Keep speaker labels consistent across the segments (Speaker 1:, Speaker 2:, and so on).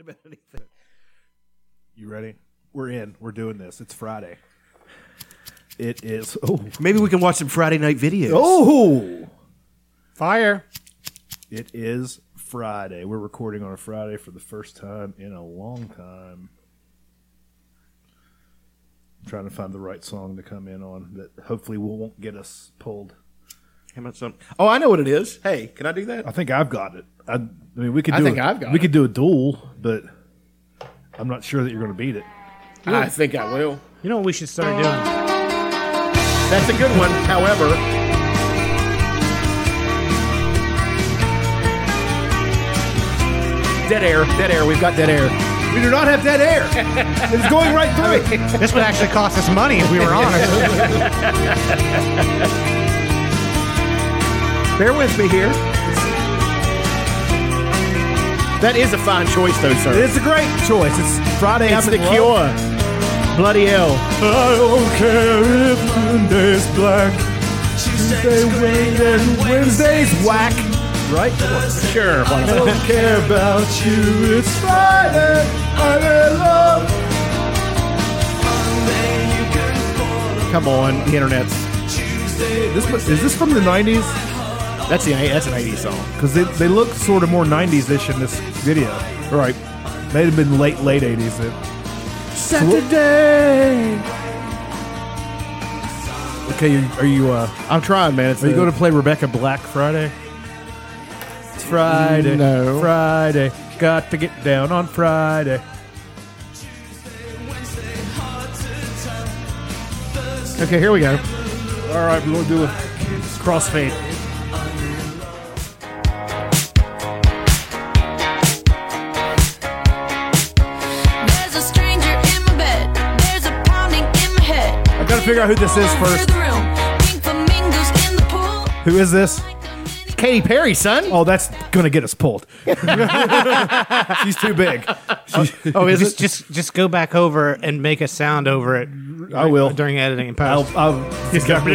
Speaker 1: about anything.
Speaker 2: You ready? We're in. We're doing this. It's Friday. It is. Oh,
Speaker 1: Maybe we can watch some Friday night videos.
Speaker 2: oh!
Speaker 3: Fire.
Speaker 2: It is Friday. We're recording on a Friday for the first time in a long time. I'm trying to find the right song to come in on that hopefully won't get us pulled.
Speaker 1: How about some? Oh, I know what it is. Hey, can I do that?
Speaker 2: I think I've got it. I, I mean, we could.
Speaker 3: I
Speaker 2: do
Speaker 3: think
Speaker 2: a-
Speaker 3: I've got
Speaker 2: We
Speaker 3: it.
Speaker 2: could do a duel, but I'm not sure that you're going to beat it.
Speaker 3: I think I will.
Speaker 4: You know what we should start doing?
Speaker 3: That's a good one. However, dead air. Dead air. We've got dead air.
Speaker 2: We do not have dead air. it's going right through.
Speaker 4: This would actually cost us money if we were honest.
Speaker 1: Bear with me here.
Speaker 3: That is a fine choice, though, sir.
Speaker 2: It's a great choice. It's Friday.
Speaker 3: It's
Speaker 2: I'm
Speaker 3: the
Speaker 2: in love.
Speaker 3: Cure. Bloody hell.
Speaker 2: I don't care if Monday's black, Tuesday wait and Wednesday's whack. Right?
Speaker 3: Sure.
Speaker 2: I don't care about you. It's Friday. I'm in love.
Speaker 3: Come on, the internet's.
Speaker 2: This was- is this from the '90s?
Speaker 3: That's the that's an 80s song.
Speaker 2: Because they, they look sort of more '90s-ish in this video. Right. They'd have been late late '80s. Then. Saturday. Okay, you, are you uh,
Speaker 3: I'm trying, man. It's
Speaker 2: are you
Speaker 3: the-
Speaker 2: going to play Rebecca Black Friday? It's Friday.
Speaker 3: No.
Speaker 2: Friday. Got to get down on Friday.
Speaker 3: Okay, here we go.
Speaker 2: All right, we'll do a crossfade.
Speaker 5: There's a stranger in my bed. There's a pounding in my head.
Speaker 2: I've got to figure out who this is first. Who is this?
Speaker 3: Katy Perry, son.
Speaker 2: Oh, that's gonna get us pulled. She's too big.
Speaker 4: Oh, is just, just just go back over and make a sound over it.
Speaker 2: I will.
Speaker 4: during editing and
Speaker 2: I'll,
Speaker 4: post.
Speaker 2: I'll, exactly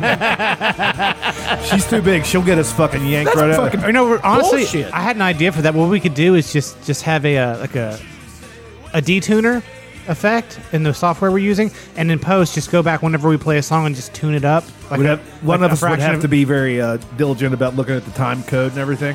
Speaker 2: what I'll do. She's too big. Shell get us fucking yanked right out.
Speaker 4: you know, we're- honestly,
Speaker 3: bullshit.
Speaker 4: I had an idea for that. What we could do is just just have a uh, like a a detuner effect in the software we're using, and in post, just go back whenever we play a song and just tune it up. Like
Speaker 2: We'd
Speaker 4: a-
Speaker 2: have, one of
Speaker 4: like a
Speaker 2: us would
Speaker 4: fraction
Speaker 2: have to be very uh, diligent about looking at the time code and everything.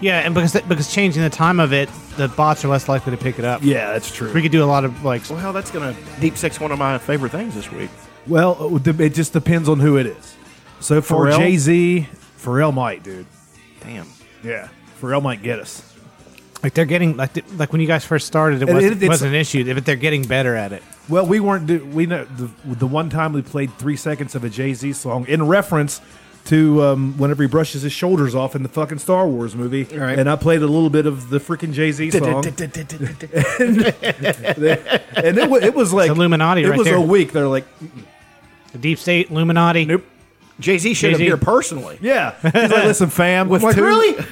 Speaker 4: Yeah, and because that, because changing the time of it, the bots are less likely to pick it up.
Speaker 2: Yeah, that's true.
Speaker 4: We could do a lot of like.
Speaker 1: Well, that's gonna deep six one of my favorite things this week.
Speaker 2: Well, it de- it just depends on who it is. So for
Speaker 1: Pharrell?
Speaker 2: Jay Z, Pharrell might, dude.
Speaker 1: Damn.
Speaker 2: Yeah, Pharrell might get us.
Speaker 4: Like they're getting like th- like when you guys first started, it,
Speaker 2: It-
Speaker 4: wasn't,
Speaker 2: it- it's-
Speaker 4: wasn't an issue, but they're getting better at it.
Speaker 2: Well, we weren't. Do- we know the, the one time we played three seconds of a Jay Z song in reference to um, whenever he brushes his shoulders off in the fucking Star Wars movie,
Speaker 3: Right.
Speaker 2: and I played a little bit of the freaking Jay Z song, and it, wa- it was like
Speaker 4: Illuminati
Speaker 2: It
Speaker 4: right
Speaker 2: was
Speaker 4: there.
Speaker 2: a week. They're like,
Speaker 4: The deep state, Illuminati.
Speaker 2: Nope.
Speaker 1: Jay Z showed up
Speaker 4: Jay-Z.
Speaker 1: here personally
Speaker 2: yeah, He's like, listen, fam, with
Speaker 1: two-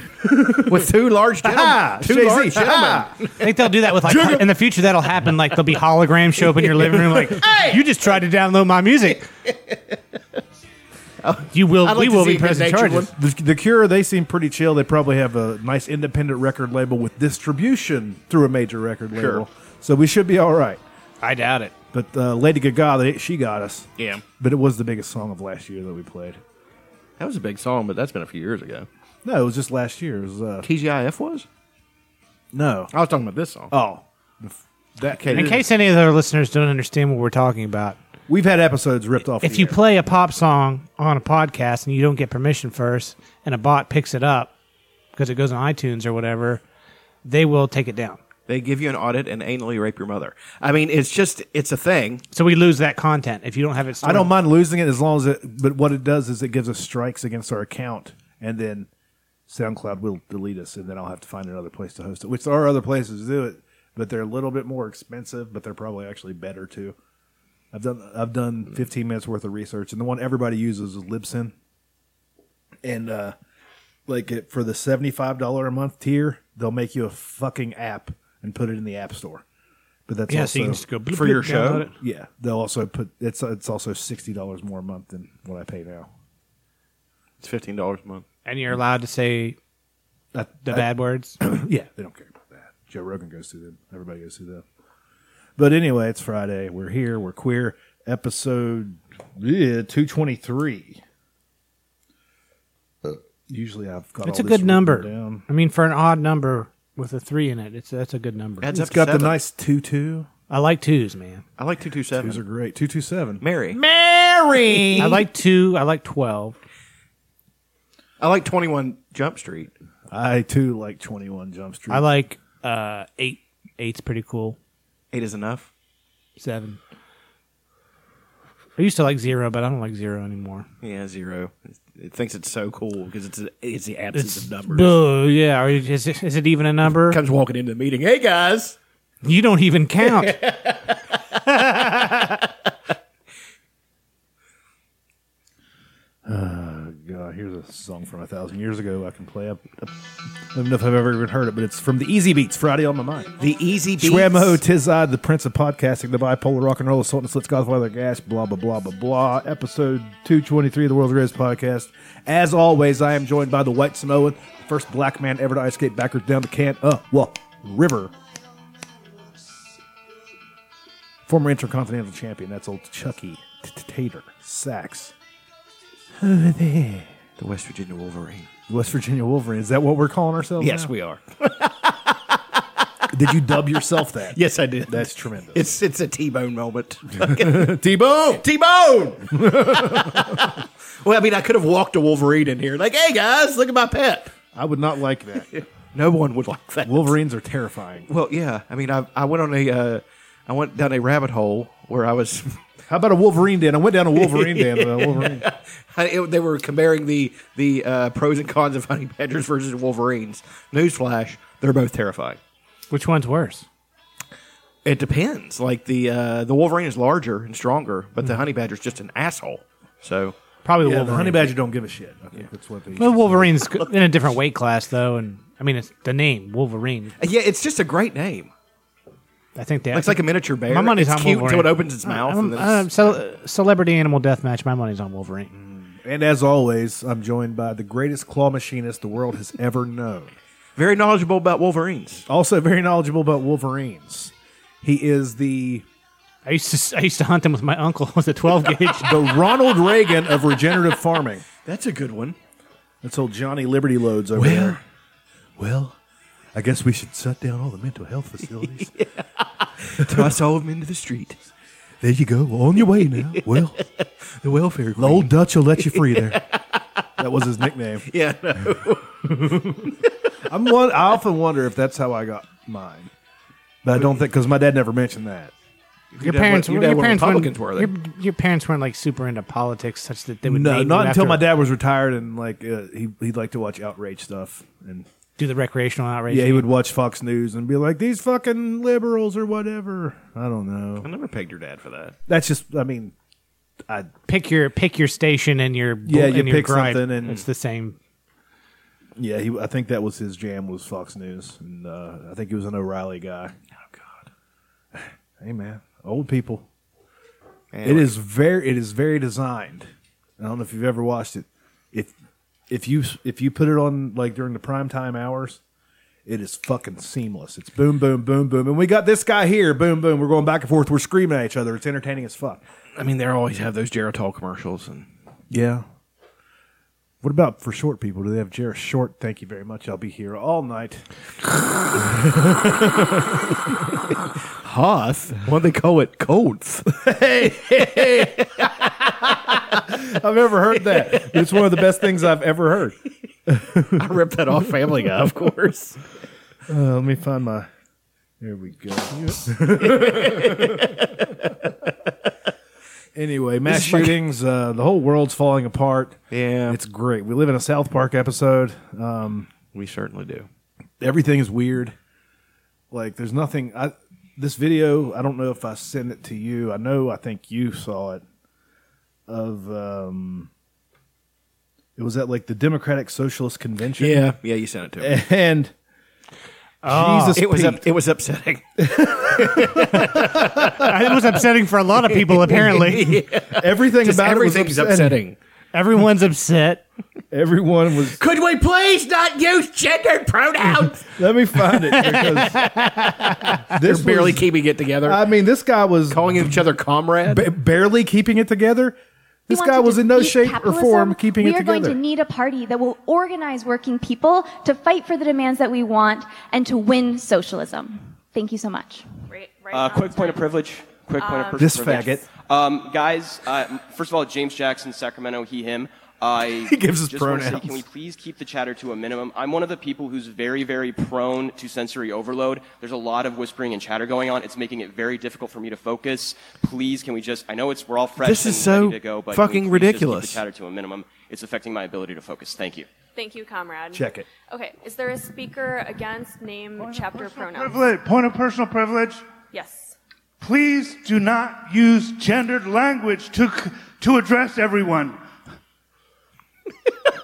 Speaker 1: with two large
Speaker 2: ah,
Speaker 1: gentlemen.
Speaker 2: Jay-Z,
Speaker 1: Two large gentlemen.
Speaker 2: ah.
Speaker 4: I think they'll do that with like in the future. That'll happen. Like there'll be holograms show up in your living room. Like you just tried to download my music. You will.
Speaker 1: Oh. I'd like
Speaker 4: we
Speaker 1: to
Speaker 4: will
Speaker 1: see
Speaker 4: be
Speaker 1: a good-natured
Speaker 4: pressing charges.
Speaker 1: one.
Speaker 2: The, the Cure, they seem pretty chill. They probably have a nice independent record label with distribution through a major record label,
Speaker 1: Sure.
Speaker 2: so we should be all right.
Speaker 4: I doubt it.
Speaker 2: But uh, Lady Gaga, they, she got us.
Speaker 1: Yeah.
Speaker 2: But it was the biggest song of last year that we played.
Speaker 1: That was a big song, but that's been a few years ago.
Speaker 2: No, it was just last year. It was, uh,
Speaker 1: TGIF was.
Speaker 2: no.
Speaker 1: I was talking about this song.
Speaker 2: Oh. the f- That
Speaker 1: Okay.
Speaker 4: In case any of our listeners don't understand what we're talking about,
Speaker 2: We've had episodes ripped off.
Speaker 4: if
Speaker 2: the
Speaker 4: you
Speaker 2: air.
Speaker 4: play a pop song on a podcast and you don't get permission first, and a bot picks it up because it goes on iTunes or whatever, they will take it down.
Speaker 1: They give you an audit and anally rape your mother. I mean, it's just it's a thing.
Speaker 4: So we lose that content if you don't have
Speaker 2: I
Speaker 4: it. Stored.
Speaker 2: don't mind losing it as long as it. But what it does is it gives us strikes against our account, and then SoundCloud will delete us, and then I'll have to find another place to host it. Which there are other places to do it, but they're a little bit more expensive, but they're probably actually better too. I've done I've done 15 minutes worth of research, and the one everybody uses is Libsyn, and uh, like it, for the 75 dollar a month tier, they'll make you a fucking app and put it in the app store. But that's
Speaker 4: Yeah,
Speaker 2: also,
Speaker 4: so you can just go bloop,
Speaker 1: for your
Speaker 4: bloop,
Speaker 1: show?
Speaker 4: download it.
Speaker 2: yeah, they'll also put it's it's also sixty dollars more a month than what I pay now.
Speaker 1: It's fifteen dollars a month.
Speaker 4: and you're allowed to say
Speaker 2: I,
Speaker 4: the
Speaker 2: I-
Speaker 4: bad words.
Speaker 2: yeah, they don't care. Joe Rogan goes through them. Everybody goes through them. But anyway, it's Friday. We're here. We're queer. Episode yeah, two twenty three.
Speaker 1: Uh,
Speaker 2: Usually, I've got
Speaker 4: It's a
Speaker 2: all this
Speaker 4: good number.
Speaker 2: written Down.
Speaker 4: I mean, for an odd number with a three in it, it's that's a good number.
Speaker 6: Adds up
Speaker 2: It's
Speaker 6: to
Speaker 2: got the
Speaker 6: seven.
Speaker 2: nice two two.
Speaker 4: I like twos, man.
Speaker 6: I like two two seven.
Speaker 2: These are great. Two two seven.
Speaker 6: Mary.
Speaker 4: I like two. I like twelve.
Speaker 6: I like twenty one Jump Street.
Speaker 2: I too like twenty one Jump Street.
Speaker 4: I like uh, eight. Eight's pretty cool.
Speaker 6: Eight is enough.
Speaker 4: Seven. I used to like zero, but I don't like zero anymore.
Speaker 6: Yeah, zero. It thinks it's so cool because it's it's the absence of numbers.
Speaker 4: Oh yeah, Are you- is it, is it even a number?
Speaker 6: Comes walking into the meeting. Hey guys,
Speaker 4: You don't even count.
Speaker 2: God, Uh, here's a song from a thousand years ago. I can play up. up- I don't know if I've ever even heard it, but it's from the Easy Beats. Friday on my mind.
Speaker 6: the easy beats.
Speaker 2: Shwemo, Tis I, the Prince of Podcasting, the Bipolar Rock and Roll Assault and Slits, Godfather Gas, blah, blah, blah, blah, blah. Episode 223 of the World's Greatest Podcast. As always, I am joined by the White Samoan, the first black man ever to ice skate backwards down the can, uh, well, river. Former Intercontinental Champion, that's old Chucky T- T- Tater Sachs. Over there.
Speaker 6: The West Virginia Wolverine.
Speaker 2: West Virginia Wolverine. Is that what we're calling ourselves?
Speaker 6: Yes,
Speaker 2: now?
Speaker 6: we are.
Speaker 2: Did you dub yourself that?
Speaker 6: Yes, I did.
Speaker 2: That's tremendous.
Speaker 6: It's it's a T Bone moment. T Bone, T Bone. well, I mean, I could have walked a Wolverine in here, like, "Hey guys, look at my pet."
Speaker 2: I would not like that.
Speaker 6: No one would like that.
Speaker 2: Wolverines are terrifying.
Speaker 6: Well, yeah. I mean, I I went on a uh, I went down a rabbit hole where I was.
Speaker 2: How about a Wolverine den? I went down a Wolverine den. uh, Wolverine.
Speaker 6: I, it, they were comparing the the uh, pros and cons of honey badgers versus wolverines. Newsflash: They're both terrifying.
Speaker 4: Which one's worse?
Speaker 6: It depends. Like the uh, the wolverine is larger and stronger, but the honey badger's just an asshole. So
Speaker 4: Probably the
Speaker 2: Yeah, the
Speaker 4: Wolverine.
Speaker 2: honey badger don't give a shit. I think that's what they.
Speaker 4: Well, Wolverine's g- in a different weight class though, and I mean it's the name Wolverine.
Speaker 6: yeah, it's just a great name.
Speaker 4: I think that
Speaker 6: It's like a miniature bear.
Speaker 4: My money's
Speaker 6: it's
Speaker 4: on
Speaker 6: cute until
Speaker 4: Wolverine.
Speaker 6: it opens its mouth.
Speaker 4: Um,
Speaker 6: and then it's-
Speaker 4: uh, so, celebrity animal death match. My money's on Wolverine.
Speaker 2: and as always, I'm joined by the greatest claw machinist the world has ever known.
Speaker 6: very knowledgeable about wolverines.
Speaker 2: Also, very knowledgeable about Wolverines. He is the
Speaker 4: I used to I used to hunt them with my uncle with a twelve gauge.
Speaker 2: the Ronald Reagan of regenerative farming.
Speaker 6: That's a good one.
Speaker 2: That's old Johnny Liberty Loads over there. Well, I guess we should shut down all the mental health facilities.
Speaker 6: Toss all of them into the street.
Speaker 2: There you go. on your way now. Well,
Speaker 6: The welfare.
Speaker 2: the old Dutch will let you free there. That was his nickname.
Speaker 6: Yeah.
Speaker 2: I'm one, I often wonder if that's how I got mine, but I don't think because my dad never mentioned that.
Speaker 4: your
Speaker 6: dad
Speaker 4: parents,
Speaker 6: wa- your
Speaker 4: were
Speaker 6: dad
Speaker 4: your
Speaker 6: were
Speaker 4: parents
Speaker 6: Republicans,
Speaker 4: weren't,
Speaker 6: were they?
Speaker 4: Your, your parents weren't like super into politics, such that they would
Speaker 2: No,
Speaker 4: name
Speaker 2: not
Speaker 4: you
Speaker 2: until
Speaker 4: after-
Speaker 2: my dad was retired and like uh, he he'd like to watch outrage stuff and
Speaker 4: do the recreational outrage.
Speaker 2: yeah he would watch Fox News and be like these fucking liberals or whatever. I don't know.
Speaker 6: I never pegged your dad for that.
Speaker 2: That's just I mean I
Speaker 4: pick your pick your station and your
Speaker 2: Yeah, you
Speaker 4: and your
Speaker 2: pick
Speaker 4: gripe.
Speaker 2: something and-
Speaker 4: it's the same.
Speaker 2: yeah he I think that was his jam was Fox News and uh, I think he was an O'Reilly guy.
Speaker 6: Oh God.
Speaker 2: Hey man, old people.
Speaker 6: Man,
Speaker 2: It is very it is very designed. I don't know if you've ever watched it. If if you if you put it on like during the prime time hours, it is fucking seamless. It's boom boom boom boom, and we got this guy here. Boom boom. We're going back and forth. We're screaming at each other. It's entertaining as fuck.
Speaker 6: I mean, they always have those Geritol commercials, and
Speaker 2: Yeah. What about for short people? Do they have Jared Short? Thank you very much. I'll be here all night.
Speaker 6: Hoth. Why they call it Colts?
Speaker 2: I've never heard that. it's one of the best things I've ever heard.
Speaker 6: I ripped that off Family Guy, of course.
Speaker 2: Uh, let me find my. There we go. anyway, mass shootings. Uh, the whole world's falling apart.
Speaker 6: Yeah.
Speaker 2: it's great. We live in a South Park episode. Uh,
Speaker 6: We certainly do.
Speaker 2: everything is weird. Like, there's nothing. I this video. I don't know if I sent it to you. I know. I think you saw it. Of um, it was at like the Democratic Socialist Convention.
Speaker 6: yeah, you sent it to me.
Speaker 2: and. Jesus
Speaker 6: Ah, It was
Speaker 2: Pete.
Speaker 6: up, it was upsetting.
Speaker 4: it was upsetting for a lot of people. Apparently,
Speaker 2: everything
Speaker 6: Just
Speaker 2: about it was
Speaker 6: everything's
Speaker 2: upsetting.
Speaker 6: upsetting.
Speaker 4: everyone's upset.
Speaker 2: Everyone was.
Speaker 6: Could we please not use gendered pronouns?
Speaker 2: Let me find it because this
Speaker 6: They're barely
Speaker 2: was-
Speaker 6: keeping it together,
Speaker 2: I mean, this guy was
Speaker 6: calling each other comrade.
Speaker 2: ba- barely keeping it together. This
Speaker 7: We
Speaker 2: guy
Speaker 7: want to
Speaker 2: was in no
Speaker 7: defeat
Speaker 2: shape or
Speaker 7: capitalism.
Speaker 2: form keeping
Speaker 7: we
Speaker 2: it
Speaker 7: We are
Speaker 2: together.
Speaker 7: going to need a party that will organize working people to fight for the demands that we want and to win socialism. Thank you so much.
Speaker 8: Right, right
Speaker 9: Uh,
Speaker 8: now.
Speaker 9: quick point of privilege. Quick point of privilege.
Speaker 2: this faggot.
Speaker 9: Um, guys, uh, first of all, James Jackson, Sacramento, he, him. I he
Speaker 2: gives us
Speaker 9: just wanna Say,
Speaker 2: pronouns.
Speaker 9: can we please keep the chatter to a minimum? I'm one of the people who's very, very prone to sensory overload. There's a lot of whispering and chatter going on. It's making it very difficult for me to focus. Please, can we just? I know it's we're all fresh
Speaker 6: This is
Speaker 9: and
Speaker 6: so
Speaker 9: ready to go, but can we
Speaker 6: fucking
Speaker 9: please
Speaker 6: ridiculous.
Speaker 9: Just keep the chatter to a minimum. It's affecting my ability to focus. Thank you.
Speaker 8: Thank you, comrade.
Speaker 2: Check it.
Speaker 8: Okay, is there a speaker against name, chapter, pronouns?
Speaker 10: Privilege, point of personal privilege.
Speaker 8: Yes.
Speaker 10: Please do not use gendered language to c- to address everyone.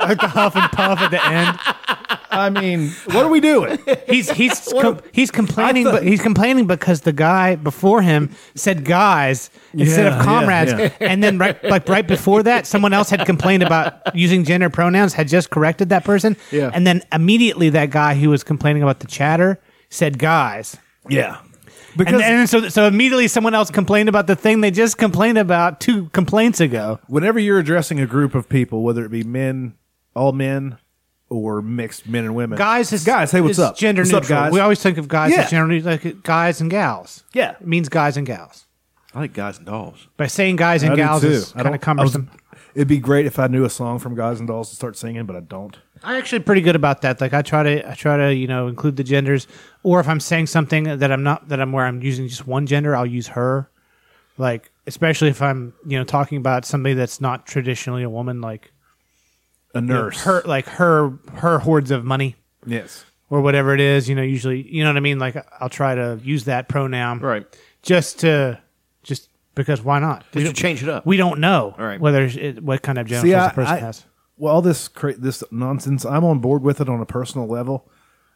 Speaker 4: Huff and puff at the end.
Speaker 2: I mean, what are we doing?
Speaker 4: He's he's com- he's complaining,
Speaker 2: I thought-
Speaker 4: but he's complaining because the guy before him said guys instead
Speaker 2: Yeah,
Speaker 4: of
Speaker 2: yeah,
Speaker 4: comrades,
Speaker 2: yeah.
Speaker 4: and then right like right before that, someone else had complained about using gender pronouns, had just corrected that person,
Speaker 6: Yeah.
Speaker 4: and then immediately that guy who was complaining about the chatter said guys.
Speaker 2: yeah,
Speaker 4: And,
Speaker 2: because
Speaker 4: and so, so immediately someone else complained about the thing they just complained about two complaints ago.
Speaker 2: whenever you're addressing a group of people, whether it be men, all men, or mixed men and women,
Speaker 4: Guys is
Speaker 2: guys, hey, what's
Speaker 4: is
Speaker 2: up?
Speaker 4: Gender
Speaker 2: What's up,
Speaker 4: neutral.
Speaker 2: guys?
Speaker 4: We always think of guys
Speaker 2: Yeah.
Speaker 4: as generally like guys and gals.
Speaker 2: Yeah.
Speaker 4: it means guys and gals.
Speaker 6: I like guys and dolls.
Speaker 4: By saying guys and
Speaker 2: I do
Speaker 4: gals
Speaker 2: too.
Speaker 4: is
Speaker 2: I
Speaker 4: kind of
Speaker 2: don't-
Speaker 4: cumbersome.
Speaker 2: I was- it'd be great if I knew a song from Guys and Dolls to start singing, but I don't.
Speaker 4: I'm actually pretty good about that. Like I try to, I try to, you know, include the genders. Or if I'm saying something that I'm not, that I'm where I'm using just one gender, I'll use her. Like especially if I'm, you know, talking about somebody that's not traditionally a woman, like
Speaker 2: A
Speaker 4: you know,
Speaker 2: nurse.
Speaker 4: her, like her, her hordes of money
Speaker 2: Yes.
Speaker 4: or whatever it is. You know, usually, you know what I mean. Like I'll try to use that pronoun,
Speaker 6: Right.
Speaker 4: Just to, just because why not? We
Speaker 6: Just to
Speaker 4: don't-
Speaker 6: change it up.
Speaker 4: We don't know
Speaker 6: All right.
Speaker 4: whether it, what kind of genitals
Speaker 2: See,
Speaker 4: a
Speaker 2: I,
Speaker 4: person
Speaker 2: I-
Speaker 4: has.
Speaker 2: well, all this cra- this nonsense, I'm on board with it on a personal level,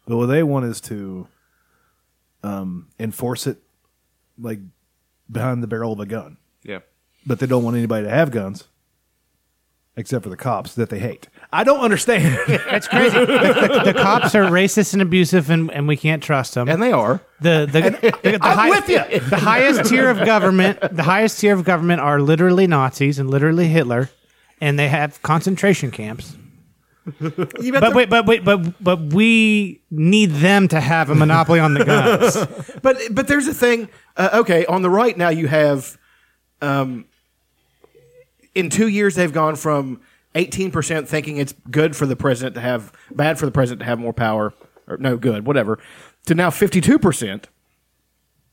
Speaker 2: but what they want is to um, enforce it like behind the barrel of a gun.
Speaker 6: Yeah.
Speaker 2: But they don't want anybody to have guns, except for the cops that they hate. I don't understand.
Speaker 4: That's crazy. the, the- the cops are racist and abusive, and, and we can't trust them.
Speaker 6: And they are.
Speaker 4: the the, the, the
Speaker 2: I'm
Speaker 4: high-
Speaker 2: with ya.
Speaker 4: The highest tier of government, the highest tier of government are literally Nazis and literally Hitler, and they have concentration camps. But wait, but wait, but but we need them to have a monopoly on the guns.
Speaker 6: But but there's a thing. Uh, okay, on the right now you have, um, in two years they've gone from 18 percent thinking it's good for the president to have bad for the president to have more power or no good whatever to now 52 percent.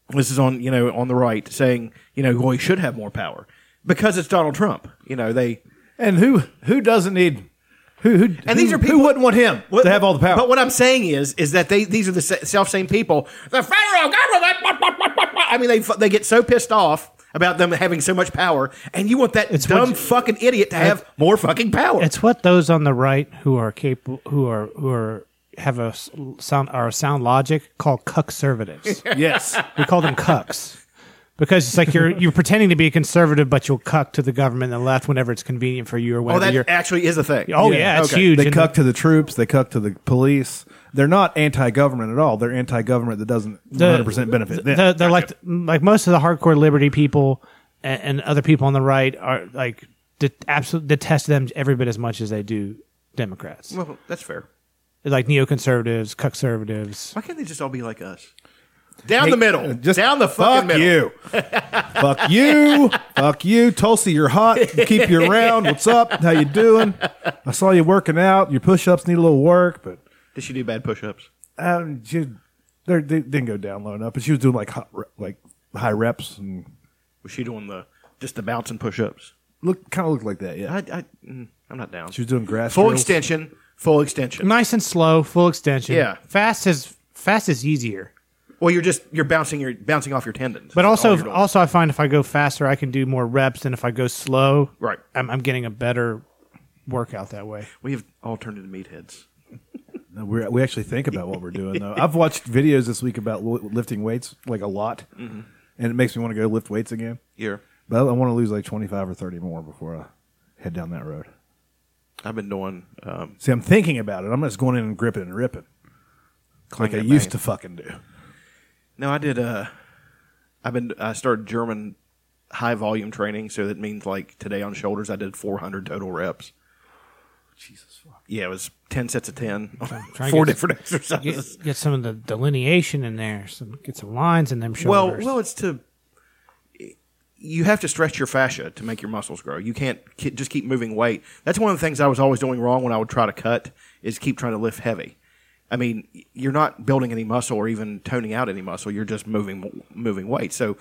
Speaker 6: This is on you know on the right saying you know well he should have more power because it's Donald Trump. You know they
Speaker 2: and who who doesn't need who who
Speaker 6: and these
Speaker 2: who-
Speaker 6: are people
Speaker 2: who wouldn't want him
Speaker 6: What-
Speaker 2: to have all the power?
Speaker 6: But what I'm saying is, is that they these are the self same people. The federal government. blah, blah, blah, blah, blah. I mean, they fu- they get so pissed off about them having so much power, and you want that dumb fucking idiot to have more fucking power.
Speaker 4: It's what those on the right who are capable, who are who are have a s- sound are sound logic call cuckservatives.
Speaker 2: yes,
Speaker 4: We call them cucks because it's like you're you're pretending to be a conservative, but you'll cuck to the government and the left whenever it's convenient for you or
Speaker 6: oh,
Speaker 4: whenever
Speaker 6: that
Speaker 4: you're.
Speaker 6: actually is a thing.
Speaker 4: Oh yeah, it's
Speaker 6: okay.
Speaker 4: huge.
Speaker 2: They
Speaker 4: And
Speaker 2: cuck to the troops. They cuck to the police. They're not anti-government at all. They're anti-government that doesn't
Speaker 4: the-
Speaker 2: 100 percent benefit them.
Speaker 4: the- they're like like most of the hardcore liberty people and, and other people on the right are like de- absolutely detest them every bit as much as they do Democrats,
Speaker 6: Well, that's fair.
Speaker 4: like neoconservatives, cuckservatives.
Speaker 6: Why can't they just all be like us? Down the middle, just down the fucking
Speaker 2: Uh, fuck
Speaker 6: middle.
Speaker 2: you, fuck you, fuck you, Tulsi. You're hot. Keep you around. What's up? How you doing? I saw you working out. Your push-ups need a little work, but
Speaker 6: Did she do bad push-ups?
Speaker 2: um, she they're- they didn't go down low enough. But she was doing like hot, re- like high reps and
Speaker 6: Was she doing the just the bouncing push-ups?
Speaker 2: look kind of looked like that. Yeah,
Speaker 6: I, I mm, I'm not down.
Speaker 2: she was doing grass.
Speaker 6: full
Speaker 2: drills.
Speaker 6: extension, full extension.
Speaker 4: nice and slow, full extension.
Speaker 6: Yeah.
Speaker 4: fast is fast is easier.
Speaker 6: Well, you're just you're bouncing your bouncing off your tendons.
Speaker 4: But
Speaker 6: That's all
Speaker 4: also,
Speaker 6: Oh, you're doing.
Speaker 4: also I find if I go faster, I can do more reps than if I go slow.
Speaker 6: Right.
Speaker 4: I'm, I'm getting a better workout that way.
Speaker 6: we have all turned into meatheads.
Speaker 2: No, we we actually think about what we're doing though. I've watched videos this week about li- lifting weights like a lot,
Speaker 4: Mm-hmm.
Speaker 2: and it makes me want to go lift weights again.
Speaker 6: Yeah.
Speaker 2: But I want to lose like twenty five or thirty more before I head down that road.
Speaker 6: I've been doing. Um,
Speaker 2: See, I'm thinking about it. I'm just going in and gripping and ripping, like I
Speaker 6: and
Speaker 2: used
Speaker 6: banging.
Speaker 2: to fucking do.
Speaker 6: no, I did. Uh, I've been. I started German high volume training, so that means like today on shoulders, I did 400 total reps. Jesus fuck. Yeah, it was 10 sets of 10,
Speaker 4: trying to
Speaker 6: four
Speaker 4: get-
Speaker 6: different exercises.
Speaker 4: Get, get some of the delineation in there. Some get some lines in them
Speaker 6: Well,
Speaker 4: shoulders.
Speaker 6: well, it's to you have to stretch your fascia to make your muscles grow. You can't ki- just keep moving weight. That's one of the things I was always doing wrong when I would try to cut is keep trying to lift heavy. I mean, y- you're not building any muscle or even toning out any muscle. You're just moving moving weight. So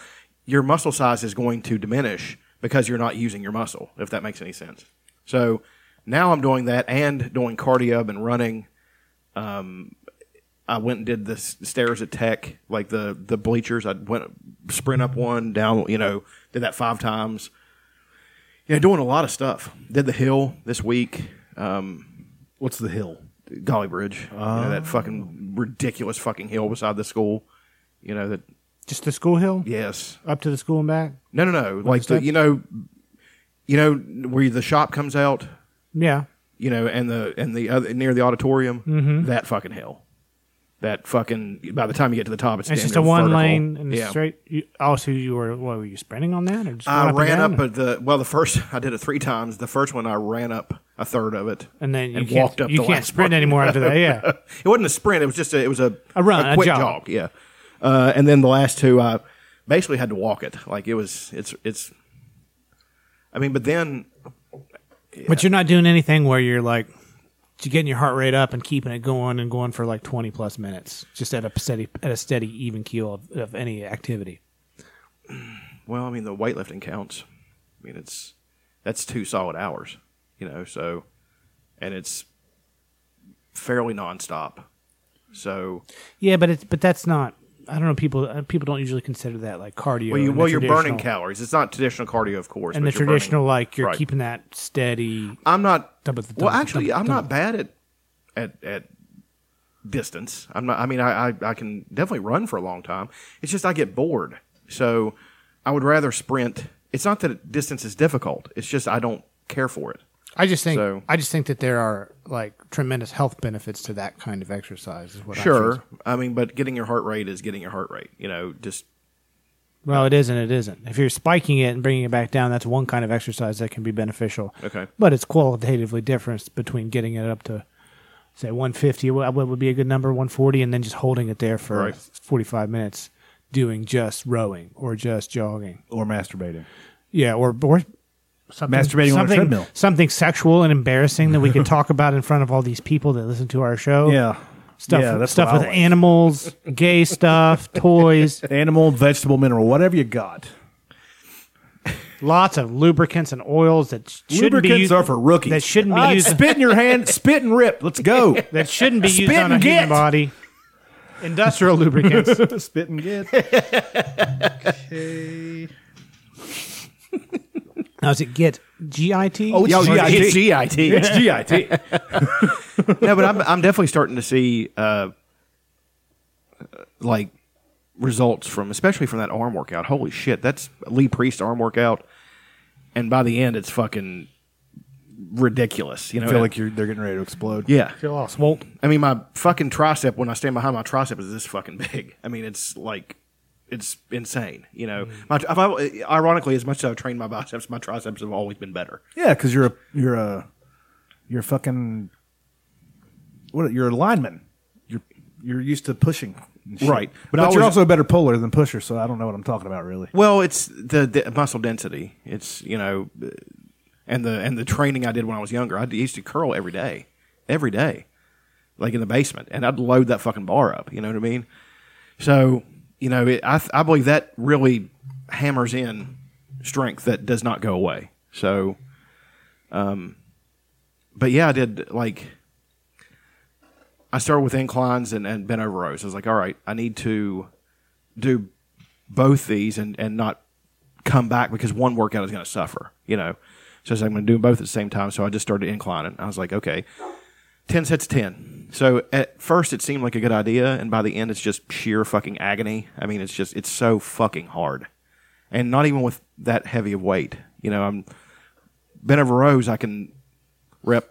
Speaker 6: your muscle size is going to diminish because you're not using your muscle. If that makes any sense. So now I'm doing that and doing cardio and running. I went and did the s- stairs at Tech, like the the bleachers. I went sprint up one, down. You know, did that five times. You know, doing a lot of stuff. Did the hill this week. Um,
Speaker 2: What's the hill? Oh.
Speaker 6: Golly Bridge, you know, that fucking ridiculous fucking hill beside the school. You know that.
Speaker 4: just the school hill
Speaker 6: Yes.
Speaker 4: up to the school and back.
Speaker 6: No, no, no. Like the,
Speaker 4: Understand?
Speaker 6: you know, you know where the shop comes out.
Speaker 4: Yeah,
Speaker 6: you know, and the and the other near the auditorium,
Speaker 4: Mm-hmm.
Speaker 6: that fucking hell, that fucking. By the time you get to the top, it's,
Speaker 4: it's
Speaker 6: damn
Speaker 4: just
Speaker 6: near
Speaker 4: a one
Speaker 6: vertical.
Speaker 4: lane and
Speaker 6: yeah.
Speaker 4: straight. You, also, you were what were you sprinting on that or just
Speaker 6: I
Speaker 4: going
Speaker 6: ran
Speaker 4: and
Speaker 6: up
Speaker 4: down?
Speaker 6: at the well. The first I did it three times. The first one I ran up a third of it,
Speaker 4: and then you
Speaker 6: and
Speaker 4: can't,
Speaker 6: walked up.
Speaker 4: You
Speaker 6: the
Speaker 4: can't
Speaker 6: last
Speaker 4: sprint
Speaker 6: part.
Speaker 4: anymore after that. Yeah,
Speaker 6: it wasn't a sprint. It was just a. It was a
Speaker 4: A run, a
Speaker 6: quick
Speaker 4: jog.
Speaker 6: Yeah, uh, and then the last two, I basically had to walk it. Like it was. It's. It's. I mean, but then
Speaker 4: but you're not doing anything where you're like you're getting your heart rate up and keeping it going and going for like 20 plus minutes, just at a steady at a steady even keel of, of any activity.
Speaker 6: Well, I mean, the weightlifting counts. I mean, it's that's two solid hours, you know. So, and it's fairly nonstop. So,
Speaker 4: Yeah, but it's but that's not. I don't know. People uh, people don't usually consider that like cardio.
Speaker 6: well, you,
Speaker 4: and
Speaker 6: well
Speaker 4: the
Speaker 6: you're burning
Speaker 4: traditional-
Speaker 6: calories. It's not traditional cardio, of course,
Speaker 4: and the
Speaker 6: but you're burning-
Speaker 4: traditional like you're
Speaker 6: Right.
Speaker 4: keeping that steady.
Speaker 6: I'm not.
Speaker 4: Dum- dum-
Speaker 6: well,
Speaker 4: dum-
Speaker 6: actually,
Speaker 4: dum-
Speaker 6: I'm
Speaker 4: dum.
Speaker 6: not bad at at at distance. I'm not. I mean, I, I I can definitely run for a long time. It's just I get bored, so I would rather sprint. It's not that distance is difficult. It's just I don't care for it.
Speaker 4: I just think
Speaker 6: So-
Speaker 4: I just think that there are like tremendous health benefits to that kind of exercise. Is what I
Speaker 6: Sure.
Speaker 4: think.
Speaker 6: I mean, but getting your heart rate is getting your heart rate. You know, just
Speaker 4: Well, it is and it isn't. If you're spiking it and bringing it back down, that's one kind of exercise that can be beneficial.
Speaker 6: Okay.
Speaker 4: But it's qualitatively different between getting it up to say 150, wha- what would be a good number, 140, and then just holding it there for
Speaker 6: Right.
Speaker 4: 45 minutes, doing just rowing or just jogging.
Speaker 2: Or masturbating?
Speaker 4: Yeah, or or something,
Speaker 2: Masturbating on a
Speaker 4: something-
Speaker 2: treadmill.
Speaker 4: something sexual and embarrassing that we can talk about in front of all these people that listen to our show.
Speaker 2: Yeah,
Speaker 4: Oh, stuff,
Speaker 2: Yeah, that's
Speaker 4: stuff
Speaker 2: what
Speaker 4: with
Speaker 2: I like.
Speaker 4: animals, gay stuff, toys,
Speaker 2: Animal, vegetable, mineral, whatever you got.
Speaker 4: lots of lubricants and oils that sh- shouldn't be
Speaker 2: Lubricants
Speaker 4: used,
Speaker 2: are for rookies.
Speaker 4: That shouldn't be
Speaker 2: All right,
Speaker 4: used.
Speaker 2: Uh, Spit in your hand. Spit and rip. Let's go.
Speaker 4: that shouldn't be used
Speaker 2: Spit
Speaker 4: on a
Speaker 2: and
Speaker 4: human
Speaker 2: get.
Speaker 4: body. Industrial lubricants.
Speaker 2: spit and get.
Speaker 4: Now, is it get G I T?
Speaker 2: Oh, it's GIT.
Speaker 6: it's GIT.
Speaker 2: It's GIT.
Speaker 6: no, but I'm I'm definitely starting to see uh, like results from, especially from that arm workout. Holy shit, that's Lee Priest arm workout, and by the end, it's fucking ridiculous. You know,
Speaker 2: I feel like you're, they're getting ready to explode.
Speaker 6: yeah.
Speaker 4: Feel all swolled.
Speaker 6: I mean, my fucking tricep when I stand behind my tricep is this fucking big. I mean, it's like it's insane. You know,
Speaker 2: Mm.
Speaker 6: my, if I, ironically, as much as I've trained my biceps, my triceps have always been better.
Speaker 2: Yeah, because you're a you're a you're a fucking what? You're a lineman. You're you're used to pushing, and shit.
Speaker 6: Right.
Speaker 2: But,
Speaker 6: But I
Speaker 2: you're
Speaker 6: was-
Speaker 2: also a better puller than pusher, so I don't know what I'm talking about really.
Speaker 6: Well, it's the, the muscle density. It's you know, and the and the training I did when I was younger. I used to curl every day, every day, like in the basement, and I'd load that fucking bar up. You know what I mean? So you know, it, I I believe that really hammers in strength that does not go away. So, um, but yeah, I did like. I started with inclines and, and bent over rows. I was like, all right, I need to do both these and, and not come back because one workout is going to suffer, you know. So I said, I'm going to do them both at the same time. So I just started inclining. I was like, okay, 10 sets of 10. So at first it seemed like a good idea. And by the end, it's just sheer fucking agony. I mean, it's just, it's so fucking hard. And not even with that heavy of weight. You know, I'm bent over rows, I can rep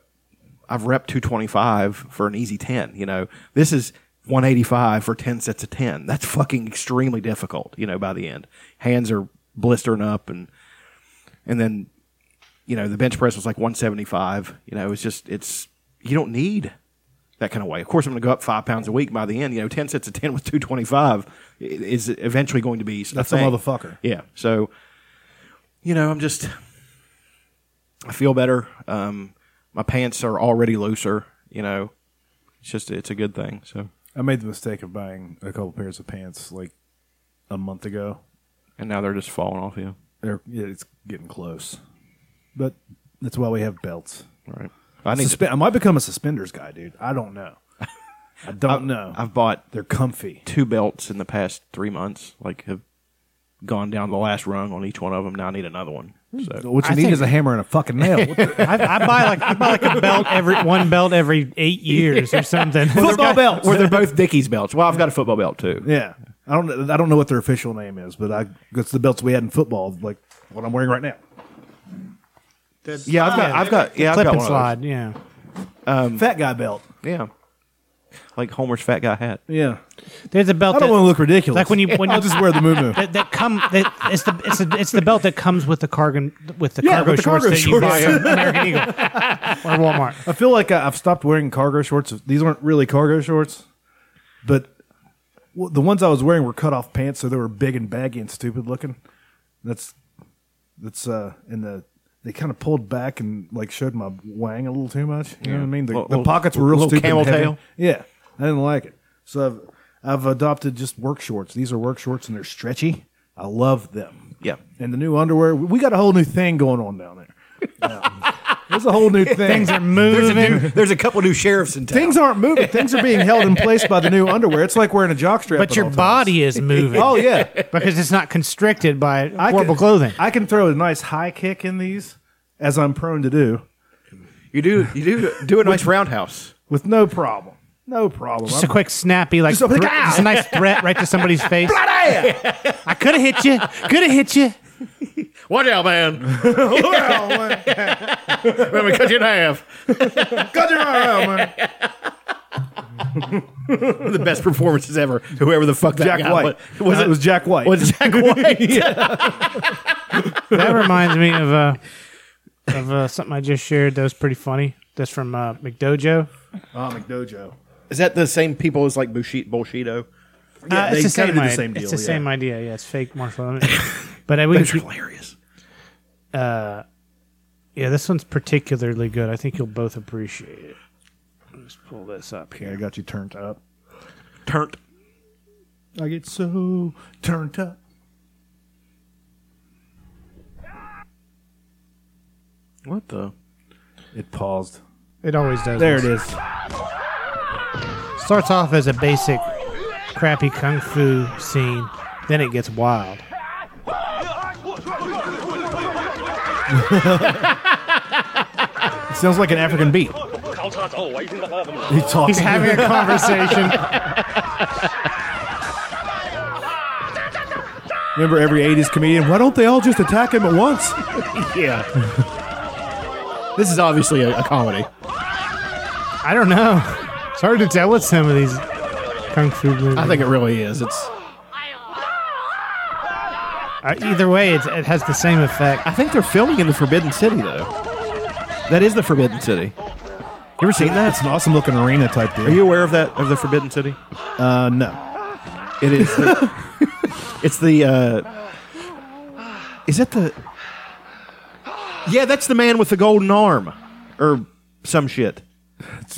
Speaker 6: I've rep 225 for an easy 10. You know, this is 185 for 10 sets of 10. That's fucking extremely difficult, you know, by the end. Hands are blistering up and, and then, you know, the bench press was like 175. You know, it's just, it's, you don't need that kind of way. Of course, I'm going to go up five pounds a week by the end. You know, 10 sets of 10 with 225 i- is eventually going to be. a
Speaker 2: That's a
Speaker 6: thing.
Speaker 2: motherfucker.
Speaker 6: Yeah. So, you know, I'm just, I feel better. Um, my pants are already looser. You know, it's just it's a good thing. So,
Speaker 2: I made the mistake of buying a couple pairs of pants like a month ago.
Speaker 6: and now they're just falling off you.
Speaker 2: They're, yeah, it's getting close, but that's why we have belts.
Speaker 6: Right. I need.
Speaker 2: Suspe- I might become a suspenders guy, dude. I don't know. I don't know.
Speaker 6: I've bought
Speaker 2: They're comfy.
Speaker 6: two belts in the past three months. Like have gone down the last rung on each one of them. Now I need another one. So
Speaker 2: What you
Speaker 4: I
Speaker 2: need
Speaker 4: think-
Speaker 2: is a hammer and a fucking nail. What the-
Speaker 4: I, I buy like I buy like a belt every one belt every eight years or something.
Speaker 2: Football belts.
Speaker 6: Where they're both Dickies belts. Well, I've got a football belt too.
Speaker 2: yeah, I don't. I don't know what their official name is, but I. It's the belts we had in football, like what I'm wearing right now.
Speaker 6: Yeah, I've got. I've got. Yeah, I've
Speaker 4: Clip
Speaker 6: got one
Speaker 4: and
Speaker 6: of those.
Speaker 4: slide. Yeah.
Speaker 2: Fat guy belt.
Speaker 6: Yeah. Like Homer's fat guy hat.
Speaker 2: Yeah,
Speaker 4: There's a belt.
Speaker 2: I don't
Speaker 4: that-
Speaker 2: want to look ridiculous.
Speaker 4: Like when you- when you-
Speaker 2: I'll just wear the moo moo.
Speaker 4: that, that come that it's the it's, the it's the belt that comes with the cargo with the
Speaker 2: Yeah,
Speaker 4: cargo
Speaker 2: with the
Speaker 4: shorts
Speaker 2: cargo
Speaker 4: that you buy
Speaker 2: shorts.
Speaker 4: at American Eagle or Walmart.
Speaker 2: I feel like I- I've stopped wearing cargo shorts. These aren't really cargo shorts, but w- the ones I was wearing were cut off pants, so they were big and baggy and stupid looking. That's that's uh, and the they kind of pulled back and like showed my wang a little too much. You know what I mean? The,
Speaker 6: Little-
Speaker 2: the pockets were real
Speaker 6: little
Speaker 2: stupid. and
Speaker 6: camel
Speaker 2: heavy.
Speaker 6: tail?
Speaker 2: Yeah, I didn't like it. So I've I've adopted just work shorts. These are work shorts and they're stretchy. I love them.
Speaker 6: Yeah.
Speaker 2: And the new underwear, we we got a whole new thing going on down there. Yeah. There's a whole new thing.
Speaker 4: Things are moving.
Speaker 6: There's a couple new sheriffs in town.
Speaker 2: Things aren't moving. Things are being held in place by the new underwear. It's like wearing a jockstrap.
Speaker 4: But
Speaker 2: at
Speaker 4: your
Speaker 2: all times.
Speaker 4: body is moving.
Speaker 2: Oh yeah,
Speaker 4: because it's not constricted by
Speaker 2: I
Speaker 4: horrible
Speaker 2: can-
Speaker 4: clothing.
Speaker 2: I can throw a nice high kick in these, as I'm prone to do,
Speaker 6: You do. You do. Do a nice roundhouse.
Speaker 2: with no problem. No problem.
Speaker 4: just a
Speaker 2: I'm-
Speaker 4: quick snappy, like
Speaker 2: Just a-
Speaker 4: thre- just a nice threat right to somebody's face. I could have hit you. Could have hit you.
Speaker 6: Watch out, man!
Speaker 2: Oh, man.
Speaker 6: Let me cut you in half.
Speaker 2: Cut your arm out, man.
Speaker 6: One of the best performances ever. Whoever the fuck that
Speaker 2: Jack
Speaker 6: guy
Speaker 2: White. Uh,
Speaker 6: was. Was
Speaker 2: it was Jack White?
Speaker 6: Was Uh, it Jack White?
Speaker 4: That reminds me of uh, of uh, something I just shared. That was pretty funny. That's from uh, McDojo.
Speaker 2: Oh, McDojo.
Speaker 6: Is that the same people as like Bushi- Bushido?
Speaker 4: Uh,
Speaker 2: they
Speaker 4: it's the
Speaker 2: kinda do
Speaker 4: same,
Speaker 2: the
Speaker 4: idea.
Speaker 2: same deal,
Speaker 4: It's the
Speaker 2: yeah.
Speaker 4: same idea. Yeah, it's fake martial art. but I would.
Speaker 6: Those are hilarious.
Speaker 4: Yeah, this one's particularly good. I think you'll both appreciate it. Let's pull this up
Speaker 2: Okay, I
Speaker 4: here.
Speaker 2: got you turned up.
Speaker 6: Turnt.
Speaker 2: I get so turned up.
Speaker 6: What the?
Speaker 2: It paused.
Speaker 4: It always does.
Speaker 2: There it is.
Speaker 4: this. Starts off as a basic, crappy kung fu scene. Then it gets wild.
Speaker 2: It sounds like an African beat. He's talking.
Speaker 4: He's having a conversation.
Speaker 2: Remember every 80s comedian? Why don't they all just attack him at once?
Speaker 6: Yeah. this is obviously a, a comedy.
Speaker 4: I don't know. It's hard to tell with some of these kung fu movies.
Speaker 6: I think it really is. It's.
Speaker 4: Uh, either way, it's, it has the same effect.
Speaker 6: I think they're filming in the Forbidden City though. That is the Forbidden City. You ever seen that?
Speaker 2: That's an awesome looking arena type
Speaker 6: Are
Speaker 2: deal.
Speaker 6: you aware of that of the Forbidden City?
Speaker 2: Uh, no.
Speaker 6: It is. The, it's the. Uh, is that the? Yeah, that's the man with the golden arm, or some shit.
Speaker 2: It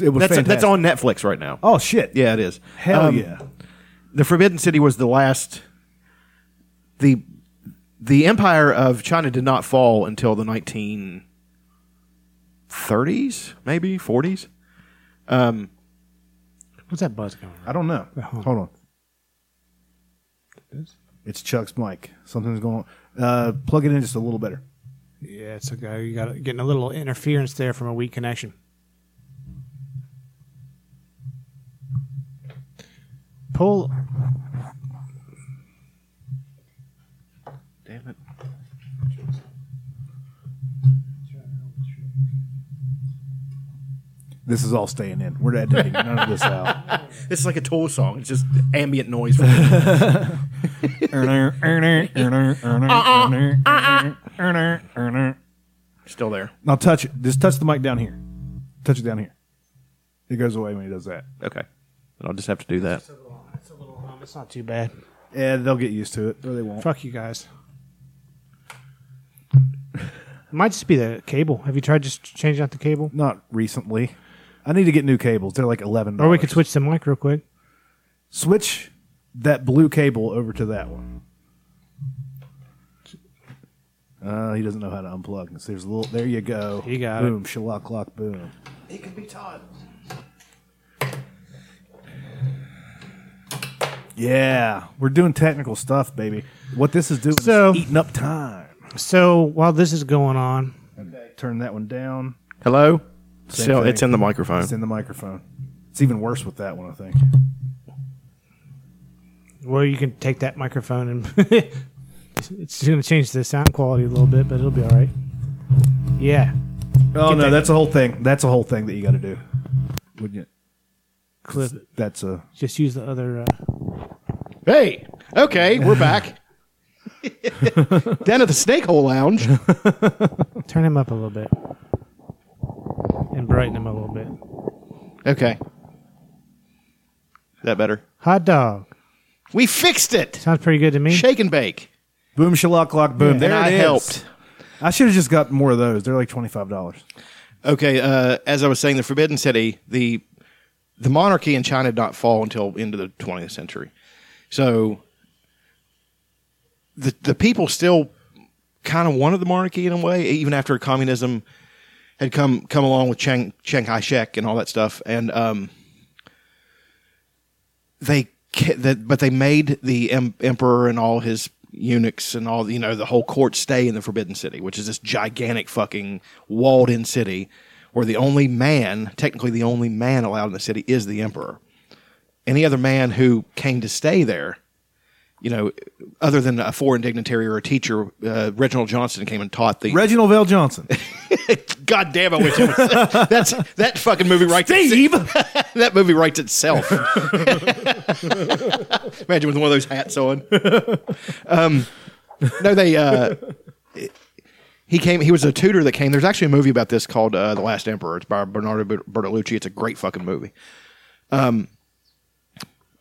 Speaker 2: was
Speaker 6: That's that's
Speaker 2: fantastic.
Speaker 6: on Netflix right now.
Speaker 2: Oh shit!
Speaker 6: Yeah, it is.
Speaker 2: hell
Speaker 6: Um,
Speaker 2: yeah!
Speaker 6: The Forbidden City was the last. the The Empire of China did not fall until the nineteen thirties, maybe forties.
Speaker 4: What's that buzz going on?
Speaker 2: I don't know.
Speaker 4: Uh-huh.
Speaker 2: Hold on. It's Chuck's mic. Something's going on. Uh, plug it in just a little better.
Speaker 4: Yeah, it's okay. You got getting a little interference there from a weak connection. Pull.
Speaker 6: Damn it!
Speaker 2: This is all staying in. We're editing none of this out.
Speaker 6: This is like a Tool song. It's just ambient noise. For me. Still there.
Speaker 2: Now touch it. Just touch the mic down here. Touch it down here. It goes away when he does that.
Speaker 11: Okay. I'll just have to do that.
Speaker 4: It's a little hum. It's not too bad.
Speaker 2: Yeah, they'll get used to it, or they won't.
Speaker 4: Fuck you guys. It might just be the cable. Have you tried just changing out the cable?
Speaker 2: Not recently. I need to get new cables. They're like eleven.
Speaker 4: Or we could switch the mic real quick.
Speaker 2: switch that blue cable over to that one. Uh, he doesn't know how to unplug. So there's a little. There you go.
Speaker 4: You got it.
Speaker 2: boom, shalock clock, boom.
Speaker 6: It can be taught.
Speaker 2: Yeah, we're doing technical stuff, baby. What this is doing
Speaker 4: So-
Speaker 2: is eating up time.
Speaker 4: So while this is going on,
Speaker 2: Turn that one down.
Speaker 6: Hello.
Speaker 2: Same
Speaker 6: Still,
Speaker 2: thing.
Speaker 6: it's in the microphone.
Speaker 2: It's in the microphone. It's even worse with that one, I think.
Speaker 4: well, you can take that microphone and it's- it's going to change the sound quality a little bit, but it'll be all right. Yeah.
Speaker 2: Oh no,
Speaker 4: Get that-
Speaker 2: that's a whole thing. That's a whole thing that you got to do. Wouldn't you?
Speaker 4: Clip.
Speaker 2: That's a
Speaker 4: Just use the other. Uh,
Speaker 6: Hey, okay, we're back. Down at the Snake Hole Lounge.
Speaker 4: turn him up a little bit and brighten him a little bit.
Speaker 6: Okay,
Speaker 11: That better?
Speaker 4: Hot dog.
Speaker 6: we fixed it.
Speaker 4: Sounds pretty good to me.
Speaker 6: Shake and bake.
Speaker 2: boom, shalock clock, boom. There
Speaker 6: and I
Speaker 2: it is.
Speaker 6: helped.
Speaker 2: I should have just got more of those. They're like twenty five dollars.
Speaker 6: Okay, uh, as I was saying, the Forbidden City, the the monarchy in China did not fall until into the 20th century. So the the people still kind of wanted the monarchy in a way, even after communism had come come along with Chiang Chiang Kai Shek and all that stuff, and um, they ca- that but they made the em- emperor and all his eunuchs and all you know the whole court stay in the Forbidden City, which is this gigantic fucking walled in city where the only man, technically the only man allowed in the city, is the emperor. Any other man who came to stay there you know, other than a foreign dignitary or a teacher, uh, Reginald Johnson came and taught the.
Speaker 2: Reginald Vale Johnson.
Speaker 6: God damn, I wish it was. that's that fucking movie writes
Speaker 2: Steve!
Speaker 6: itself. that movie writes itself. Imagine with one of those hats on. Um, no, they. Uh, he came. He was a tutor that came. There's actually a movie about this called uh, "The Last Emperor." It's by Bernardo Bertolucci. It's a great fucking movie. Um,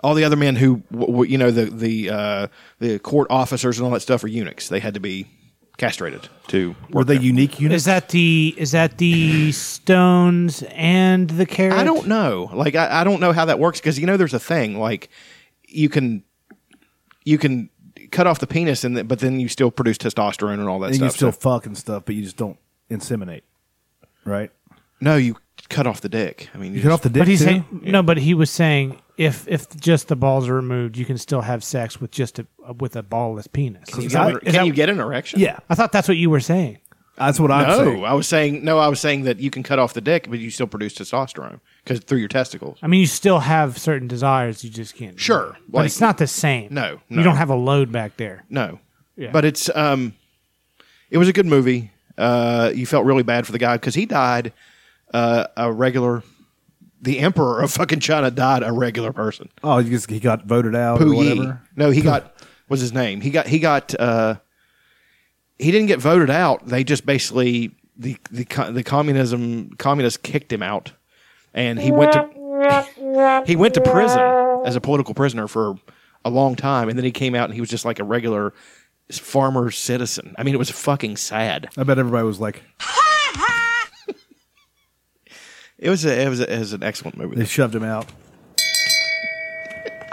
Speaker 6: all the other men who w- w- you know the the uh, the court officers and all that stuff are eunuchs. They had to be castrated to
Speaker 2: Were
Speaker 6: work
Speaker 2: they
Speaker 6: there.
Speaker 2: unique units?
Speaker 4: Is that the is that the stones and the carrot?
Speaker 6: I don't know. Like I, I don't know how that works because you know there's a thing like you can you can cut off the penis and th- but then you still produce testosterone and all that
Speaker 2: and you
Speaker 6: stuff.
Speaker 2: still
Speaker 6: so-
Speaker 2: fuck and stuff, but you just don't inseminate, right?
Speaker 6: no, you cut off the dick. I mean, you,
Speaker 2: You cut off the dick
Speaker 4: But he's
Speaker 2: too?
Speaker 4: saying no. But he was saying if if just the balls are removed, you can still have sex with just a with a ballless penis.
Speaker 6: Is
Speaker 4: Is
Speaker 6: that-
Speaker 4: that-
Speaker 6: can
Speaker 4: is that-
Speaker 6: you get an erection?
Speaker 2: yeah,
Speaker 4: I thought that's what you were saying.
Speaker 2: that's what I'm
Speaker 6: No,
Speaker 2: saying.
Speaker 6: I was saying no. I was saying that you can cut off the dick, but you still produce testosterone because through your testicles.
Speaker 4: I mean, you still have certain desires, you just can't.
Speaker 6: Sure,
Speaker 4: but
Speaker 6: like-
Speaker 4: it's not the same.
Speaker 6: No, no.
Speaker 4: you don't have a load back there.
Speaker 6: No.
Speaker 4: Yeah.
Speaker 6: But it's um, it was a good movie. Uh, you felt really bad for the guy because he died uh, a regular. The emperor of fucking China died a regular person.
Speaker 2: Oh, you just, he got voted out or
Speaker 6: Pu Yi.
Speaker 2: whatever.
Speaker 6: No, he got was his name. He got he got uh, he didn't get voted out. They just basically the the co- the communism communists kicked him out, and he went to he went to prison as a political prisoner for a long time, and then he came out and he was just like a regular farmer citizen. I mean, it was fucking sad.
Speaker 2: I bet everybody was like,
Speaker 6: It was a, it was a, it was an excellent movie.
Speaker 2: they shoved him out.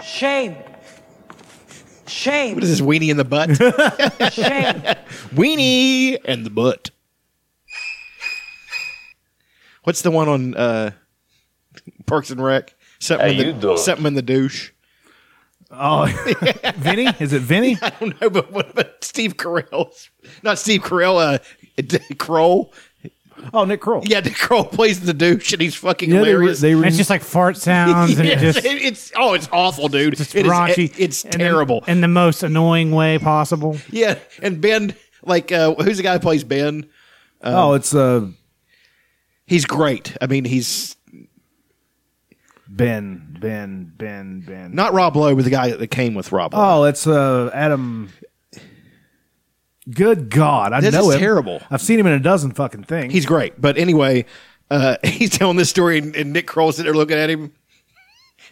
Speaker 12: Shame. Shame.
Speaker 6: What is this weenie in the butt?
Speaker 12: Shame.
Speaker 6: weenie and the butt. What's the one on uh, Parks and Rec? Something, in the, something in the douche.
Speaker 2: Oh, Vinny? Is it Vinny?
Speaker 6: I don't know, but what about Steve Carell? Not Steve Carell, uh, D- Kroll.
Speaker 2: Oh, Nick Kroll.
Speaker 6: Yeah, Dick Kroll plays the douche, and he's fucking
Speaker 2: Yeah, they, re-
Speaker 6: hilarious.
Speaker 2: they re-
Speaker 4: It's just like fart sounds and it
Speaker 6: Yes,
Speaker 4: just.
Speaker 6: it- it's oh, it's awful, dude.
Speaker 4: It's
Speaker 6: It is-
Speaker 4: raunchy.
Speaker 6: it- it's
Speaker 4: and then-
Speaker 6: terrible.
Speaker 4: in the most annoying way possible.
Speaker 6: yeah, and Ben, like, uh, who's the guy who plays Ben?
Speaker 2: oh, it's uh,
Speaker 6: He's great. I mean, he's
Speaker 2: Ben, Ben, Ben, Ben.
Speaker 6: Not Rob Lowe, but the guy that came with Rob. Lowe.
Speaker 2: Oh, it's uh, Adam. Good God, I
Speaker 6: This
Speaker 2: know
Speaker 6: is
Speaker 2: him.
Speaker 6: terrible.
Speaker 2: I've seen him in a dozen fucking things.
Speaker 6: He's great. But anyway, uh, he's telling this story, and, and Nick Kroll's sitting there looking at him,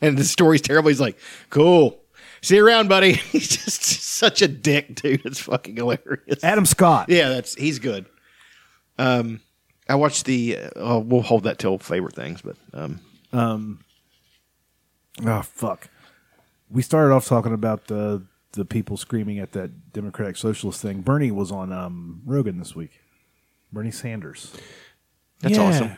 Speaker 6: and the story's terrible. He's like, "Cool, see you around, buddy." He's just such a dick, dude. It's fucking hilarious.
Speaker 2: Adam Scott.
Speaker 6: Yeah, that's he's good. Um, I watched the. Uh, oh, we'll hold that till favorite things, but um,
Speaker 2: Um. Oh fuck. We started off talking about the the people screaming at that Democratic Socialist thing. Bernie was on um, Rogan this week. Bernie Sanders.
Speaker 6: That's
Speaker 2: Yeah.
Speaker 6: awesome.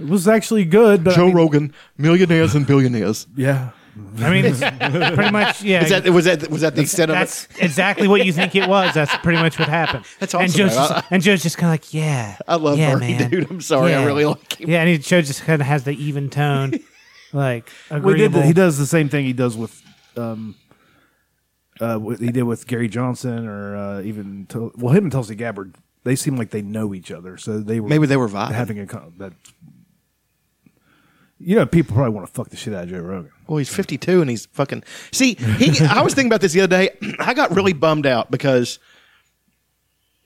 Speaker 2: It was actually good, but I
Speaker 6: Joe
Speaker 2: mean-
Speaker 6: Rogan, millionaires and billionaires.
Speaker 2: Yeah,
Speaker 4: I mean, it's pretty much, yeah.
Speaker 6: Is that was that was that the extent of it?
Speaker 4: That's exactly what you think it was. That's pretty much what happened.
Speaker 6: That's
Speaker 4: And
Speaker 6: awesome,
Speaker 4: Joe's
Speaker 6: man.
Speaker 4: just, and Joe's just kind of like, yeah,
Speaker 6: I love
Speaker 4: yeah,
Speaker 6: Bernie,
Speaker 4: man.
Speaker 6: dude. I'm sorry, I
Speaker 4: Yeah.
Speaker 6: really like him.
Speaker 4: Yeah, and he, Joe just kind of has the even tone, like agreeable.
Speaker 2: we did. The, he does the same thing he does with, um, uh, what he did with Gary Johnson or uh, even Tul- well, him and Tulsi Gabbard. They seem like they know each other, so they were
Speaker 6: Maybe they were vibing.
Speaker 2: having a con- that. You know, people probably want to fuck the shit out of Joe Rogan.
Speaker 6: Well, he's 52 and he's fucking. See, he. I was thinking about this the other day. I got really bummed out because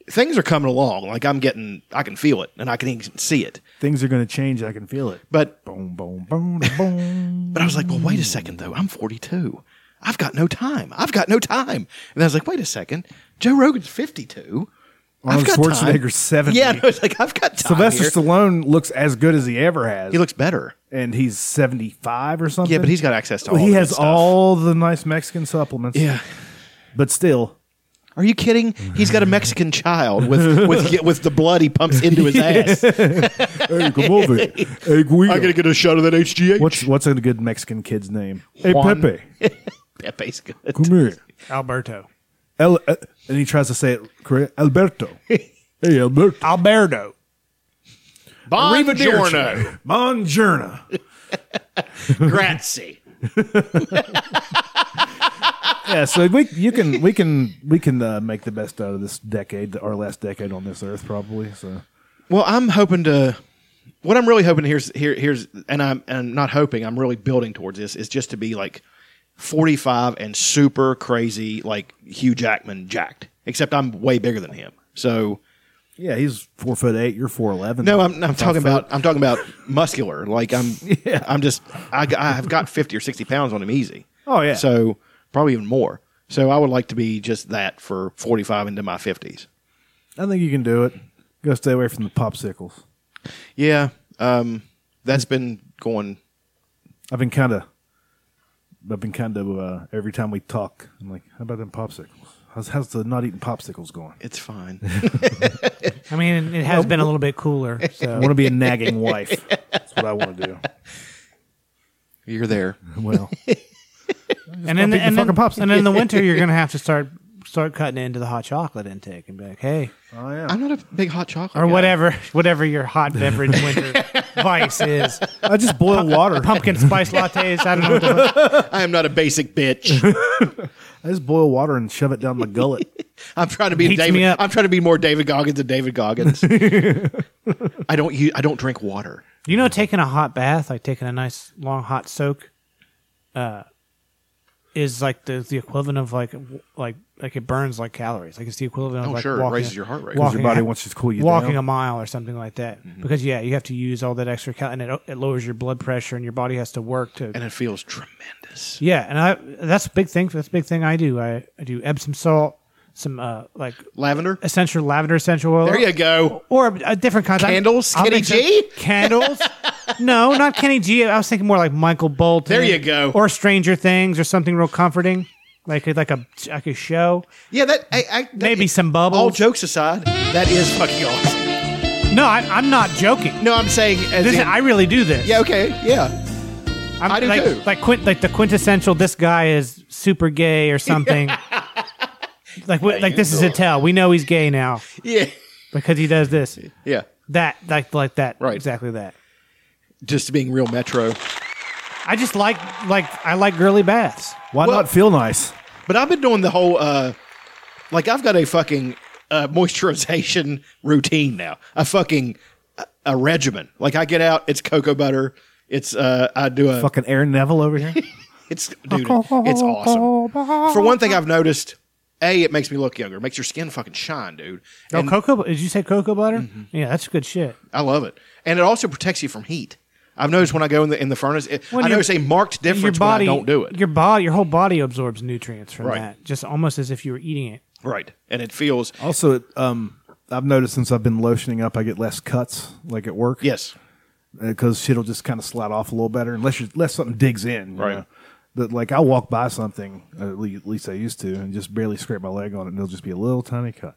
Speaker 6: things are coming along. Like I'm getting, I can feel it and I can even see it.
Speaker 2: Things are going to change. I can feel it.
Speaker 6: But
Speaker 2: Boom, boom, boom, boom.
Speaker 6: but I was like, well, wait a second though. I'm 42. I've got no time. I've got no time. And I was like, wait a second. Joe Rogan's 52.
Speaker 2: Arnold
Speaker 6: I've got time.
Speaker 2: Schwarzenegger's 70.
Speaker 6: Yeah, and I was like, I've got time.
Speaker 2: Sylvester
Speaker 6: here.
Speaker 2: Stallone looks as good as he ever has,
Speaker 6: He looks better.
Speaker 2: and he's seventy five or something.
Speaker 6: Yeah, but he's got access to all.
Speaker 2: Well,
Speaker 6: the
Speaker 2: he
Speaker 6: good
Speaker 2: has
Speaker 6: stuff.
Speaker 2: all the nice Mexican supplements.
Speaker 6: Yeah.
Speaker 2: but still,
Speaker 6: Are you kidding? He's got a Mexican child with with with the blood he pumps into his ass.
Speaker 2: hey, come over. here. Hey, Guido.
Speaker 6: get a shot of that HGH.
Speaker 2: what's what's a good Mexican kid's name? Hey,
Speaker 6: Juan.
Speaker 2: Pepe,
Speaker 6: Pepe's good.
Speaker 2: come here.
Speaker 4: Alberto,
Speaker 2: El, uh, and he tries to say it correct. Alberto. Hey, Alberto.
Speaker 4: Ah. Alberto.
Speaker 6: Buongiorno.
Speaker 2: Bonjourna.
Speaker 6: Grazie.
Speaker 2: Yeah, so we you can we can we can uh, make the best out of this decade, our last decade on this earth, probably. So
Speaker 6: Well, I'm hoping to. What I'm really hoping here's here here's and I'm and I'm not hoping I'm really building towards this is just to be like 45 and super crazy like Hugh Jackman jacked. Except I'm way bigger than him. So
Speaker 2: yeah, he's four foot eight. You're four eleven.
Speaker 6: no, I'm, I'm talking about I'm talking about muscular. Like I'm I'm just I I've got 50 or 60 pounds on him easy.
Speaker 2: Oh, yeah.
Speaker 6: So probably even more. So I would like to be just that for 45 into my 50s.
Speaker 2: I think you can do it. Go stay away from the popsicles.
Speaker 6: Yeah, um, that's been going.
Speaker 2: I've been kind of, I've been kind of uh, every time we talk, I'm like, how about them popsicles? How's, how's the not eating popsicles going?
Speaker 6: It's fine.
Speaker 4: I mean, it has been a little bit cooler.
Speaker 2: I
Speaker 4: So
Speaker 2: want to be a nagging wife. That's what I want to do.
Speaker 6: You're there.
Speaker 2: Well,
Speaker 4: and
Speaker 2: pick
Speaker 4: then
Speaker 2: the
Speaker 4: and
Speaker 2: fucking
Speaker 4: then,
Speaker 2: pops.
Speaker 4: and then in the winter you're gonna have to start start cutting into the hot chocolate intake and be like, hey,
Speaker 2: oh yeah.
Speaker 6: I'm not a big hot chocolate
Speaker 4: or
Speaker 6: guy.
Speaker 4: whatever whatever your hot beverage winter vice is.
Speaker 2: I just boil water.
Speaker 4: Pumpkin spice lattes. I don't know. What the fuck.
Speaker 6: I am not a basic bitch.
Speaker 2: I just boil water and shove it down my gullet.
Speaker 6: I'm trying to be
Speaker 4: Heats me
Speaker 6: David.
Speaker 4: up.
Speaker 6: I'm trying to be more David Goggins than David Goggins. I don't. Use, I don't drink water.
Speaker 4: You know, taking a hot bath, like taking a nice long hot soak, uh, is like the the equivalent of like w- like like it burns like calories. Like it's the equivalent of
Speaker 6: Oh,
Speaker 4: like
Speaker 6: sure, it
Speaker 4: walking,
Speaker 6: raises your heart rate. 'Cause your
Speaker 4: walking
Speaker 2: body
Speaker 4: a-
Speaker 2: wants you to cool you
Speaker 4: walking
Speaker 2: down.
Speaker 4: a mile or something like that.
Speaker 6: Mm-hmm.
Speaker 4: Because yeah, you have to use all that extra cal, and it, o- it lowers your blood pressure, and your body has to work to.
Speaker 6: And it feels tremendous.
Speaker 4: yeah, and I that's a big thing. That's a big thing I do. I, I do Epsom salt, some uh like
Speaker 6: Lavender.
Speaker 4: essential lavender essential oil.
Speaker 6: There you go.
Speaker 4: Or a different kind.
Speaker 6: Candles?
Speaker 4: I'll
Speaker 6: Kenny
Speaker 4: make some-
Speaker 6: G?
Speaker 4: Candles? no, not Kenny G. I was thinking more like Michael Bolton.
Speaker 6: There you go.
Speaker 4: Or Stranger Things, or something real comforting, like like a like a show.
Speaker 6: Yeah, that. I, I, that-
Speaker 4: Maybe some bubbles.
Speaker 6: All jokes aside, that is fucking awesome.
Speaker 4: No, I, I'm not joking.
Speaker 6: No, I'm saying. As
Speaker 4: This is,
Speaker 6: in-
Speaker 4: I really do this.
Speaker 6: yeah. Okay. Yeah.
Speaker 4: I'm,
Speaker 6: I do
Speaker 4: like,
Speaker 6: too.
Speaker 4: Like quint, like the quintessential. This guy is super gay or something. like what- like this is a tell. We know he's gay now
Speaker 6: Yeah.
Speaker 4: because he does this.
Speaker 6: Yeah.
Speaker 4: That like like that.
Speaker 6: Right.
Speaker 4: Exactly that.
Speaker 6: Just being real metro.
Speaker 4: I just like like I like girly baths.
Speaker 2: Why
Speaker 6: Well-
Speaker 2: not feel nice?
Speaker 6: But I've been doing the whole uh like I've got a fucking uh, moisturization routine now. A fucking a, a regimen. Like I get out, it's cocoa butter, It's uh, I do a
Speaker 2: Fucking Aaron Neville over here.
Speaker 6: It's dude, it's awesome. For one thing, I've noticed. A, it makes me look younger. It makes your skin fucking shine, dude.
Speaker 4: No,
Speaker 6: And
Speaker 4: Oh, cocoa. Did you say cocoa butter? Yeah, that's good shit.
Speaker 6: I love it, and it also protects you from heat. I've noticed when I go in the in the furnace, it,
Speaker 4: When
Speaker 6: I
Speaker 4: your-
Speaker 6: notice a marked difference when I don't do it.
Speaker 4: Your body, your whole body absorbs nutrients from
Speaker 6: Right.
Speaker 4: that, just almost as if you were eating it.
Speaker 6: Right, and it feels
Speaker 2: Also, it, um, I've noticed since I've been lotioning up, I get less cuts, like at work.
Speaker 6: Yes,
Speaker 2: because shit'll just kind of slide off a little better, unless you unless something digs in. you
Speaker 6: Right.
Speaker 2: know. But like I'll walk by something, uh, at le- at least I used to, and just barely scrape my leg on it, and there'll just be a little tiny cut.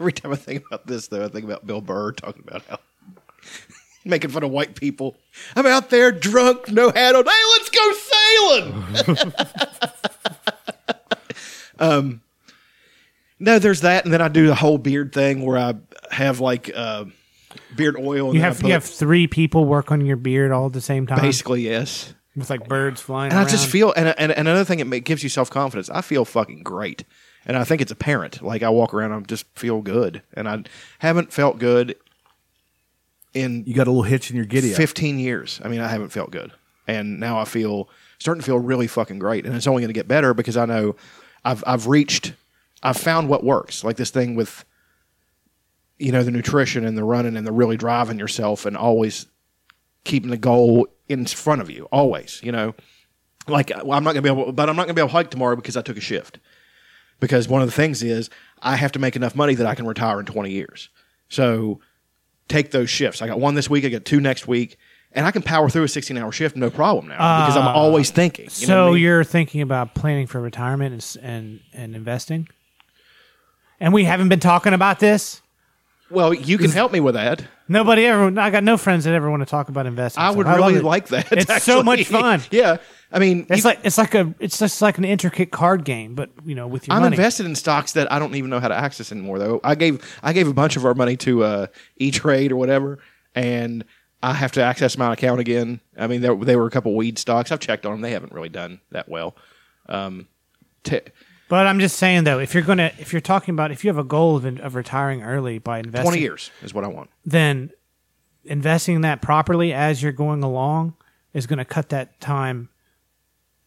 Speaker 6: Every time I think about this, though, I think about Bill Burr talking about how making fun of white people. I'm out there drunk, no hat on. Hey, let's go sailing. um, no, there's that, and then I do the whole beard thing where I have like uh, beard oil. And then
Speaker 4: You
Speaker 6: I
Speaker 4: have
Speaker 6: put-
Speaker 4: you have three people work on your beard all at the same time,
Speaker 6: basically yes,
Speaker 4: with like birds flying.
Speaker 6: and I just
Speaker 4: around.
Speaker 6: feel and, and and another thing it ma- gives you self confidence. I feel fucking great, and I think it's apparent. Like I walk around, I just feel good, and I haven't felt good in
Speaker 2: You got a little hitch in your giddy. up.
Speaker 6: 15 years. I mean, I haven't felt good. And now I feel starting to feel really fucking great. And it's only going to get better because I know I've, I've reached, I've found what works. Like this thing with, you know, the nutrition and the running and the really driving yourself and always keeping the goal in front of you, always, you know. Like, uh, well, I'm not going to be able, but I'm not going to be able to hike tomorrow because I took a shift. Because one of the things is I have to make enough money that I can retire in 20 years. So take those shifts. I got one this week. I got two next week, and I can power through a 16 hour shift no problem now because I'm
Speaker 4: Ah.
Speaker 6: always thinking. You know
Speaker 4: so
Speaker 6: what I mean?
Speaker 4: you're thinking about planning for retirement and, s- and and investing. And we haven't been talking about this.
Speaker 6: well, you can help me with that.
Speaker 4: Nobody ever. I got no friends that ever want to talk about investing.
Speaker 6: I
Speaker 4: so
Speaker 6: would
Speaker 4: love
Speaker 6: really
Speaker 4: it.
Speaker 6: like that.
Speaker 4: It's so
Speaker 6: actually.
Speaker 4: much fun.
Speaker 6: yeah, I mean,
Speaker 4: It's
Speaker 6: you-
Speaker 4: like it's like a it's just like an intricate card game, but you know with your
Speaker 6: I'm
Speaker 4: money.
Speaker 6: invested in stocks that I don't even know how to access anymore. Though I gave I gave a bunch of our money to uh, E Trade or whatever, and I have to access my account again. I mean, there, they were a couple weed stocks. I've checked on them; they haven't really done that well. Um, t-
Speaker 4: But I'm just saying though, if you're gonna if you're talking about if you have a goal of, in- of retiring early by investing,
Speaker 6: 20 years is what I want.
Speaker 4: then investing that properly as you're going along is going to cut that time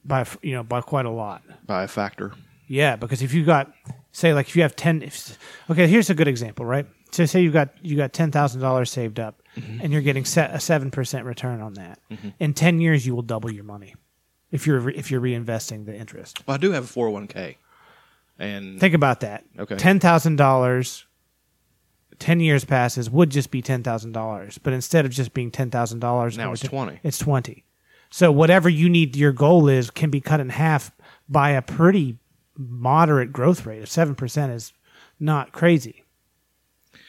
Speaker 4: by f- you know by quite a lot.
Speaker 6: by a factor.
Speaker 4: Yeah, because if you got say like if you have ten, if, okay, here's a good example, right? So say you got you got ten thousand dollars saved up, and you're getting se- a seven percent return on that. In ten years, you will double your money if you're re- if you're reinvesting the interest.
Speaker 6: Well, I do have a 401k, and
Speaker 4: Think about that.
Speaker 6: Okay.
Speaker 4: Ten thousand dollars. Ten years passes would just be ten thousand dollars, but instead of just being ten thousand dollars,
Speaker 6: Now it's 20.
Speaker 4: It's twenty. So whatever you need, your goal is can be cut in half by a pretty moderate growth rate of seven percent is not crazy.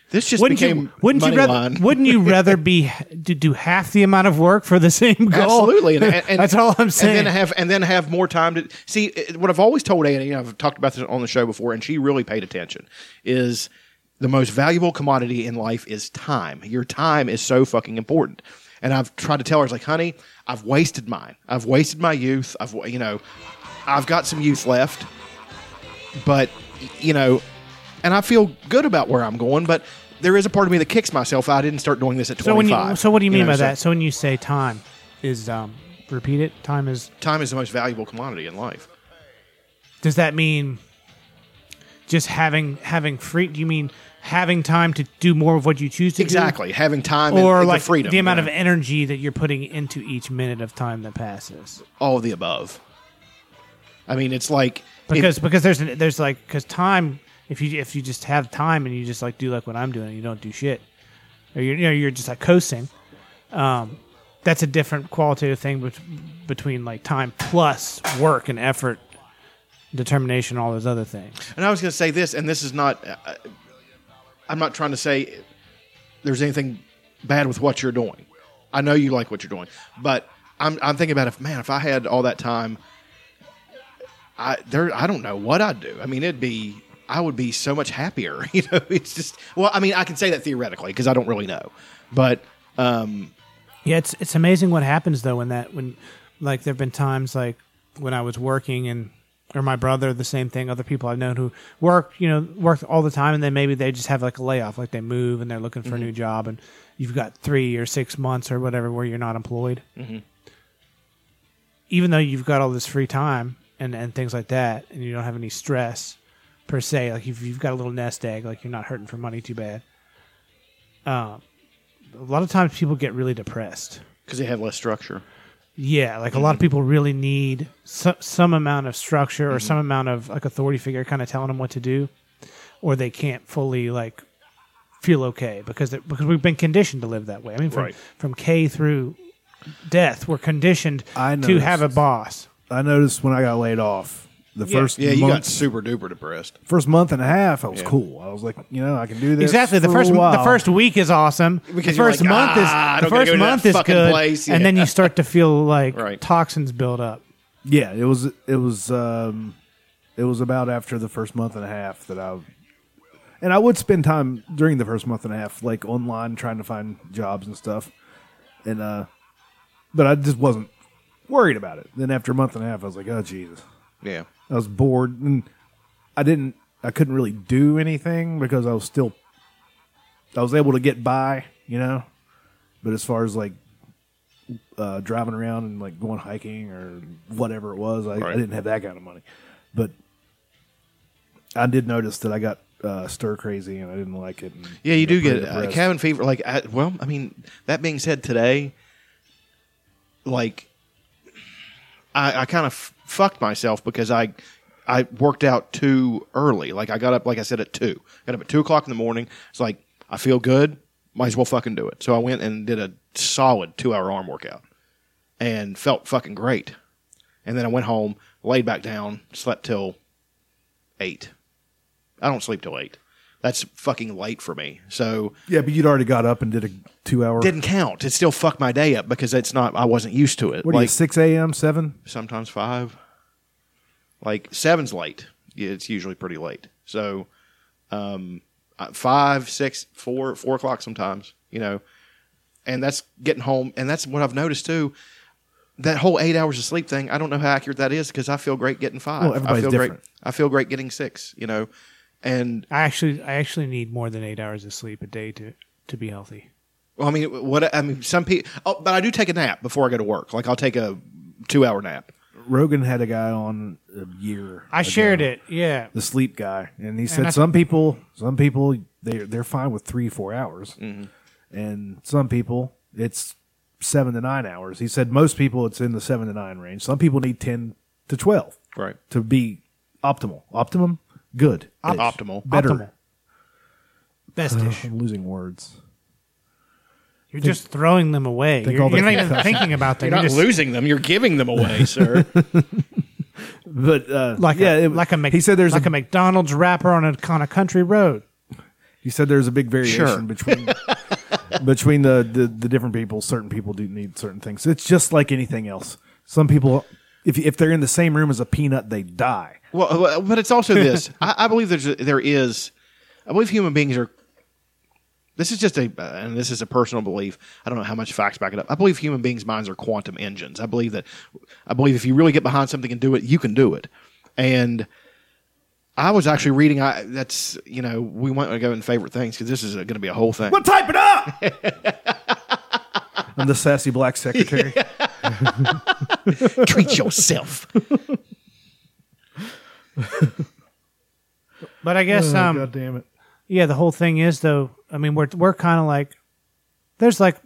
Speaker 6: this just
Speaker 4: wouldn't
Speaker 6: became
Speaker 4: you? Wouldn't
Speaker 6: money
Speaker 4: you rather?
Speaker 6: line.
Speaker 4: wouldn't you rather be to do half the amount of work for the same goal?
Speaker 6: Absolutely, and, and- and-
Speaker 4: that's all I'm saying.
Speaker 6: And then have and then have more time to see it- what I've always told Annie. And I've talked about this on the show before, and she really paid attention. Is the most valuable commodity in life is time. Your time is so fucking important. And I've tried to tell her, it's like, honey, I've wasted mine. I've wasted my youth. I've wa- you know, I've got some youth left, but y- you know, and I feel good about where I'm going, but. There is a part of me that kicks myself. I didn't start doing this at
Speaker 4: so when
Speaker 6: 25.
Speaker 4: you, so what do you mean
Speaker 6: know,
Speaker 4: by
Speaker 6: so-
Speaker 4: that? So when you say time is um, repeat it, time is
Speaker 6: time is the most valuable commodity in life.
Speaker 4: does that mean just having having free do you mean having time to do more of what you choose to
Speaker 6: Exactly. Having time
Speaker 4: do or
Speaker 6: and,
Speaker 4: like
Speaker 6: the freedom.
Speaker 4: the amount
Speaker 6: yeah.
Speaker 4: of energy that you're putting into each minute of time that passes
Speaker 6: all of the above. I mean, it's like it-
Speaker 4: because because there's an, there's like because time if you if you just have time and you just like do like what I'm doing and you don't do shit or you're, you know you're just like coasting um that's a different qualitative thing bet- between like time plus work and effort determination all those other things
Speaker 6: and I was going to say this, and this is not. Uh, I'm not trying to say there's anything bad with what you're doing. I know you like what you're doing, but I'm I'm thinking about if man, if I had all that time, I there I don't know what I'd do. I mean, it'd be I would be so much happier. You know, it's just well, I mean, I can say that theoretically because I don't really know, but um,
Speaker 4: Yeah, it's it's amazing what happens though when that when like there've been times like when I was working and or my brother, the same thing. Other people I've known who work, you know, work all the time, and then maybe they just have like a layoff, like they move and they're looking for a new job, and you've got three or six months or whatever where you're not employed.
Speaker 1: Mhm.
Speaker 4: Even though you've got all this free time and and things like that, and you don't have any stress per se, like if you've got a little nest egg, like you're not hurting for money too bad. Um, a lot of times people get really depressed.
Speaker 6: because they have less structure.
Speaker 4: Yeah, like a
Speaker 6: Mm-hmm.
Speaker 4: lot of people really need so, some amount of structure or some
Speaker 6: Mm-hmm.
Speaker 4: amount of like authority figure kind of telling them what to do, or they can't fully like feel okay because it, because we've been conditioned to live that way. I mean, from
Speaker 2: Right.
Speaker 4: from K through death, we're conditioned
Speaker 2: I
Speaker 4: to have a
Speaker 2: noticed.
Speaker 4: boss.
Speaker 2: I noticed when I got laid off the
Speaker 4: Yeah.
Speaker 2: first
Speaker 4: Yeah, you got
Speaker 2: month-
Speaker 6: Super duper depressed.
Speaker 2: first month and a half. I was
Speaker 6: Yeah.
Speaker 2: cool. I was like, you know, I can do this
Speaker 4: Exactly. The
Speaker 2: for a
Speaker 4: first
Speaker 2: while.
Speaker 4: the first week is awesome. the
Speaker 6: you're
Speaker 4: first
Speaker 6: like,
Speaker 4: month
Speaker 6: "Ah, I
Speaker 4: is
Speaker 6: don't gotta
Speaker 4: the
Speaker 6: go
Speaker 4: first
Speaker 6: to that
Speaker 4: month is
Speaker 6: fucking
Speaker 4: good,
Speaker 6: place."
Speaker 4: and then
Speaker 6: Yeah.
Speaker 4: you start to feel like toxins build up.
Speaker 2: Yeah, it was it was um it was about after the first month and a half that I and I would spend time during the first month and a half like online trying to find jobs and stuff. And uh but I just wasn't worried about it. Then after a month and a half I was like, "Oh Jesus."
Speaker 6: Yeah.
Speaker 2: I was bored and I didn't I couldn't really do anything because I was still I was able to get by, you know. But as far as like uh, driving around and like going hiking or whatever it was, I, I
Speaker 6: Right.
Speaker 2: didn't have that kind of money. But I did notice that I got uh, stir crazy and I didn't like it. and
Speaker 6: Yeah, you
Speaker 2: got
Speaker 6: do
Speaker 2: pretty
Speaker 6: get uh,
Speaker 2: depressed.
Speaker 6: cabin fever. Like, I, well, I mean, that being said, today, like, I, I kind of f- fucked myself because I, I worked out too early. Like, I got up, like I said, at two. Got up at two o'clock in the morning. It's like I feel good. Might as well fucking do it. So I went and did a solid two-hour arm workout, and felt fucking great. And then I went home, laid back down, slept till eight. I don't sleep till eight. That's fucking late for me. So
Speaker 2: Yeah, but you'd already got up and did a two hour.
Speaker 6: didn't count. It still fucked my day up because it's not. I wasn't used to it.
Speaker 2: What are you,
Speaker 6: like
Speaker 2: six a.m. seven?
Speaker 6: sometimes five, like seven's late. Yeah, it's usually pretty late. So, um, uh, five, six, four, four o'clock sometimes. You know, and that's getting home. And that's what I've noticed too. That whole eight hours of sleep thing, I don't know how accurate that is because I feel great getting five.
Speaker 4: Well,
Speaker 6: I
Speaker 4: everybody's
Speaker 6: feel great.
Speaker 4: different.
Speaker 6: I feel great getting six. You know, and
Speaker 4: I actually I actually need more than eight hours of sleep a day to to be healthy.
Speaker 6: Well, I mean, what I mean, some people. Oh, but I do take a nap before I go to work. Like I'll take a two-hour nap.
Speaker 2: Rogan had a guy on a year.
Speaker 4: I
Speaker 2: ago.
Speaker 4: shared it. Yeah.
Speaker 2: the sleep guy, and he
Speaker 4: And
Speaker 2: said
Speaker 4: I-
Speaker 2: some people, some people they they're fine with three four hours,
Speaker 6: Mm-hmm.
Speaker 2: and some people it's seven to nine hours. He said most people it's in the seven to nine range. Some people need ten to twelve,
Speaker 6: Right.
Speaker 2: to be optimal. Optimum, good,
Speaker 6: Op- optimal.
Speaker 2: better,
Speaker 6: Optimal.
Speaker 4: Bestish.
Speaker 2: I'm losing words.
Speaker 4: You're
Speaker 2: Think-
Speaker 4: just throwing them away.
Speaker 2: Think
Speaker 4: You're,
Speaker 2: all the
Speaker 4: you're not even
Speaker 2: concussions.
Speaker 4: thinking about them.
Speaker 6: You're not
Speaker 4: just-
Speaker 6: losing them. You're giving them away, sir.
Speaker 2: But uh,
Speaker 4: like
Speaker 2: yeah,
Speaker 4: a,
Speaker 2: it-
Speaker 4: like a Mc,
Speaker 2: he said there's
Speaker 4: like a,
Speaker 2: a,
Speaker 4: McDonald's wrapper on a on a country road.
Speaker 2: he said there's a big variation
Speaker 4: Sure.
Speaker 2: between between the, the the different people. Certain people do need certain things. It's just like anything else. Some people, if if they're in the same room as a peanut, they die.
Speaker 6: Well, uh, well, but it's also this. I, I believe there's a, there is. I believe human beings are. This is just a, uh, and this is a personal belief. I don't know how much facts back it up. I believe human beings' minds are quantum engines. I believe that. I believe if you really get behind something and do it, you can do it. And I was actually reading. I that's you know we want to go in favorite things because this is going to be a whole thing.
Speaker 2: But type it up. I'm the sassy black secretary.
Speaker 6: Treat yourself.
Speaker 4: But I guess
Speaker 2: Oh,
Speaker 4: um,
Speaker 2: God damn it.
Speaker 4: Yeah, the whole thing is though. I mean, we're we're kind of like there's like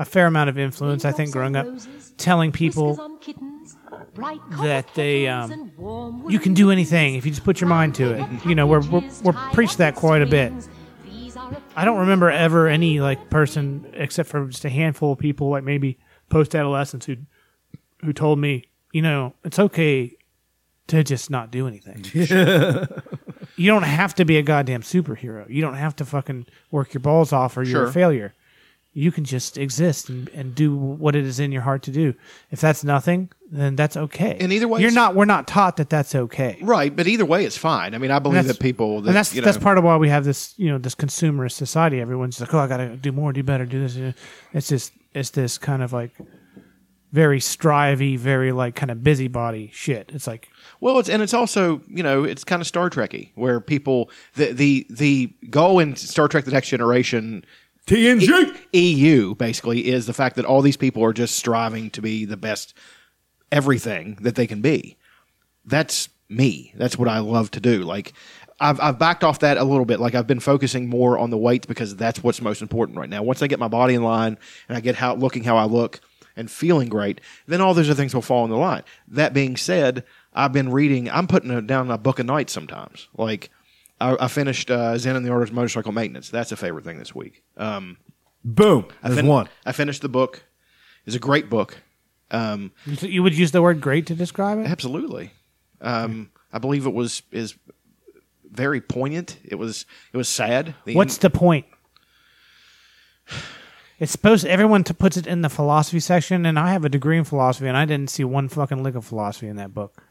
Speaker 4: a fair amount of influence I think growing up, telling people that they um, you can do anything if you just put your mind to it. You know, we're we're, we're preached that quite a bit. I don't remember ever any like person except for just a handful of people, like maybe post adolescents who who told me, you know, it's okay to just not do anything. you don't have to be a goddamn superhero. You don't have to fucking work your balls off or you're
Speaker 6: Sure.
Speaker 4: a failure. You can just exist and, and do what it is in your heart to do. If that's nothing, then that's okay. And either
Speaker 6: way,
Speaker 4: you're
Speaker 6: it's-
Speaker 4: not. We're not taught that that's okay.
Speaker 6: Right, but either way, it's fine. I mean, I believe
Speaker 4: that's-
Speaker 6: that people. That,
Speaker 4: and that's
Speaker 6: you know,
Speaker 4: that's part of why we have this you know this consumerist society. Everyone's like, oh, I gotta do more, do better, do this. do that." It's just it's this kind of like very strivey, very like kind of busybody shit. It's like
Speaker 6: Well, it's and it's also you know it's kind of Star Trekky where people the the the goal in Star Trek: The Next Generation. TNG EU basically is the fact that all these people are just striving to be the best everything that they can be. That's me. That's what I love to do. Like I've I've backed off that a little bit. Like I've been focusing more on the weights because that's what's most important right now. Once I get my body in line and I get how looking how I look and feeling great, then all those other things will fall in the line. That being said, I've been reading. I'm putting it down a book a night sometimes. Like I, I finished uh, Zen and the Art of Motorcycle Maintenance. That's a favorite thing this week. Um,
Speaker 2: Boom.
Speaker 6: I
Speaker 2: There's
Speaker 6: fin-
Speaker 2: one.
Speaker 6: I finished the book. It's a great book. Um,
Speaker 4: you th- you would use the word great to describe it.
Speaker 6: Absolutely. Um, I believe it was is very poignant. It was it was sad. The
Speaker 4: What's the point? It's supposed everyone t- puts it in the philosophy section, and I have a degree in philosophy, and I didn't see one fucking lick of philosophy in that book.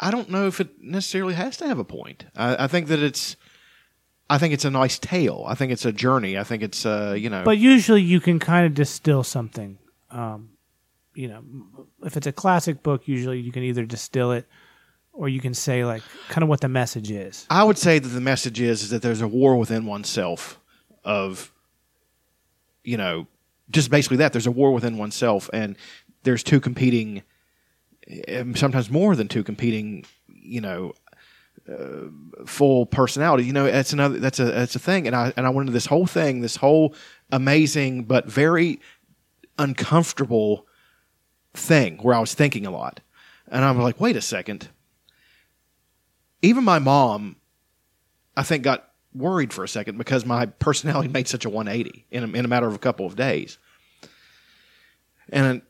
Speaker 6: I don't know if it necessarily has to have a point. I, I think that it's. I think it's a nice tale. I think it's a journey. I think it's uh, you know.
Speaker 4: But usually, you can kind of distill something. Um, you know, if it's a classic book, usually you can either distill it, or you can say like kind of what the message is.
Speaker 6: I would say that the message is, is that there's a war within oneself of you know just basically that there's a war within oneself and there's two competing and sometimes more than two competing you know uh, full personality you know that's another that's a that's a thing and I and I went into this whole thing this whole amazing but very uncomfortable thing where I was thinking a lot and I'm like wait a second even my mom, I think, got worried for a second because my personality made such a 180 in a, in a matter of a couple of days. And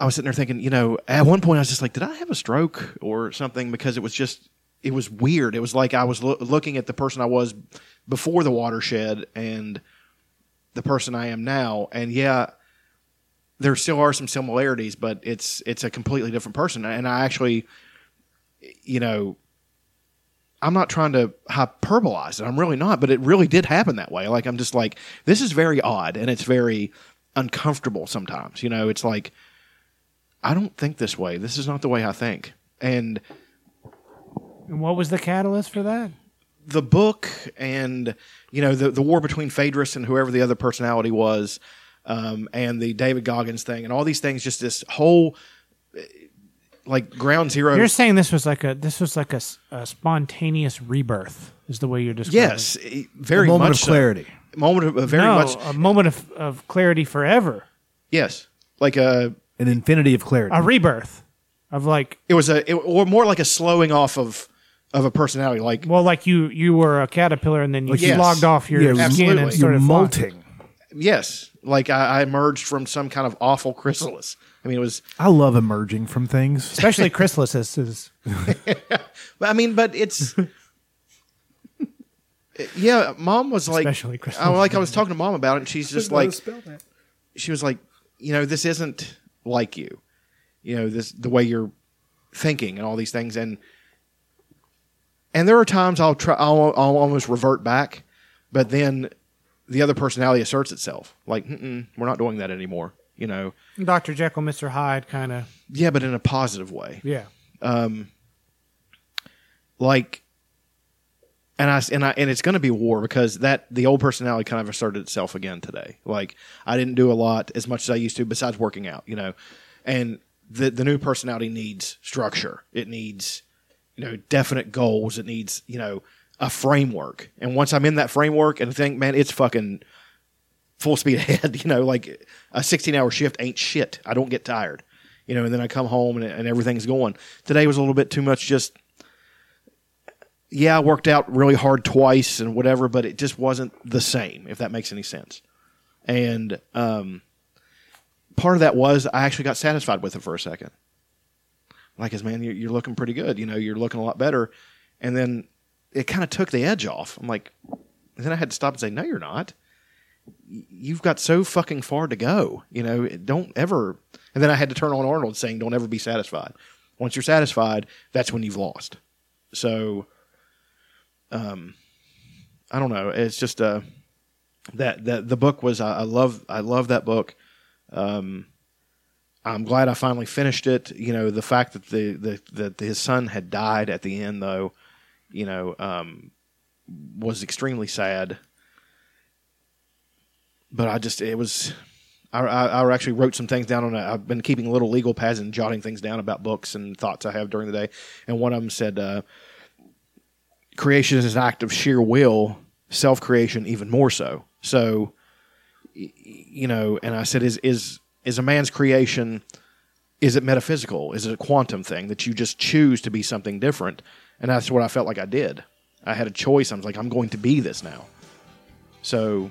Speaker 6: I was sitting there thinking, you know, at one point I was just like, did I have a stroke or something? Because it was just, it was weird. It was like I was loo- looking at the person I was before the watershed and the person I am now. And yeah, there still are some similarities, but it's it's a completely different person. And I actually you know, I'm not trying to hyperbolize it. I'm really not, but it really did happen that way. Like I'm just like this is very odd and it's very uncomfortable sometimes. You know, it's like I don't think this way. This is not the way I think. And
Speaker 4: And what was the catalyst for that?
Speaker 6: the book and you know the the war between Phaedrus and whoever the other personality was, um, and the David Goggins thing and all these things, just this whole eh, like ground zero.
Speaker 4: You're saying this was like a this was like a, s- a spontaneous rebirth is the way you're describing.
Speaker 6: Yes,
Speaker 4: it.
Speaker 6: eh, very much so. Moment of uh, very
Speaker 4: No, um,
Speaker 6: much
Speaker 4: a moment of, of clarity forever.
Speaker 6: Yes, like uh, a
Speaker 2: an infinity of clarity.
Speaker 4: A rebirth of like
Speaker 6: it was a it, or more like a slowing off of of a personality. Like
Speaker 4: well, like you you were a caterpillar and then you
Speaker 6: Yes.
Speaker 4: logged off your
Speaker 6: Yeah,
Speaker 4: skin
Speaker 6: absolutely.
Speaker 4: and started
Speaker 6: You're
Speaker 4: flying.
Speaker 2: molting.
Speaker 6: yes, like I, I emerged from some kind of awful chrysalis. I mean, it was
Speaker 2: I love emerging from things,
Speaker 4: especially chrysalises.
Speaker 6: But I mean, but it's yeah. Mom was like,
Speaker 4: Especially Christmas.
Speaker 6: I, like I was talking to mom about it, and she's just
Speaker 2: Didn't know how to
Speaker 6: like,
Speaker 2: spell that.
Speaker 6: she was like, you know, this isn't like you, you know, this the way you're thinking and all these things, and and there are times I'll try, I'll, I'll almost revert back, but then the other personality asserts itself, like, Mm-mm, we're not doing that anymore, you know.
Speaker 4: Doctor Jekyll, Mister Hyde, kind of.
Speaker 6: Yeah, but in a positive way.
Speaker 4: Yeah.
Speaker 6: Um, like, and I and I and it's going to be war because that the old personality kind of asserted itself again today. Like I didn't do a lot as much as I used to, besides working out, you know. And the the new personality needs structure. It needs you know definite goals. It needs you know a framework. And once I'm in that framework and think, man, it's fucking full speed ahead. You know, like a 16 hour shift ain't shit. I don't get tired. You know, and then I come home and, and everything's going. Today was a little bit too much. Just yeah, I worked out really hard twice and whatever, but it just wasn't the same. If that makes any sense. And um, part of that was I actually got satisfied with it for a second. Like, as man, you're, you're looking pretty good. You know, you're looking a lot better. And then it kind of took the edge off. I'm like, and then I had to stop and say, no, you're not you've got so fucking far to go. You know, don't ever. And then I had to turn on Arnold saying, don't ever be satisfied. Once you're satisfied, that's when you've lost. So, um, I don't know. It's just, uh, that, that the book was, I, I love, I love that book. Um, I'm glad I finally finished it. You know, the fact that the, the that his son had died at the end, though, you know, um, was extremely sad. But I just it was. I, I, I actually wrote some things down on. A, I've been keeping little legal pads and jotting things down about books and thoughts I have during the day. And one of them said, uh, "Creation is an act of sheer will. Self creation, even more so." So you know, and I said, is is is a man's creation? Is it metaphysical? Is it a quantum thing that you just choose to be something different? And that's what I felt like I did. I had a choice. I was like, I'm going to be this now. So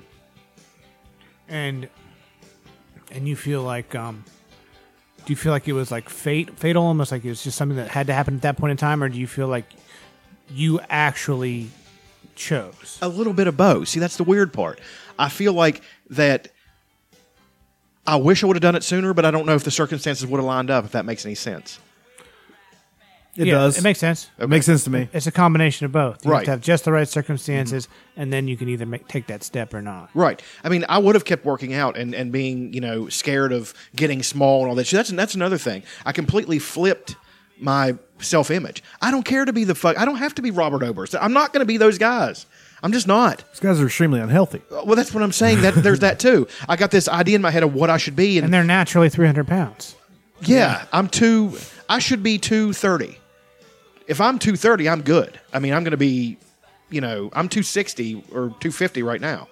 Speaker 4: and and you feel like um do you feel like it was like fate fatal almost like it was just something that had to happen at that point in time or do you feel like you actually chose
Speaker 6: a little bit of both. See, that's the weird part. I feel like that. I wish I would have done it sooner, but I don't know if the circumstances would have lined up. If that makes any sense.
Speaker 2: It
Speaker 4: Yeah,
Speaker 2: does.
Speaker 4: it makes sense
Speaker 6: It makes sense to me.
Speaker 4: it's a combination of both you have
Speaker 6: Right.
Speaker 4: to have just the right circumstances
Speaker 2: Mm-hmm.
Speaker 4: and then you can either make, take that step or not
Speaker 6: Right. I mean, I would have kept working out and, and being, you know, scared of getting small and all that. shit. That's that's another thing. I completely flipped my self image. I don't care to be the fuck. I don't have to be Robert Oberst. I'm not going to be those guys. I'm just not.
Speaker 2: These guys are extremely unhealthy.
Speaker 6: Well, that's what I'm saying. That there's that too. I got this idea in my head of what I should be, and,
Speaker 4: and they're naturally 300 pounds
Speaker 6: yeah, I'm two. I should be two thirty. If I'm two thirty, I'm good. I mean, I'm going to be, you know, I'm two sixty or two fifty right now.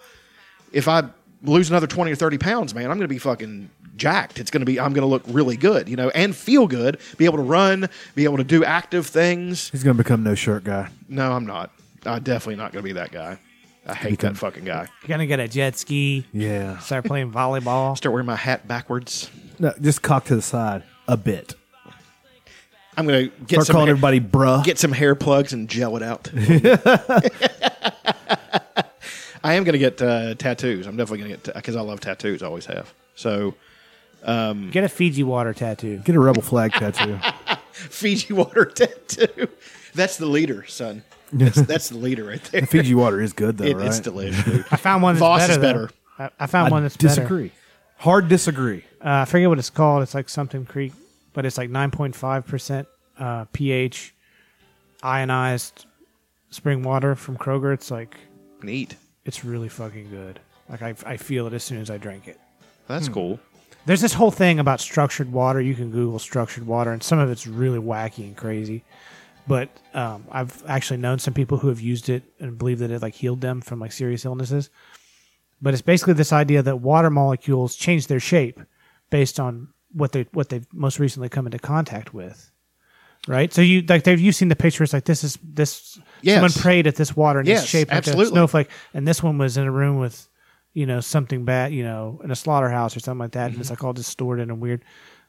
Speaker 6: If I lose another twenty or thirty pounds, man, I'm going to be fucking jacked. It's going to be. I'm going to look really good, you know, and feel good. Be able to run. Be able to do active things.
Speaker 2: He's going to become no shirt guy.
Speaker 6: No, I'm not. I'm definitely not going to be that guy. I hate that fucking guy.
Speaker 4: you're gonna get a jet ski
Speaker 2: Yeah.
Speaker 4: start playing volleyball
Speaker 6: start wearing my hat backwards
Speaker 2: No, just cock to the side a bit.
Speaker 6: I'm going to get
Speaker 2: Start
Speaker 6: some
Speaker 2: calling
Speaker 6: hair-
Speaker 2: everybody bruh.
Speaker 6: Get some hair plugs and gel it out. I am going to get uh, tattoos. I'm definitely going to get because I love tattoos. I always have. So um,
Speaker 4: get a Fiji water tattoo.
Speaker 2: Get a rebel flag tattoo.
Speaker 6: Fiji water tattoo. That's the leader, son. That's, that's the leader right there.
Speaker 2: The Fiji water is good though,
Speaker 6: It-
Speaker 2: right?
Speaker 6: It's delicious. Dude.
Speaker 4: I found one that's
Speaker 6: Voss
Speaker 4: better.
Speaker 6: is
Speaker 4: though.
Speaker 6: better.
Speaker 4: I, I found
Speaker 2: I
Speaker 4: one that's
Speaker 2: disagree. Hard disagree.
Speaker 4: better. Uh, I forget what it's called. It's like something creek, but it's like 9.5% uh, pH ionized spring water from Kroger. It's like
Speaker 6: neat.
Speaker 4: It's really fucking good. Like I, I feel it as soon as I drink it.
Speaker 6: That's
Speaker 2: Hmm.
Speaker 6: cool.
Speaker 4: There's this whole thing about structured water. You can Google structured water, and some of it's really wacky and crazy. But um, I've actually known some people who have used it and believe that it like healed them from like serious illnesses. But it's basically this idea that water molecules change their shape based on what they what they've most recently come into contact with. Right, so you like they've you've seen the pictures like this is this
Speaker 6: Yes.
Speaker 4: someone prayed at this water and
Speaker 6: Yes,
Speaker 4: it's shaped like a
Speaker 6: absolutely.
Speaker 4: snowflake, and this one was in a room with you know something bad you know in a slaughterhouse or something like that and
Speaker 6: Mm-hmm.
Speaker 4: it's like all distorted and weird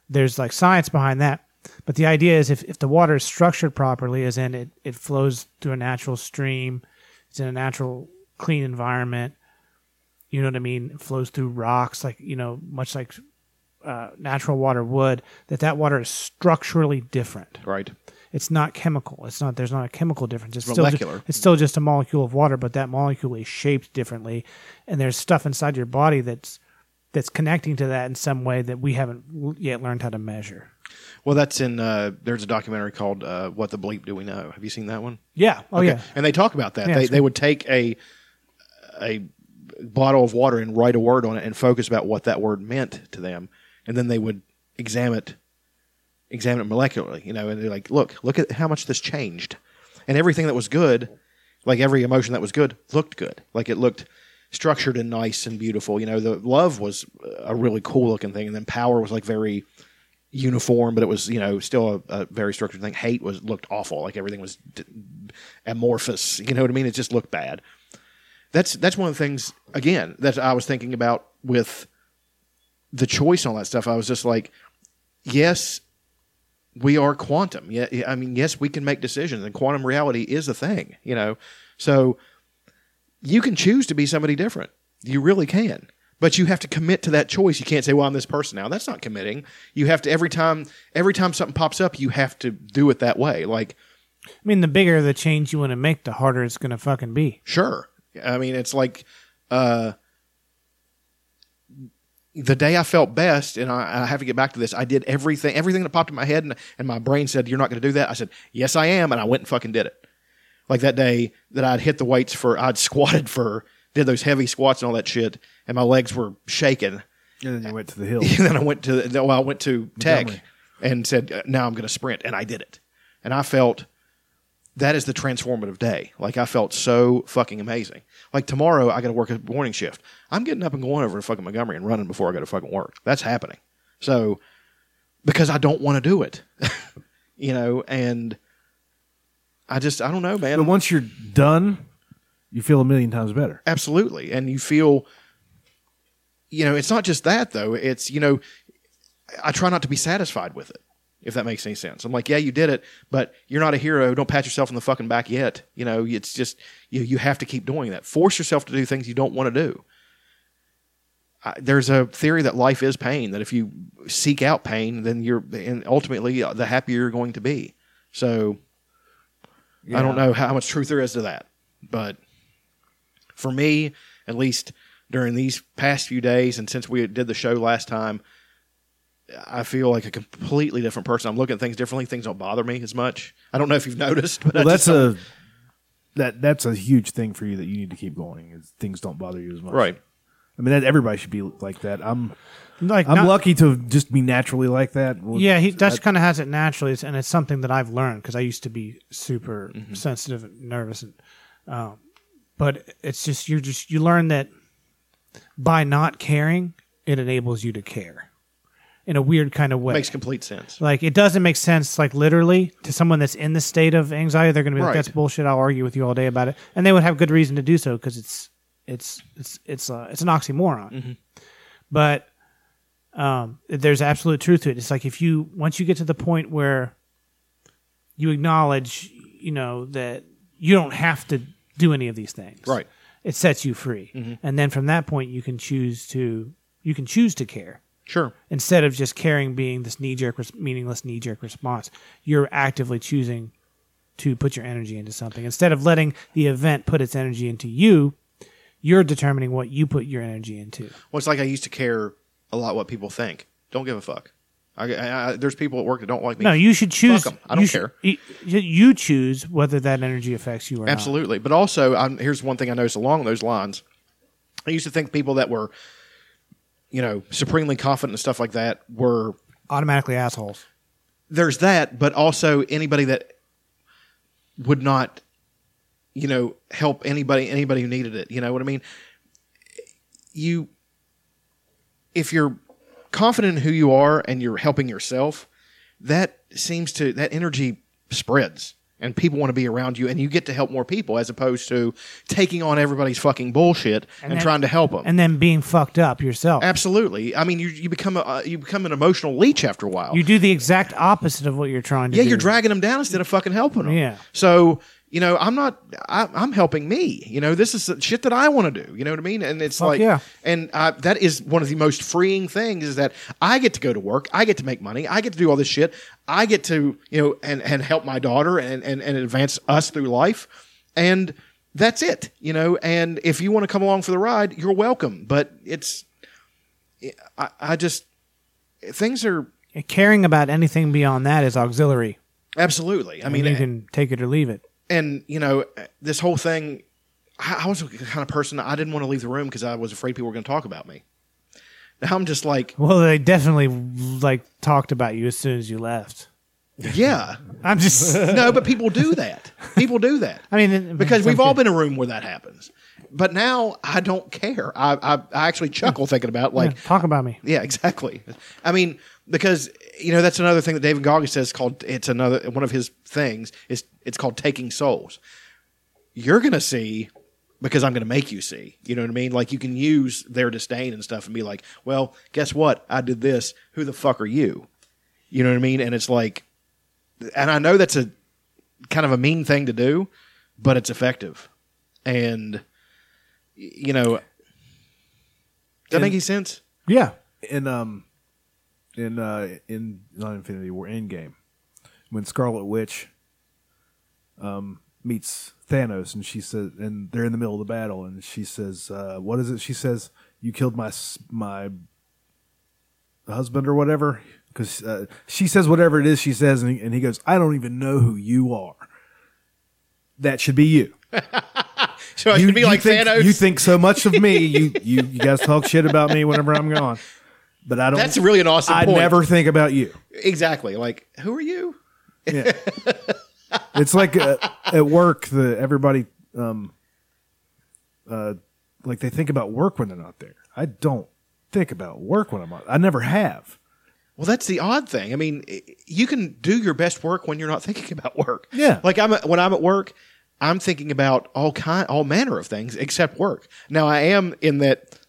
Speaker 4: there's like science behind that but the idea is if, if the water is structured properly as in it, it flows through a natural stream it's in a natural clean environment you know what i mean it flows through rocks like you know much like uh, natural water would that that water is structurally different
Speaker 6: Right.
Speaker 4: it's not chemical it's not there's not a chemical difference it's still ju-
Speaker 6: Molecular.
Speaker 4: it's still just a molecule of water but that molecule is shaped differently and there's stuff inside your body that's that's connecting to that in some way that we haven't l- yet learned how to measure
Speaker 6: Well, that's in. Uh, there's a documentary called uh, "What the Bleep Do We Know." Have you seen that one?
Speaker 4: yeah oh
Speaker 6: Okay.
Speaker 4: yeah
Speaker 6: And they talk about that.
Speaker 4: Yeah,
Speaker 6: they
Speaker 4: it's
Speaker 6: they would take a a bottle of water and write a word on it and focus about what that word meant to them, and then they would examine it examine it molecularly, you know, and they're like, look, look at how much this changed. And everything that was good, like every emotion that was good, looked good. Like it looked structured and nice and beautiful. You know, the love was a really cool looking thing, and then power was like very uniform, but it was you know still a, a very structured thing. Hate was looked awful, like everything was d- amorphous. You know what I mean? It just looked bad. That's that's one of the things again that I was thinking about with the choice and all that stuff. I was just like, yes, we are quantum. Yeah, yeah, I mean, yes, we can make decisions, and quantum reality is a thing. You know, so you can choose to be somebody different. You really can. But you have to commit to that choice. You can't say, "Well, I'm this person now." That's not committing. You have to every time every time something pops up, you have to do it that way. Like,
Speaker 4: i mean the bigger the change you want to make the harder it's going to fucking be
Speaker 6: sure. I mean, it's like uh the day I felt best, and I, I have to get back to this, I did everything, everything that popped in my head, and, and my brain said, You're not going to do that. I said, Yes, I am. And I went and fucking did it. Like that day that I'd hit the weights for, I'd squatted for, did those heavy squats and all that shit, and my legs were shaking.
Speaker 2: And then you went to the hill.
Speaker 6: And then I went to no, I went to tech
Speaker 2: Montgomery.
Speaker 6: and said, uh, "Now I'm going to sprint," and I did it. And I felt that is the transformative day. Like I felt so fucking amazing. Like tomorrow I got to work a morning shift. I'm getting up and going over to fucking Montgomery and running before I go to fucking work. That's happening. So because I don't want to do it, you know, and I just I don't know, man.
Speaker 2: But once you're done, you feel a million times better.
Speaker 6: Absolutely. And you feel, you know, it's not just that, though. It's, you know, I try not to be satisfied with it, if that makes any sense. I'm like, yeah, you did it, but you're not a hero. Don't pat yourself on the fucking back yet. You know, it's just, you, you have to keep doing that. Force yourself to do things you don't want to do. I, there's a theory that life is pain, that if you seek out pain, then you're, and ultimately, uh, the happier you're going to be. So I don't
Speaker 2: Yeah.
Speaker 6: know how much truth there is to that, but for me, at least during these past few days and since we did the show last time, I feel like a completely different person. I'm looking at things differently. Things don't bother me as much. I don't know if you've noticed, but
Speaker 2: Well,
Speaker 6: I
Speaker 2: that's a
Speaker 6: just
Speaker 2: that that's a huge thing for you that you need to keep going. Is things don't bother you as much,
Speaker 6: Right.
Speaker 2: I mean, that everybody should be like that. I'm
Speaker 4: Like,
Speaker 2: I'm
Speaker 4: not-
Speaker 2: lucky to just be naturally like that. Well,
Speaker 4: yeah, he
Speaker 2: I-
Speaker 4: Dutch kind of has it naturally, it's- and it's something that I've learned because I used to be super sensitive and nervous, and um, but it's just you just you learn that by not caring, it enables you to care in a weird kind of way.
Speaker 6: makes complete sense.
Speaker 4: Like it doesn't make sense, like literally, to someone that's in the state of anxiety. They're going to be
Speaker 6: Right.
Speaker 4: like, "That's bullshit." I'll argue with you all day about it, and they would have good reason to do so because it's it's it's it's uh, it's an oxymoron.
Speaker 6: Mm-hmm.
Speaker 4: But um, there's absolute truth to it. It's like if you once you get to the point where you acknowledge, you know, that you don't have to do any of these things,
Speaker 6: Right. Mm-hmm.
Speaker 4: It sets you free, and then from that point, you can choose to you can choose to care
Speaker 6: Sure.
Speaker 4: instead of just caring being this knee jerk, meaningless knee jerk response, you're actively choosing to put your energy into something. Instead of letting the event put its energy into you, you're determining what you put your energy into.
Speaker 6: Well, it's like I used to care a lot what people think. Don't give a fuck. I, I, I, there's people at work that don't like me.
Speaker 4: No, you should choose.
Speaker 6: Fuck 'em. I don't
Speaker 4: you
Speaker 6: care.
Speaker 4: should- y- y- you choose whether that energy affects you or not.
Speaker 6: Absolutely. But also, i here's one thing I noticed along those lines. I used to think people that were, you know, supremely confident and stuff like that were
Speaker 4: Automatically assholes.
Speaker 6: there's that, but also anybody that would not, you know, help anybody anybody who needed it. You know what I mean? You, if you're confident in who you are and you're helping yourself, that seems to that energy spreads and people want to be around you and you get to help more people as opposed to taking on everybody's fucking bullshit and,
Speaker 4: then-
Speaker 6: trying to help them.
Speaker 4: And then being fucked up yourself.
Speaker 6: Absolutely. I mean, you, you become a uh, you become an emotional leech after a while.
Speaker 4: You do the exact opposite of what you're trying to
Speaker 6: yeah,
Speaker 4: do.
Speaker 6: you're dragging them down instead of fucking helping them.
Speaker 4: Yeah.
Speaker 6: So you know, I'm not. I, I'm helping me. You know, this is the shit that I want to do. You know what I mean? And it's
Speaker 4: Fuck
Speaker 6: like,
Speaker 4: yeah.
Speaker 6: And I, that is one of the most freeing things is that I get to go to work. I get to make money. I get to do all this shit. I get to you know and and help my daughter and and and advance us through life. And that's it. You know. And if you want to come along for the ride, you're welcome. But it's, I, I just things are
Speaker 4: Caring about anything beyond that is auxiliary.
Speaker 6: absolutely. I mean,
Speaker 4: you can take it or leave it.
Speaker 6: and you know this whole thing i, I was the kind of person i didn't want to leave the room because i was afraid people were going to talk about me now i'm just like
Speaker 4: Well, they definitely like talked about you as soon as you left.
Speaker 6: yeah
Speaker 4: I'm just
Speaker 6: no but people do that people do that
Speaker 4: I mean,
Speaker 6: because
Speaker 4: some
Speaker 6: we've all
Speaker 4: kid-
Speaker 6: been in a room where that happens but now i don't care i, I, I actually chuckle thinking about like
Speaker 4: Yeah, talk about me.
Speaker 6: Yeah, exactly. I mean, because you know that's another thing that David Goggins says called it's another one of his things is it's called taking souls. You're gonna see because I'm gonna make you see. You know what I mean? Like you can use their disdain and stuff and be like, well, guess what? I did this. Who the fuck are you? You know what I mean? And it's like, and I know that's a kind of a mean thing to do, but it's effective. And y- you know, does that make any sense?
Speaker 2: Yeah, in um, in uh, in not Infinity War, Endgame, when Scarlet Witch um meets Thanos, and she says, and they're in the middle of the battle, and she says, uh, "What is it?" She says, "You killed my s- my husband or whatever because uh, she says whatever it is she says, and he, and he goes, "I don't even know who you are." That should be you.
Speaker 6: So I should be like
Speaker 2: think,
Speaker 6: Thanos.
Speaker 2: You think so much of me. You you you guys talk shit about me whenever I'm gone, but I don't.
Speaker 6: That's really an awesome
Speaker 2: I
Speaker 6: point.
Speaker 2: never think about you.
Speaker 6: exactly. Like, who are you?
Speaker 2: Yeah. it's like uh, at work, the everybody, um, uh, like they think about work when they're not there. I don't think about work when I'm on. I never have.
Speaker 6: Well, that's the odd thing. I mean, i- you can do your best work when you're not thinking about work.
Speaker 2: Yeah.
Speaker 6: Like I'm when I'm at work, I'm thinking about all kind, all manner of things except work. Now I am in that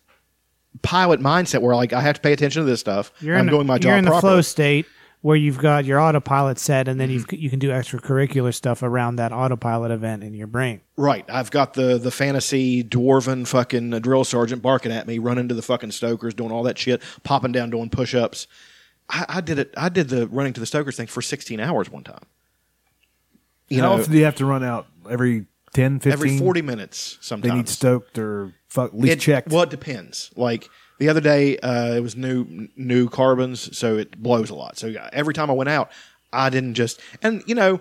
Speaker 6: pilot mindset where like I have to pay attention to this stuff.
Speaker 4: You're
Speaker 6: I'm
Speaker 4: in,
Speaker 6: doing my job
Speaker 4: You're in the
Speaker 6: properly.
Speaker 4: flow state where you've got your autopilot set, and then you've,
Speaker 6: Mm-hmm.
Speaker 4: you can do extracurricular stuff around that autopilot event in your brain.
Speaker 6: Right. I've got the the fantasy dwarven fucking drill sergeant barking at me, running to the fucking stokers, doing all that shit, popping down, doing push ups. I, I did it. I did the running to the stokers thing for 16 hours one time. You
Speaker 2: How
Speaker 6: know,
Speaker 2: often do you have to run out? Every 10, 15?
Speaker 6: every 40 minutes sometimes.
Speaker 2: They need stoked or fuck, least
Speaker 6: it,
Speaker 2: checked.
Speaker 6: Well, it depends. Like the other day, uh, it was new new carbons, so it blows a lot. So yeah, every time I went out, I didn't just and you know,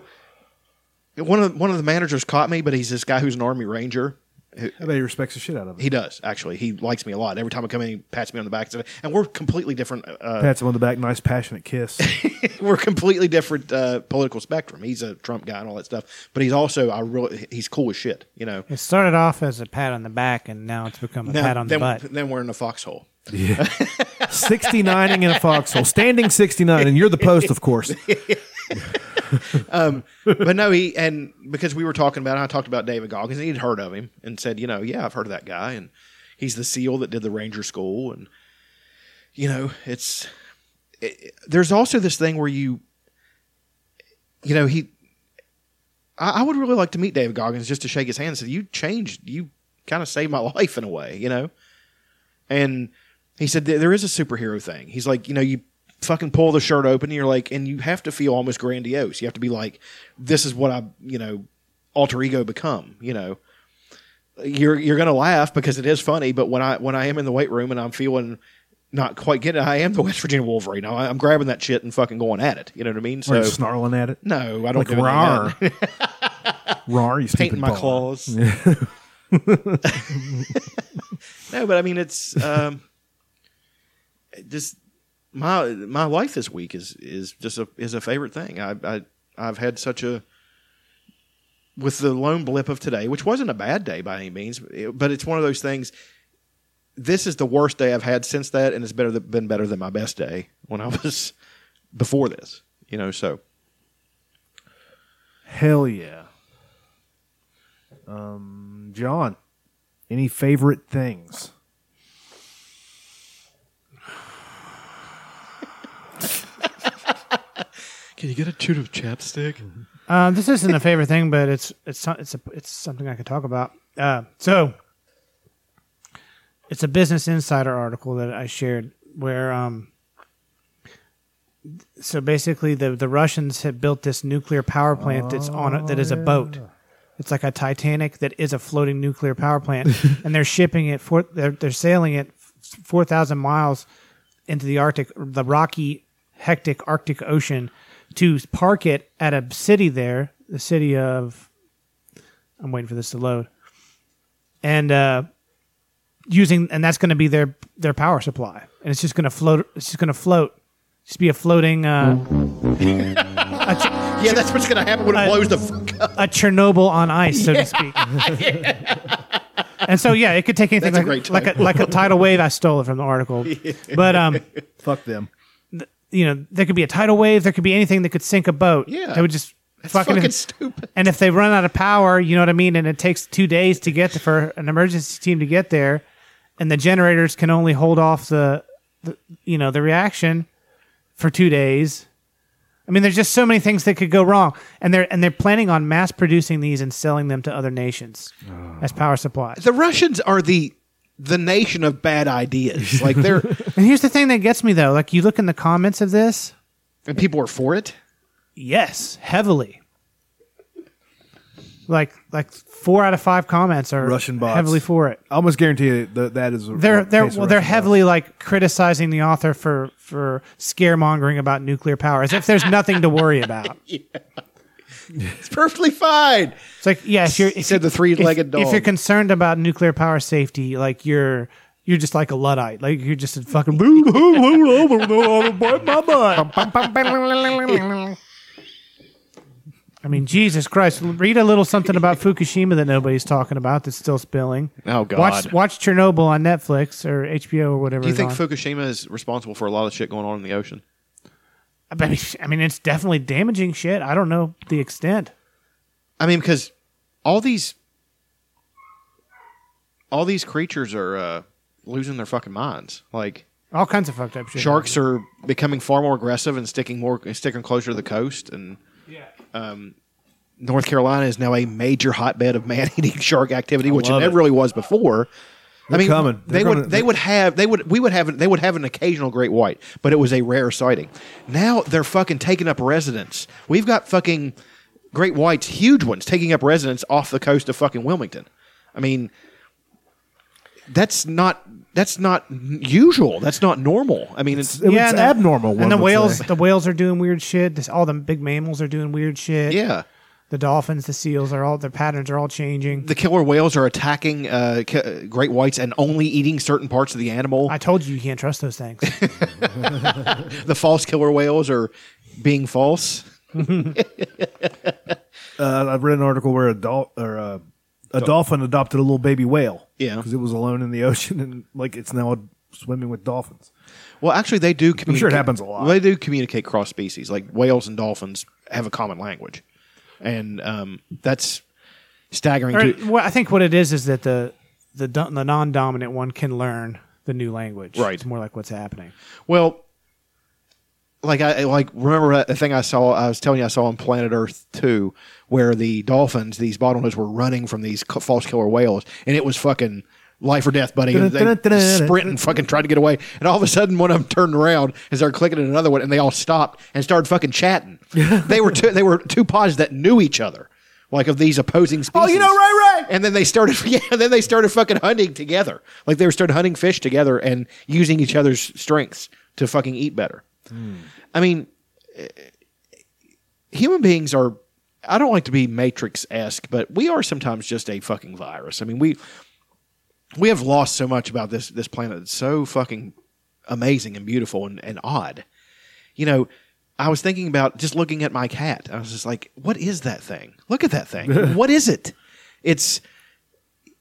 Speaker 6: one of one of the managers caught me, but he's this guy who's an army ranger. Who,
Speaker 2: I bet he respects the shit out of it.
Speaker 6: he does actually. He likes me a lot. Every time I come in, he pats me on the back, and we're completely different. Uh,
Speaker 2: Pats him on the back, nice passionate kiss.
Speaker 6: we're completely different uh, political spectrum. He's a Trump guy and all that stuff, but he's also I really he's cool as shit. You know,
Speaker 4: It started off as a pat on the back, and now it's become a
Speaker 6: Now,
Speaker 4: pat on
Speaker 6: then,
Speaker 4: the butt.
Speaker 6: then we're in a foxhole.
Speaker 2: Yeah. 69ing in a foxhole, standing 69, and you're the post, of course.
Speaker 6: um, but no, he and because we were talking about, I talked about David Goggins, and he'd heard of him and said, you know, yeah, I've heard of that guy, and he's the SEAL that did the Ranger School, and you know, it's it, it- there's also this thing where you, you know, he, I, I would really like to meet David Goggins just to shake his hand and say, you changed, you kind of saved my life in a way, you know, and he said "There- there is a superhero thing. He's like, you know, you fucking pull the shirt open, and you're like, and you have to feel almost grandiose. You have to be like, this is what I, you know, alter ego become. You know, you're you're gonna laugh because it is funny, but when I when I am in the weight room and I'm feeling not quite getting, it, I am the West Virginia Wolverine. I- I'm grabbing that shit and fucking going at it. You know what I mean?
Speaker 2: Or
Speaker 6: So
Speaker 2: snarling at it.
Speaker 6: no, I
Speaker 2: Like,
Speaker 6: don't do any of that.
Speaker 2: rar. Rar, you stupid
Speaker 6: Painting my
Speaker 2: ball.
Speaker 6: claws.
Speaker 2: Yeah.
Speaker 6: No, but I mean, it's um, just my my life this week is is just a is a favorite thing. I, I I've had such a with the lone blip of today, which wasn't a bad day by any means, but it's one of those things. This is the worst day I've had since that, and it's better than, been better than my best day when I was before this. You know, so
Speaker 2: Hell yeah. Um, John, any favorite things?
Speaker 6: can you get a chewed of chapstick?
Speaker 4: Uh, this isn't a favorite thing, but it's it's so- it's a, it's something I could talk about. Uh, so, it's a Business Insider article that I shared where um, so basically the the Russians have built this nuclear power plant that's on a, that is a boat. It's like a Titanic that is a floating nuclear power plant, and they're shipping it for they're they're sailing it four thousand miles into the Arctic, the rocky, hectic Arctic Ocean, to park it at a city there, the city of. I'm waiting for this to load, and uh, using and that's going to be their their power supply, and it's just going to float. It's just going to float. Just be a floating. Uh,
Speaker 6: Yeah, that's what's gonna happen when it
Speaker 4: I-
Speaker 6: blows the fuck up.
Speaker 4: a Chernobyl on ice, so to speak. and so, yeah, it could take anything
Speaker 6: That's a
Speaker 4: like
Speaker 6: great
Speaker 4: like a,
Speaker 6: title.
Speaker 4: like a tidal wave. I stole it from the article, but um,
Speaker 2: Fuck them.
Speaker 4: you know, there could be a tidal wave. There could be anything that could sink a boat.
Speaker 6: Yeah.
Speaker 4: that would just
Speaker 6: That's
Speaker 4: fucking.
Speaker 6: fucking stupid.
Speaker 4: and if they run out of power, you know what I mean, and it takes two days to get to, for an emergency team to get there, and the generators can only hold off the, the you know, the reaction for two days. I mean, there's just so many things that could go wrong, and they're and they're planning on mass producing these and selling them to other nations
Speaker 6: Oh.
Speaker 4: as power supplies.
Speaker 6: The Russians are the the nation of bad ideas. Like they're
Speaker 4: And here's the thing that gets me though: like you look in the comments of this,
Speaker 6: and people are for it.
Speaker 4: yes, heavily. Like like four out of five comments are
Speaker 2: Russian bots.
Speaker 4: heavily for it.
Speaker 2: I almost guarantee you that that is. a-
Speaker 4: They're
Speaker 2: a
Speaker 4: they're
Speaker 2: case of
Speaker 4: well, they're
Speaker 2: Russian
Speaker 4: heavily like criticizing the author for for scaremongering about nuclear power as if there's nothing to worry about.
Speaker 1: It's perfectly fine.
Speaker 4: It's like yes, you're if
Speaker 1: said the three-legged
Speaker 4: if,
Speaker 1: dog.
Speaker 4: If you're concerned about nuclear power safety, like you're you're just like a luddite, like you're just a fucking boo boo boo boo boo boo my butt. I mean, Jesus Christ! Read a little something about Fukushima that nobody's talking about that's still spilling.
Speaker 6: Oh, God.
Speaker 4: Watch watch Chernobyl on Netflix or HBO or whatever.
Speaker 6: Do you
Speaker 4: it's
Speaker 6: think
Speaker 4: on.
Speaker 6: Fukushima is responsible for a lot of shit going on in the ocean?
Speaker 4: I mean, I mean, it's definitely damaging shit. I don't know the extent.
Speaker 6: I mean, because all these all these creatures are uh, losing their fucking minds. Like
Speaker 4: All kinds of fucked up shit.
Speaker 6: sharks are becoming far more aggressive and sticking more sticking closer to the coast, and um, North Carolina is now a major hotbed of man eating shark activity,
Speaker 1: I
Speaker 6: which it
Speaker 1: love
Speaker 6: never
Speaker 1: it.
Speaker 6: really was before.
Speaker 1: They're
Speaker 6: I mean,
Speaker 1: coming.
Speaker 6: they
Speaker 1: They're
Speaker 6: would
Speaker 1: coming.
Speaker 6: they would have they would we would have they would have an occasional great white, but it was a rare sighting. Now they're fucking taking up residence. We've got fucking great whites, huge ones, taking up residence off the coast of fucking Wilmington. I mean, that's not that's not usual. That's not normal. I mean, it's,
Speaker 4: and the- And the whales, the whales are doing weird shit. This, all the big mammals are doing weird shit.
Speaker 6: Yeah.
Speaker 4: The dolphins, the seals are all their patterns are all changing.
Speaker 6: the killer whales are attacking uh, ca- uh, great whites and only eating certain parts of the animal.
Speaker 4: I told you you can't trust those things.
Speaker 6: the false killer whales are being false.
Speaker 2: uh, I've read an article where a dol- or uh, a
Speaker 6: Dol-
Speaker 2: dolphin adopted a little baby whale.
Speaker 6: Yeah.
Speaker 2: because it was alone in the ocean and like it's now swimming with dolphins.
Speaker 6: Well, actually, they do.
Speaker 2: I'm sure it
Speaker 6: communicate-
Speaker 2: happens a lot.
Speaker 6: They do communicate cross species. Like whales and dolphins have a common language, and um, that's staggering.
Speaker 4: Or,
Speaker 6: to,
Speaker 4: well, I think what it is is that the the do- the non dominant one can learn the new language.
Speaker 6: Right.
Speaker 4: It's more like what's happening.
Speaker 6: Well, like I like remember that- the thing I saw. I was telling you I saw on Planet Earth two, where the dolphins, these bottlenose, were running from these c- false killer whales, and it was fucking life or death, buddy. And they sprint and fucking tried to get away, and all of a sudden one of them turned around and started clicking at another one, and they all stopped and started fucking chatting. they were two, they were two pods that knew each other. Like of these opposing
Speaker 1: Oh,
Speaker 6: species.
Speaker 1: you know,
Speaker 6: right, right. And then they started, yeah. And then they started fucking hunting together. Like they were started hunting fish together and using each other's strengths to fucking eat better. I mean, eh, human beings are. I don't like to be Matrix esque, but we are sometimes just a fucking virus. I mean, we we have lost so much about this this planet. It's so fucking amazing and beautiful and, and odd. You know, I was thinking about just looking at my cat. I was just like, what is that thing? Look at that thing. what is it? It's,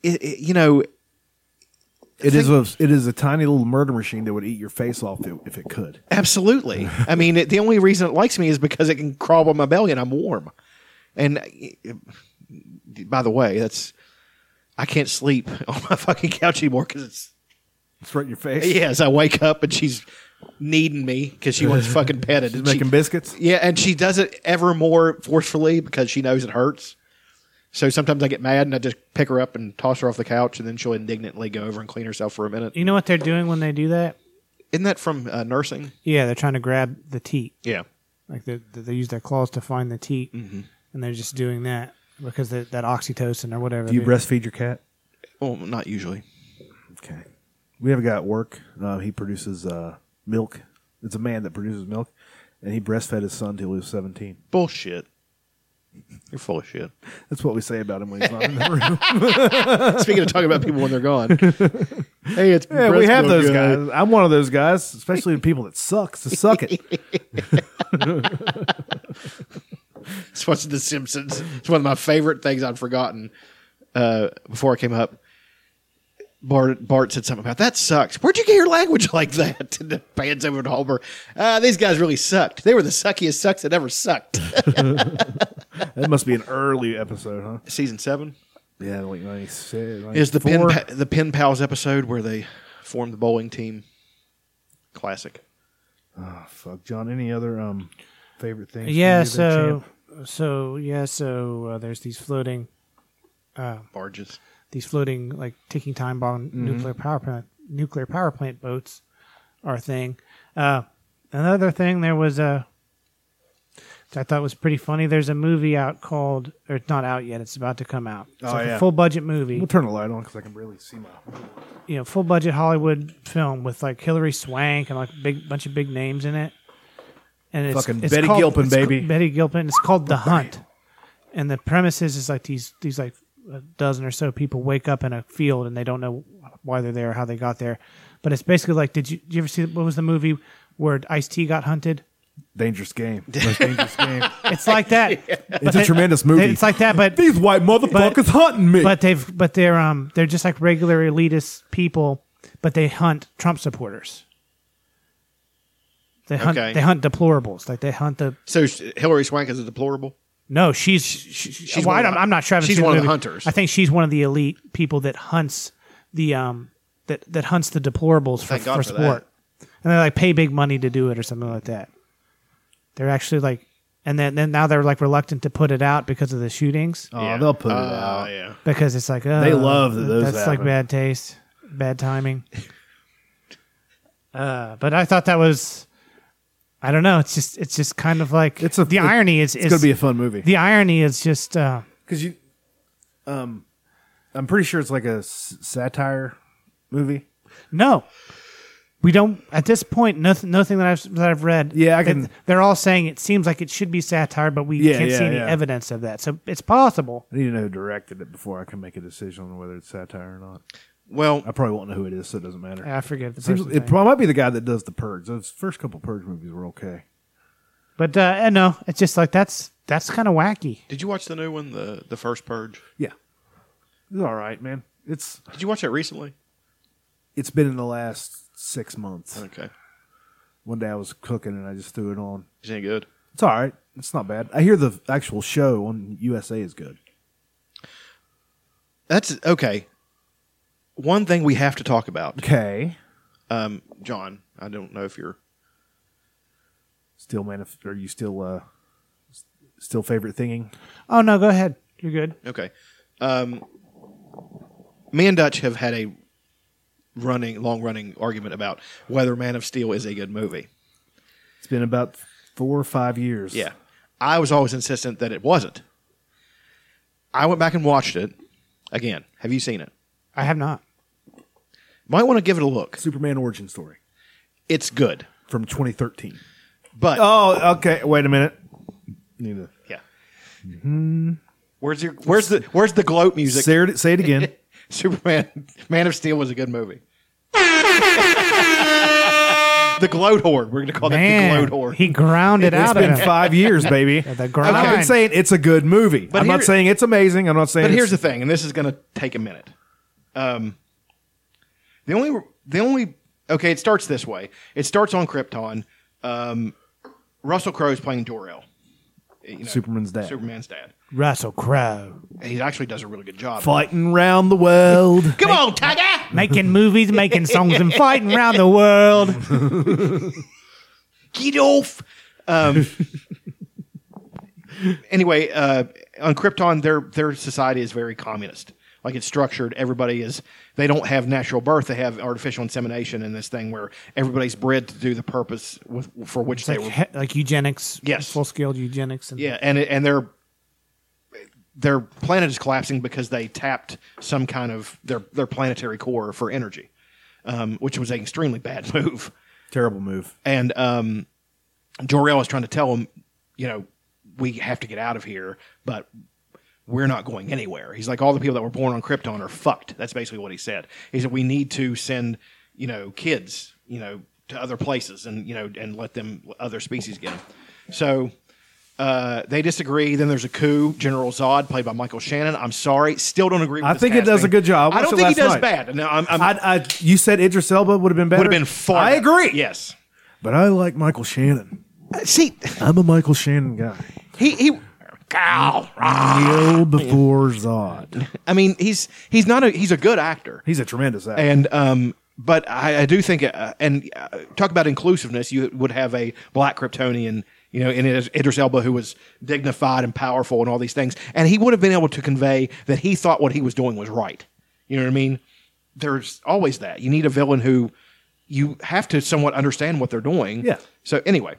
Speaker 6: it, it- you know,
Speaker 2: It is a it is a tiny little murder machine that would eat your face off if, if it could.
Speaker 6: Absolutely. I mean, it, the only reason it likes me is because it can crawl on my belly and I'm warm. And uh, by the way, that's I can't sleep on my fucking couch anymore because it's
Speaker 2: it's right in your face.
Speaker 6: Yeah, as I wake up and she's needing me because she wants fucking petted.
Speaker 2: She's
Speaker 6: and
Speaker 2: making
Speaker 6: she,
Speaker 2: biscuits.
Speaker 6: Yeah, and she does it ever more forcefully because she knows it hurts. So sometimes I get mad and I just pick her up and toss her off the couch, and then she'll indignantly go over and clean herself for a minute.
Speaker 4: You know what they're doing when they do that?
Speaker 6: Isn't that from uh, nursing?
Speaker 4: Yeah, they're trying to grab the teat.
Speaker 6: Yeah.
Speaker 4: Like they, they they use their claws to find the teat, and they're just doing that because that that oxytocin or whatever.
Speaker 2: Do you
Speaker 4: they-
Speaker 2: breastfeed your cat?
Speaker 6: Well, not usually.
Speaker 2: Okay. We have a guy at work. Uh, he produces uh, milk. It's a man that produces milk, and he breastfed his son till he was seventeen.
Speaker 6: Bullshit. You're full of shit.
Speaker 2: That's what we say about him when he's not in the room.
Speaker 6: Speaking of talking about people when they're gone, hey, it's
Speaker 2: Yeah, we have
Speaker 6: breastfed
Speaker 2: those
Speaker 6: guy.
Speaker 2: guys. I'm one of those guys, especially the people that suck. So suck it.
Speaker 6: It's what's The Simpsons. It's one of my favorite things I'd forgotten uh, before I came up. Bart, Bart said something about that sucks. Where'd you get your language like that? And it pans over to Homer. Uh, these guys really sucked. They were the suckiest sucks that ever sucked.
Speaker 2: that must be an early episode, huh?
Speaker 6: Season seven.
Speaker 2: Yeah, like ninety-six.
Speaker 6: Is the pen,
Speaker 2: 94.
Speaker 6: pa- the pen pals episode where they form the bowling team? Classic.
Speaker 2: Oh, fuck, John. Any other um favorite things? from
Speaker 4: yeah
Speaker 2: you there,
Speaker 4: so
Speaker 2: champ?
Speaker 4: so yeah so uh, there's these floating uh,
Speaker 6: barges
Speaker 4: these floating like ticking time bomb
Speaker 2: Mm-hmm.
Speaker 4: nuclear power plant nuclear power plant boats are a thing uh, another thing there was a which I thought was pretty funny. There's a movie out called, or it's not out yet. It's about to come out. It's
Speaker 2: Oh,
Speaker 4: like
Speaker 2: yeah.
Speaker 4: a full budget movie.
Speaker 2: We'll turn the light on because I can really see my.
Speaker 4: you know full budget Hollywood film with like Hillary Swank and like big bunch of big names in it. And it's
Speaker 2: Fucking
Speaker 4: it's
Speaker 2: Betty
Speaker 4: called-
Speaker 2: Gilpin,
Speaker 4: it's ca-
Speaker 2: baby.
Speaker 4: Betty Gilpin. It's called The Hunt, and the premise is is like these these like a dozen or so people wake up in a field and they don't know why they're there or how they got there, but it's basically like did you did you ever see what was the movie where Ice T got hunted?
Speaker 2: Dangerous game. Most dangerous game.
Speaker 4: It's like that. But
Speaker 2: It's a
Speaker 4: they-
Speaker 2: tremendous movie.
Speaker 4: It's like that, but
Speaker 2: these white motherfuckers hunting me.
Speaker 4: But they've but they're um they're just like regular elitist people, but they hunt Trump supporters. They hunt
Speaker 6: Okay.
Speaker 4: they hunt deplorables. Like they hunt the
Speaker 6: So sh- Hillary Swank is a deplorable.
Speaker 4: no, she's she's
Speaker 6: one
Speaker 4: well, I
Speaker 6: of
Speaker 4: don't,
Speaker 6: the-
Speaker 4: I'm not sure. I haven't
Speaker 6: she's
Speaker 4: seen
Speaker 6: one of the
Speaker 4: movie.
Speaker 6: hunters.
Speaker 4: I think she's one of the elite people that hunts the um that that hunts the deplorables for,
Speaker 6: Thank God
Speaker 4: for
Speaker 6: for
Speaker 4: sport, and they like pay big money to do it or something like that. They're actually like, and then then now they're like reluctant to put it out because of the shootings.
Speaker 2: Oh, they'll put it
Speaker 6: Uh,
Speaker 2: out.
Speaker 6: yeah.
Speaker 4: because it's like oh,
Speaker 2: They love that those
Speaker 4: That's like
Speaker 2: happen.
Speaker 4: bad taste, bad timing. uh, but I thought that was. I don't know. It's just it's just kind of like it's a, the
Speaker 2: it-
Speaker 4: irony is
Speaker 2: it's
Speaker 4: is-
Speaker 2: gonna be a fun movie.
Speaker 4: The irony is just uh,
Speaker 2: because you, um, I'm pretty sure it's like a s- satire movie.
Speaker 4: No, we don't. At this point, nothing, nothing that I've that I've read.
Speaker 2: Yeah, I
Speaker 4: that-
Speaker 2: can-
Speaker 4: they're all saying it seems like it should be satire, but we
Speaker 2: Yeah,
Speaker 4: can't
Speaker 2: yeah,
Speaker 4: see any
Speaker 2: yeah.
Speaker 4: evidence of that. So it's possible.
Speaker 2: I need to know who directed it before I can make a decision on whether it's satire or not.
Speaker 6: Well,
Speaker 2: I probably won't know who it is, so it doesn't matter.
Speaker 4: I forget the
Speaker 2: Seems-
Speaker 4: person's
Speaker 2: it
Speaker 4: name.
Speaker 2: probably might be the guy that does the Purge. Those first couple Purge movies were okay.
Speaker 4: But uh, eh, no, it's just like that's that's kind of wacky.
Speaker 6: Did you watch the new one, the the first Purge?
Speaker 2: Yeah, it's all right, man. It's
Speaker 6: Did you watch that recently?
Speaker 2: it's been in the last six months.
Speaker 6: Okay,
Speaker 2: One day I was cooking and I just threw it on.
Speaker 6: is it any good?
Speaker 2: It's all right. It's not bad. I hear the actual show on USA is good.
Speaker 6: That's okay. One thing we have to talk about.
Speaker 2: Okay.
Speaker 6: Um, John, I don't know if you're
Speaker 2: Still, man, if, are you still uh, s- still favorite thinging?
Speaker 4: Oh no, go ahead. You're good.
Speaker 6: Okay. Um, me and Dutch have had a running, long running argument about whether Man of Steel is a good movie.
Speaker 2: It's been about four or five years.
Speaker 6: Yeah. I was always insistent that it wasn't. I went back and watched it again. Have you seen it?
Speaker 4: I have not.
Speaker 6: Might want to give it a look.
Speaker 2: Superman origin story
Speaker 6: It's good.
Speaker 2: from 2013.
Speaker 6: But
Speaker 2: Oh, okay. Wait a minute. Need to
Speaker 6: yeah. Where's your where's the where's the gloat music?
Speaker 2: say it, say it again.
Speaker 6: Superman Man of Steel was a good movie. the gloat horde. We're gonna call that the
Speaker 4: Man,
Speaker 6: gloat horde.
Speaker 4: he grounded
Speaker 2: it's
Speaker 4: out of
Speaker 2: been
Speaker 4: him.
Speaker 2: five years, baby.
Speaker 4: the
Speaker 2: And
Speaker 4: grind.
Speaker 2: I've been saying it's a good movie.
Speaker 6: But
Speaker 2: I'm not
Speaker 6: here-
Speaker 2: saying it's amazing. I'm not saying.
Speaker 6: But here's the
Speaker 2: it's-
Speaker 6: thing, and this is going to take a minute. Um, the only, the only, okay, it starts this way. It starts on Krypton. Um, Russell Crowe's playing Jor El,
Speaker 2: Superman's dad
Speaker 6: Superman's dad.
Speaker 4: Russell Crowe
Speaker 6: He actually does a really good job.
Speaker 2: fighting round the world.
Speaker 6: Come on, Tiger!
Speaker 4: making movies, making songs, and fighting around the world.
Speaker 6: Get off! Um, anyway, uh, on Krypton, their their society is very communist. Like it's structured. Everybody is. They don't have natural birth. They have artificial insemination and this thing where everybody's bred to do the purpose with, for which they
Speaker 4: Like,
Speaker 6: were
Speaker 4: he- like eugenics,
Speaker 6: Yes.
Speaker 4: full scale eugenics, and
Speaker 6: Yeah, and it- and their their planet is collapsing because they tapped some kind of their their planetary core for energy, um, which was an extremely bad move.
Speaker 2: Terrible move.
Speaker 6: And um, Jor-El is trying to tell him, you know, we have to get out of here, but we're not going anywhere. He's like, all the people that were born on Krypton are fucked. That's basically what he said. He said, we need to send, you know, kids, you know, to other places and, you know, and let them, other species get them. So uh, they disagree. Then there's a coup. General Zod, played by Michael Shannon. I'm sorry. Still don't agree with
Speaker 2: I
Speaker 6: his
Speaker 2: think it does
Speaker 6: casting.
Speaker 2: a good job. I
Speaker 6: I
Speaker 2: watched
Speaker 6: don't
Speaker 2: it
Speaker 6: think he does
Speaker 2: last night.
Speaker 6: bad. No, I'm, I'm,
Speaker 2: I, I, you said Idris Elba would have been better.
Speaker 6: would have been far.
Speaker 2: I
Speaker 6: better.
Speaker 2: agree.
Speaker 6: Yes.
Speaker 2: But I like Michael Shannon.
Speaker 6: See,
Speaker 2: I'm a Michael Shannon guy.
Speaker 6: he he. Ow. Ah,
Speaker 2: Neil before Zod.
Speaker 6: I mean, he's he's not a he's a good actor,
Speaker 2: He's a tremendous actor.
Speaker 6: and um, but I, I do think uh, and uh, talk about inclusiveness. You would have a black Kryptonian, you know, in Idris Idris Elba who was dignified and powerful and all these things, and he would have been able to convey that he thought what he was doing was right. You know what I mean? There's always that. You need a villain who you have to somewhat understand what they're doing.
Speaker 2: Yeah.
Speaker 6: So anyway,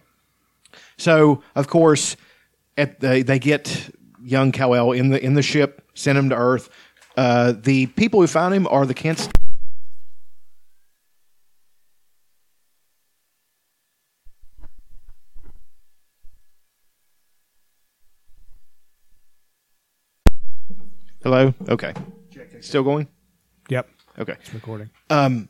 Speaker 6: so of course, at they they get young Cowell in the in the ship, send him to Earth. Uh, the people who found him are the Kents. Hello. Okay. Still going.
Speaker 4: Yep.
Speaker 6: Okay. It's
Speaker 4: recording.
Speaker 6: Um,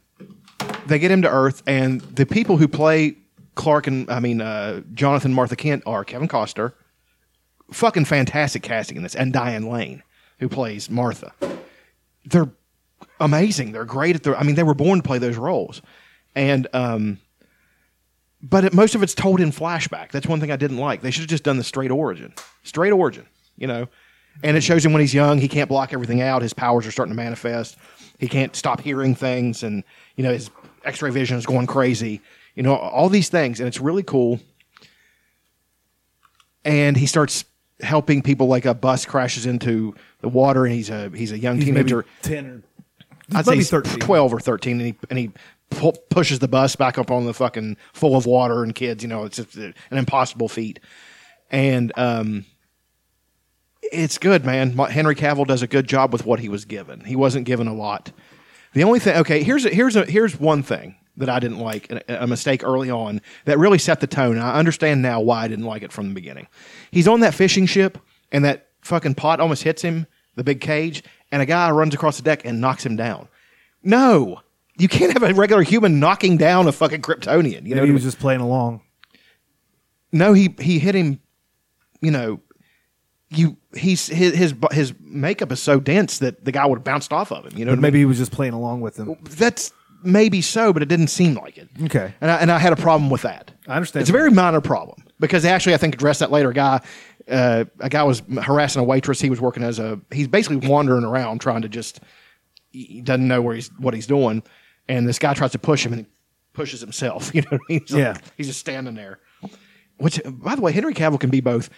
Speaker 6: they get him to Earth, and the people who play Clark and I mean uh, Jonathan Martha Kent are Kevin Costner, fucking fantastic casting in this, and Diane Lane, who plays Martha. They're amazing. They're great at their. I mean, they were born to play those roles, and um, but it, most of it's told in flashback. That's one thing I didn't like. They should have just done the straight origin, straight origin. You know, and it shows him when he's young. He can't block everything out. His powers are starting to manifest. He can't stop hearing things, and you know his X-ray vision is going crazy. You know all these things, and it's really cool. And he starts helping people. Like a bus crashes into the water, and he's a he's a young
Speaker 2: He's maybe
Speaker 6: teenager.
Speaker 2: 10 or
Speaker 6: I'd say
Speaker 2: Maybe
Speaker 6: he's
Speaker 2: 13.
Speaker 6: 12 or 13, and he, and he pu- pushes the bus back up on the fucking full of water and kids. You know, it's just an impossible feat. And um, it's good, man. Ma- Henry Cavill does a good job with what he was given. He wasn't given a lot. The only thing, okay, here's a, here's a, here's one thing that I didn't like, a, a mistake early on that really set the tone. I understand now why I didn't like it from the beginning. He's on that fishing ship, and that fucking pot almost hits him, the big cage, and a guy runs across the deck and knocks him down. No, you can't have a regular human knocking down a fucking Kryptonian. You
Speaker 2: Maybe
Speaker 6: know, what I
Speaker 2: he
Speaker 6: mean?
Speaker 2: was just playing along.
Speaker 6: no, he he hit him. You know, you he's his his, bu- his makeup is so dense that the guy would have bounced off of him. You know,
Speaker 2: but
Speaker 6: what I mean?
Speaker 2: maybe he was just playing along with them.
Speaker 6: that's maybe so, but it didn't seem like it.
Speaker 2: Okay.
Speaker 6: And I, and I had a problem with that. I
Speaker 2: understand
Speaker 6: It's a very minor problem because they actually, I think, addressed that later. A guy, uh, a guy was harassing a waitress. He was working as a, he's basically wandering around trying to just, he doesn't know where he's, what he's doing. And this guy tries to push him and he pushes himself. You know what I mean? He's like-
Speaker 2: Yeah.
Speaker 6: he's just standing there. Which, by the way, Henry Cavill can be both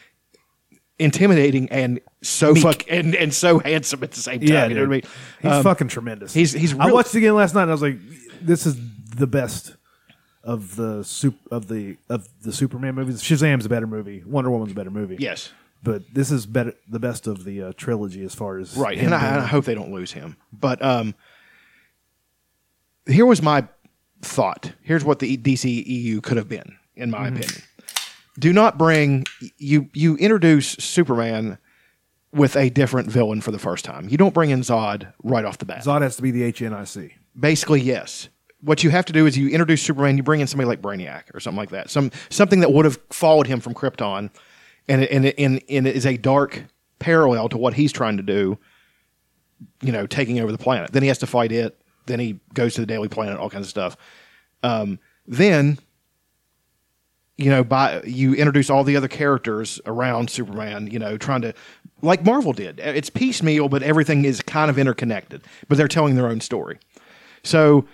Speaker 6: intimidating and so
Speaker 2: Meek.
Speaker 6: fuck and, and so handsome at the same time.
Speaker 2: Yeah,
Speaker 6: you know what I mean?
Speaker 2: dude. He's
Speaker 6: Um,
Speaker 2: fucking tremendous.
Speaker 6: He's he's.
Speaker 2: I
Speaker 6: real-
Speaker 2: watched it again last night. and I was like, this is the best of the soup of the of the Superman movies. Shazam's a better movie. Wonder Woman's a better movie.
Speaker 6: Yes.
Speaker 2: but this is better the best of the uh, trilogy as far as
Speaker 6: right
Speaker 2: him
Speaker 6: and I,
Speaker 2: being-
Speaker 6: and I hope they don't lose him but um here was my thought here's what the E, dceu could have been in my opinion do not bring you you introduce superman with a different villain for the first time you don't bring in zod right off the bat
Speaker 2: Zod has to be the HNIC.
Speaker 6: basically yes what you have to do is you introduce superman you bring in somebody like brainiac or something like that some something that would have followed him from krypton and it, and it, and, and it is a dark parallel to what he's trying to do you know taking over the planet then he has to fight it then he goes to the daily planet all kinds of stuff um, then you know by you introduce all the other characters around superman you know trying to like marvel did it's piecemeal but everything is kind of interconnected but they're telling their own story so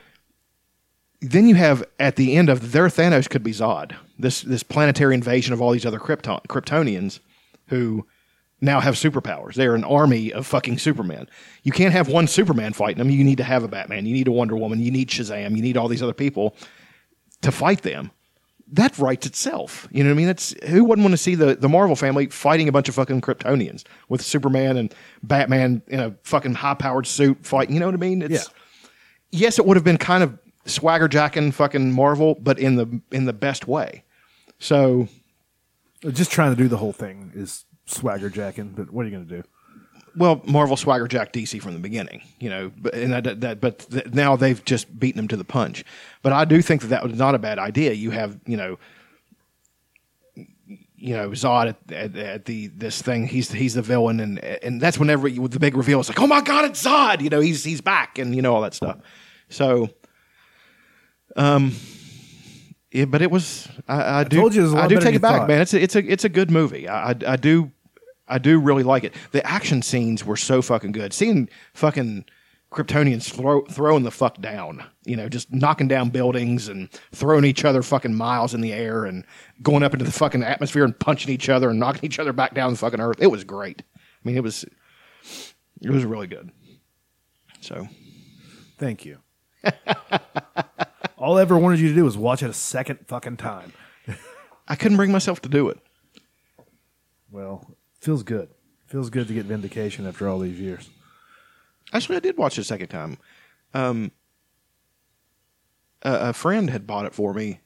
Speaker 6: then you have at the end of their Thanos could be Zod. This this planetary invasion of all these other Krypton, Kryptonians who now have superpowers. They're an army of fucking Superman. You can't have one Superman fighting them. You need to have a Batman. You need a Wonder Woman. You need Shazam. You need all these other people to fight them. That writes itself. You know what I mean? That's who wouldn't want to see the, the Marvel family fighting a bunch of fucking Kryptonians with Superman and Batman in a fucking high powered suit fighting. You know what I mean? It's, yes, it would have been kind of swagger jacking fucking Marvel, but in the in the best way. So
Speaker 2: Just trying to do the whole thing is swagger jacking. But what are you going to do?
Speaker 6: well, Marvel swagger jacked DC from the beginning, you know, but, and I, that, but th- now they've just beaten them to the punch. But I do think that that was not a bad idea. You have, you know, you know Zod at, at, at the this thing. He's he's the villain, and and that's whenever you, the big reveal is like, oh my god, it's Zod. You know, he's he's back, and you know all that stuff. So, um, yeah, but it was I, I do
Speaker 2: told you it was a lot
Speaker 6: I do
Speaker 2: better than
Speaker 6: take it
Speaker 2: you
Speaker 6: back,
Speaker 2: thought.
Speaker 6: man. It's a, it's a it's a good movie. I, I I do I do really like it. The action scenes were so fucking good. Seeing fucking Kryptonians throw, throwing the fuck down, you know, just knocking down buildings and throwing each other fucking miles in the air and going up into the fucking atmosphere and punching each other and knocking each other back down the fucking earth. It was great. I mean, it was it was really good. So
Speaker 2: Thank you. All I ever wanted you to do was watch it a second fucking time.
Speaker 6: I couldn't bring myself to do it.
Speaker 2: Well, feels good. Feels good to get vindication after all these years.
Speaker 6: Actually, I did watch it a second time. Um, a, a friend had bought it for me,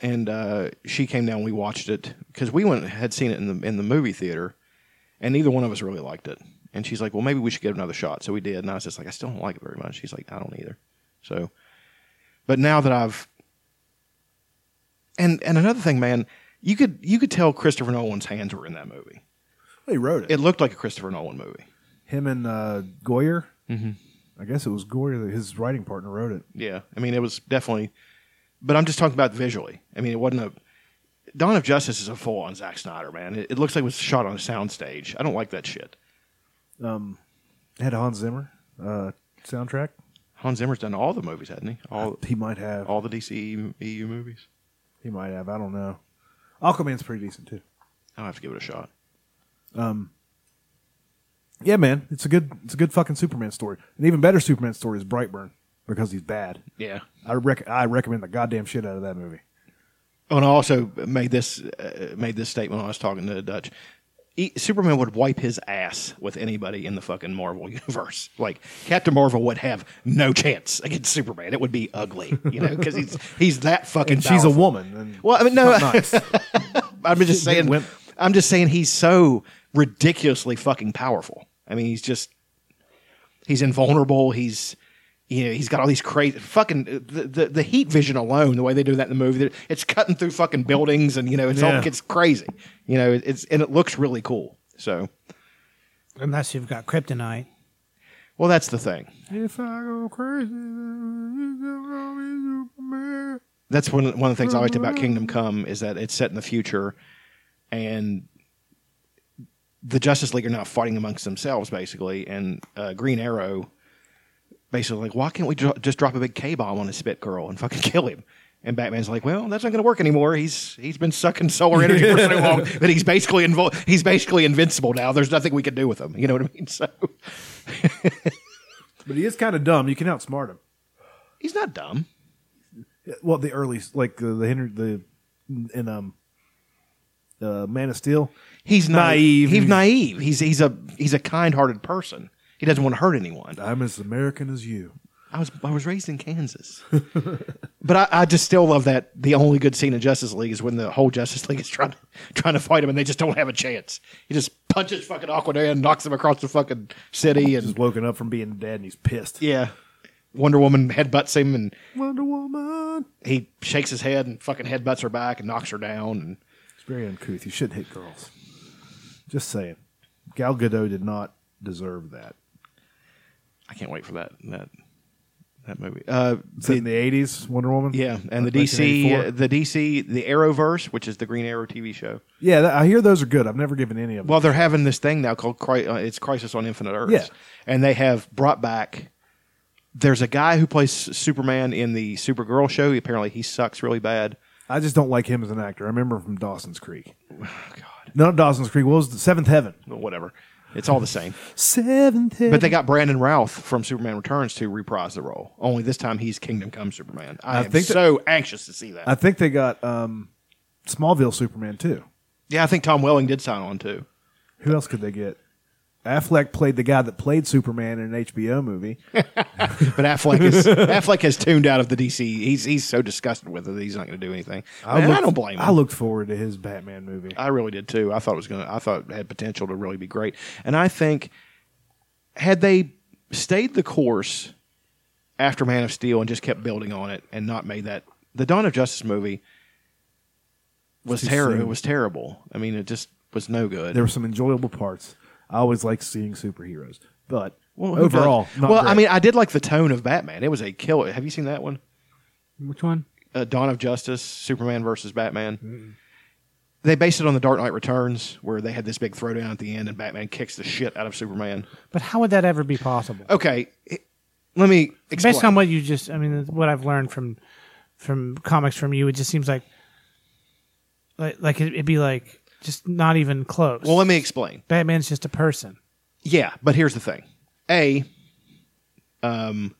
Speaker 6: and uh, she came down. and We watched it because we went had seen it in the in the movie theater, and neither one of us really liked it. And she's like, "Well, maybe we should give it another shot." So we did, and I was just like, "I still don't like it very much." She's like, "I don't either." So, but now that I've and and another thing, man, you could you could tell Christopher Nolan's hands were in that movie.
Speaker 2: He wrote it.
Speaker 6: It looked like a Christopher Nolan movie.
Speaker 2: Him and uh, Goyer.
Speaker 6: Mhm.
Speaker 2: I guess it was Goyer. that His writing partner wrote it.
Speaker 6: Yeah, I mean, it was definitely. But I'm just talking about visually. I mean, it wasn't a. Dawn of Justice is a full on Zack Snyder, man. It, it looks like it was shot on a soundstage. I don't like that shit.
Speaker 2: Um, had Hans Zimmer uh, soundtrack.
Speaker 6: Hans Zimmer's done all the movies, hasn't he? All
Speaker 2: he might have
Speaker 6: all the DC EU, movies.
Speaker 2: He might have. I don't know. Aquaman's pretty decent too.
Speaker 6: I'll have to give it a shot.
Speaker 2: Um, yeah, man, it's a good it's a good fucking Superman story. An even better Superman story is Brightburn because he's bad.
Speaker 6: Yeah.
Speaker 2: I rec- I recommend the goddamn shit out of that movie.
Speaker 6: Oh, and I also made this uh, made this statement when I was talking to Dutch. E- Superman would wipe his ass with anybody in the fucking Marvel universe. Like Captain Marvel would have no chance against Superman. It would be ugly, you know, because he's he's that fucking.
Speaker 2: And she's a
Speaker 6: powerful.
Speaker 2: woman. And
Speaker 6: Well, I mean, no,
Speaker 2: it's not nice.
Speaker 6: I'm just saying. I'm just saying he's so ridiculously fucking powerful. I mean, he's just he's invulnerable. He's you know he's got all these crazy fucking the, the the heat vision alone. The way they do that in the movie, that it's cutting through fucking buildings, and you know it's all
Speaker 4: Yeah.
Speaker 6: gets crazy. You know it's and it looks really cool. So
Speaker 4: Unless you've got kryptonite.
Speaker 6: well, that's the thing.
Speaker 2: if I go crazy, then you Superman.
Speaker 6: that's one one of the things I liked about Kingdom Come is that it's set in the future, and the Justice League are now fighting amongst themselves basically, and uh, Green Arrow basically like, why can't we dro- just drop a big K bomb on his spit girl and fucking kill him? And Batman's like, well, that's not going to work anymore. He's he's been sucking solar energy for so long that he's basically invul- he's basically invincible now. There's nothing we can do with him. You know what I mean? So
Speaker 2: But he is kind of dumb. You can outsmart him.
Speaker 6: he's not dumb.
Speaker 2: Well, the early like uh, the Henry the in um uh, Man of Steel.
Speaker 6: He's naive. He's naive. He's he's a he's a kind-hearted person. He doesn't want to hurt anyone.
Speaker 2: I'm as American as you.
Speaker 6: I was I was raised in Kansas. But I, I just still love that the only good scene in Justice League is when the whole Justice League is trying to trying to fight him and they just don't have a chance. He just punches fucking Aquaman and knocks him across the fucking city and
Speaker 2: He's woken up from being dead and he's pissed.
Speaker 6: yeah. Wonder Woman headbutts him and
Speaker 2: Wonder Woman.
Speaker 6: he shakes his head and fucking headbutts her back and knocks her down and
Speaker 2: It's very uncouth. You shouldn't hit girls. Just saying. Gal Gadot did not deserve that.
Speaker 6: I can't wait for that that that movie. Uh,
Speaker 2: Is it in the eighties, Wonder Woman.
Speaker 6: yeah, and the
Speaker 2: Like
Speaker 6: DC
Speaker 2: 1984?
Speaker 6: uh, the DC the Arrowverse, which is the Green Arrow TV show.
Speaker 2: yeah, th- I hear those are good. I've never given any of them.
Speaker 6: Well, they're having this thing now called Cri- uh, it's Crisis on Infinite Earths,
Speaker 2: Yeah.
Speaker 6: and they have brought back. There's a guy who plays Superman in the Supergirl show. Apparently, he sucks really bad.
Speaker 2: I just don't like him as an actor. I remember him from Dawson's Creek. No, not Dawson's Creek. What was the Seventh Heaven?
Speaker 6: But whatever, it's all the same.
Speaker 2: Seventh Heaven.
Speaker 6: But they got Brandon Routh from Superman Returns to reprise the role. Only this time he's Kingdom Come Superman. I,
Speaker 2: I
Speaker 6: am
Speaker 2: think that-
Speaker 6: so anxious to see that.
Speaker 2: I think they got um, Smallville Superman too.
Speaker 6: yeah, I think Tom Welling did sign on too.
Speaker 2: Who else could they get? Affleck played the guy that played Superman in an HBO movie.
Speaker 6: But Affleck is Affleck has tuned out of the DC. He's he's so disgusted with it that he's not going to do anything. Man, I
Speaker 2: looked-
Speaker 6: don't blame him.
Speaker 2: I looked forward to his Batman movie.
Speaker 6: I really did too. I thought it was gonna. I thought it had potential to really be great. And I think had they stayed the course after Man of Steel and just kept building on it and not made that the Dawn of Justice movie was
Speaker 2: Too
Speaker 6: terrible.
Speaker 2: soon.
Speaker 6: It was terrible. I mean, it just was no good.
Speaker 2: There were some enjoyable parts. I always like seeing superheroes, but
Speaker 6: Well, who
Speaker 2: overall,
Speaker 6: does-
Speaker 2: not
Speaker 6: well, I
Speaker 2: great.
Speaker 6: mean, I did like the tone of Batman. It was a killer. Have you seen that one?
Speaker 4: Which one?
Speaker 6: uh, Dawn of Justice, Superman versus Batman. They based it on the Dark Knight Returns, where they had this big throwdown at the end, and Batman kicks the shit out of Superman.
Speaker 4: But how would that ever be possible?
Speaker 6: Okay, it- let me Uh, explain.
Speaker 4: Based on what you just, I mean, what I've learned from from comics from you, it just seems like like like it- it'd be like just not even close.
Speaker 6: well, let me explain.
Speaker 4: Batman's just a person.
Speaker 6: Yeah, but here's the thing. A, um,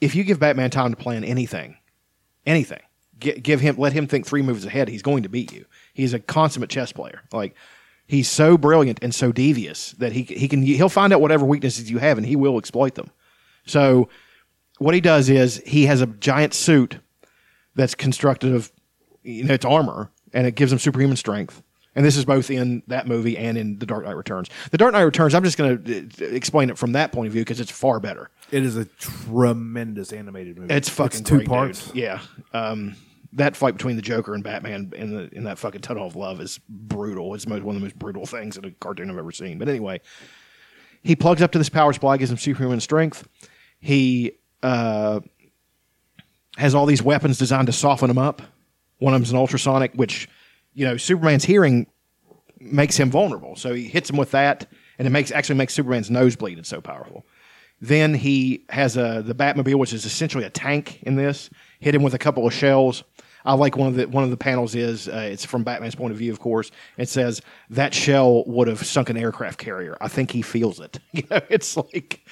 Speaker 6: if you give Batman time to plan anything, anything, gi- give him let him think three moves ahead. He's going to beat you. He's a consummate chess player. Like he's so brilliant and so devious that he he can he'll find out whatever weaknesses you have and he will exploit them. So what he does is he has a giant suit that's constructed of you know, it's armor and it gives him superhuman strength. And this is both in that movie and in The Dark Knight Returns. The Dark Knight Returns, I'm just going to explain it from that point of view because it's far better.
Speaker 2: It is a tremendous animated movie.
Speaker 6: It's fucking
Speaker 2: two
Speaker 6: great, dude.
Speaker 2: parts.
Speaker 6: Yeah, um, that fight between the Joker and Batman in the in that fucking tunnel of love is brutal. It's mo- one of the most brutal things in a cartoon I've ever seen. But anyway, he plugs up to this power supply, gives him superhuman strength. He uh, has all these weapons designed to soften him up. One of them's an ultrasonic, which you know Superman's hearing makes him vulnerable. So he hits him with that, and it makes actually makes Superman's nose bleed. It's so powerful. Then he has a the Batmobile, which is essentially a tank in this. Hit him with a couple of shells. I like one of the one of the panels is uh, it's from Batman's point of view, of course. It says that shell would have sunk an aircraft carrier. I think he feels it. You know, it's like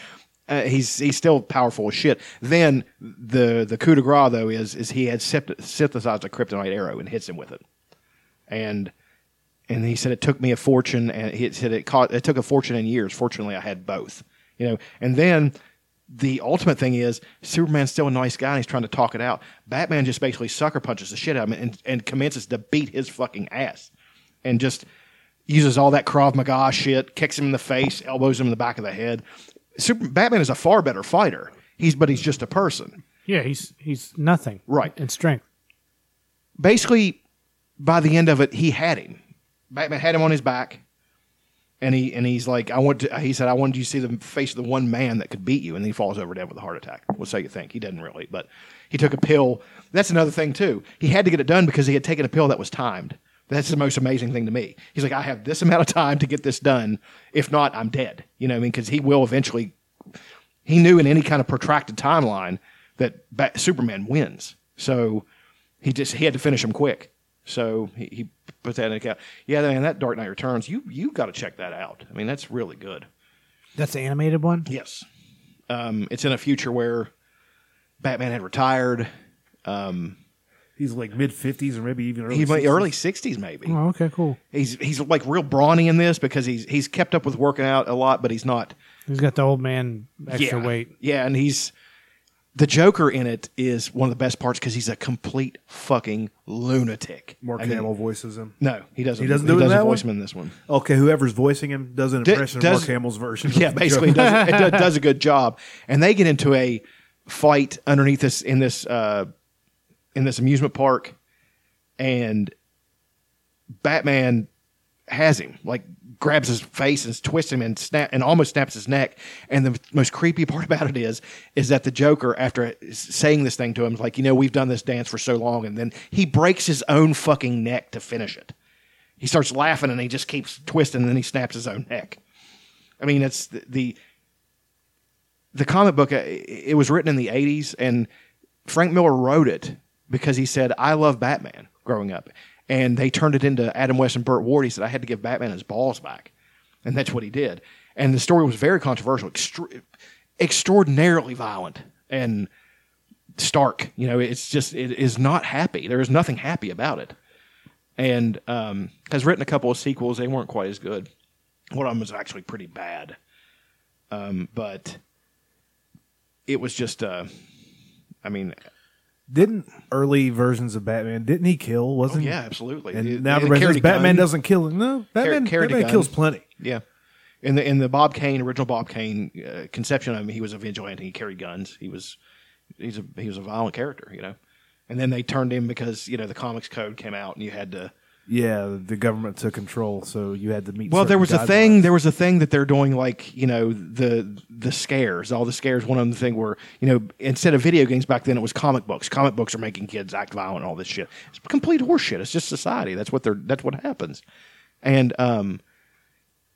Speaker 6: uh, he's he's still powerful as shit. Then the the coup de grace though is is he had sept- synthesized a kryptonite arrow and hits him with it, and and he said it took me a fortune and he said it caught it took a fortune in years. Fortunately, I had both. You know, and then the ultimate thing is Superman's still a nice guy and he's trying to talk it out. Batman just basically sucker punches the shit out of him and, and commences to beat his fucking ass and just uses all that Krav Maga shit, kicks him in the face, elbows him in the back of the head. Super, Batman is a far better fighter. He's but he's just a person.
Speaker 4: Yeah, he's he's nothing.
Speaker 6: Right.
Speaker 4: In strength.
Speaker 6: Basically, by the end of it, he had him. Batman had him on his back, and he and he's like, "I want." To, he said, "I wanted you to see the face of the one man that could beat you," and he falls over dead with a heart attack. Well, so you think he didn't really, but he took a pill. That's another thing too. He had to get it done because he had taken a pill that was timed. That's the most amazing thing to me. He's like, "I have this amount of time to get this done. If not, I'm dead." You know, what I mean, because he will eventually he knew in any kind of protracted timeline that Bat- Superman wins. So he just he had to finish him quick. So he, he put that in account. Yeah, man, that Dark Knight Returns, you you got to check that out. I mean, that's really good.
Speaker 4: That's the animated one.
Speaker 6: Yes, um, it's in a future where Batman had retired. Um,
Speaker 2: He's like mid fifties or maybe even early
Speaker 6: he might
Speaker 2: 60s.
Speaker 6: early sixties maybe.
Speaker 4: Oh, okay, cool.
Speaker 6: He's he's like real brawny in this because he's he's kept up with working out a lot, but he's not
Speaker 4: He's got the old man extra
Speaker 6: yeah.
Speaker 4: weight.
Speaker 6: Yeah, and he's the Joker in it is one of the best parts because he's a complete fucking lunatic.
Speaker 2: Mark
Speaker 6: I mean,
Speaker 2: Hamill voices him.
Speaker 6: No, he doesn't.
Speaker 2: He doesn't do it in that
Speaker 6: voice
Speaker 2: one?
Speaker 6: him in this one.
Speaker 2: Okay, whoever's voicing him does an
Speaker 6: D-
Speaker 2: impression
Speaker 6: does-
Speaker 2: of Mark Hamill's version.
Speaker 6: Yeah, basically it does, it do- does a good job. And they get into a fight underneath this in this uh, in this amusement park, and Batman has him like grabs his face and twists him and snap and almost snaps his neck. And the most creepy part about it is is that the Joker, after s- saying this thing to him, is like you know we've done this dance for so long, and then he breaks his own fucking neck to finish it. He starts laughing and he just keeps twisting, and then he snaps his own neck. I mean, it's the the, the comic book. uh, It it was written in the '80s, and Frank Miller wrote it because he said, "I love Batman." Growing up, and they turned it into Adam West and Burt Ward. He said, "I had to give Batman his balls back," and that's what he did. And the story was very controversial, extra- extraordinarily violent, and stark. You know, it's just it is not happy. There is nothing happy about it. And um, has written a couple of sequels. They weren't quite as good. One of them was actually pretty bad. Um, but it was just, uh, I mean,
Speaker 2: Didn't early versions of Batman? Didn't he kill? Wasn't
Speaker 6: Oh, yeah, absolutely.
Speaker 2: And
Speaker 6: It-
Speaker 2: now
Speaker 6: it
Speaker 2: the version
Speaker 6: carried
Speaker 2: is
Speaker 6: a gun.
Speaker 2: Batman doesn't kill. No, Batman,
Speaker 6: carried a
Speaker 2: Batman
Speaker 6: gun.
Speaker 2: kills plenty.
Speaker 6: yeah. In the in the Bob Kane original Bob Kane uh, conception of him, he was a vigilante. He carried guns. He was he's a he was a violent character, you know. And then they turned him because you know the comics code came out and you had to
Speaker 2: Yeah, the government took control, so you had to meet.
Speaker 6: Well, there
Speaker 2: certain
Speaker 6: was a
Speaker 2: guidelines.
Speaker 6: thing. There was a thing that they're doing, like you know, the the scares, all the scares. One of the thing where you know, instead of video games back then, it was comic books. Comic books are making kids act violent, and all this shit. It's complete horseshit. It's just society. That's what they're. That's what happens. And um,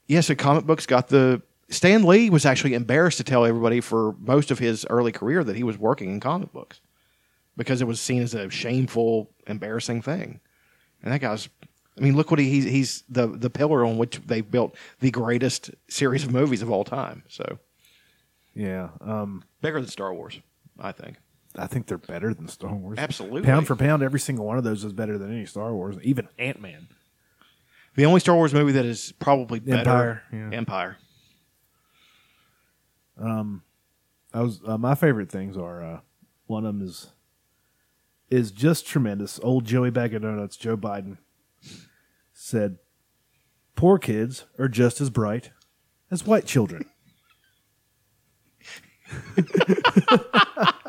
Speaker 6: yeah, so comic books got the. Stan Lee was actually embarrassed to tell everybody for most of his early career that he was working in comic books because it was seen as a shameful, embarrassing thing. And that guy's, I mean, look what he, he's, he's the, the pillar on which they built the greatest series of movies of all time. So
Speaker 2: Yeah, um,
Speaker 6: bigger than Star Wars, I think.
Speaker 2: I think they're better than Star Wars.
Speaker 6: Absolutely.
Speaker 2: Pound for pound, every single one of those is better than any Star Wars, even Ant Man.
Speaker 6: The only Star Wars movie that is probably better
Speaker 2: Empire, yeah.
Speaker 6: Empire.
Speaker 2: Um, I was uh, my favorite things are uh, one of them is is just tremendous. Old Joey Bag of Donuts, Joe Biden said, "Poor kids are just as bright as white children."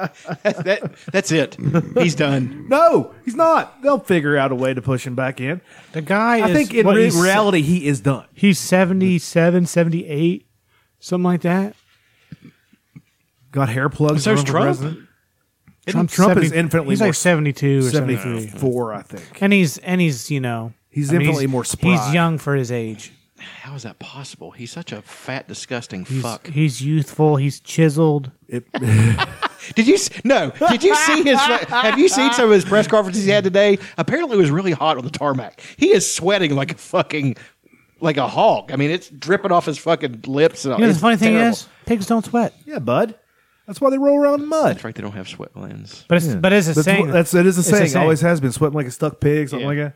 Speaker 6: that, that's it. He's done.
Speaker 2: No, he's not. They'll figure out a way to push him back in.
Speaker 4: The guy,
Speaker 2: I
Speaker 4: is-
Speaker 2: think in
Speaker 4: what,
Speaker 2: re-
Speaker 4: he's-
Speaker 2: reality he is done.
Speaker 4: He's 77, 78, something like that.
Speaker 2: Got hair plugs.
Speaker 4: So's
Speaker 2: running for
Speaker 4: Trump.
Speaker 2: president.
Speaker 4: Isn't
Speaker 2: Trump, Trump is
Speaker 4: 70
Speaker 2: infinitely
Speaker 4: he's
Speaker 2: more
Speaker 4: like 72 or
Speaker 2: 73.
Speaker 4: 73.
Speaker 2: Four, I think.
Speaker 4: And he's and he's you know
Speaker 2: He's
Speaker 4: I mean,
Speaker 2: infinitely more spry.
Speaker 4: He's young for his age.
Speaker 6: How is that possible? He's such a fat, disgusting
Speaker 4: He's,
Speaker 6: fuck.
Speaker 4: He's youthful. He's chiseled.
Speaker 6: Did you s- no? Did you see his? Have you seen some of his press conferences he had today? Apparently, it was really hot on the tarmac. He is sweating like a fucking, like a hog. I mean, it's dripping off his fucking lips. And all.
Speaker 4: you know the
Speaker 6: It's
Speaker 4: funny thing
Speaker 6: terrible.
Speaker 4: is, pigs don't sweat.
Speaker 2: Yeah, bud. That's why they roll around in mud.
Speaker 6: that's right. They don't have sweat glands.
Speaker 4: But it's but it's a
Speaker 2: that's
Speaker 4: saying.
Speaker 2: what- that's it is a
Speaker 4: It's
Speaker 2: saying. Always has been. Sweating like a stuck pig, something like that.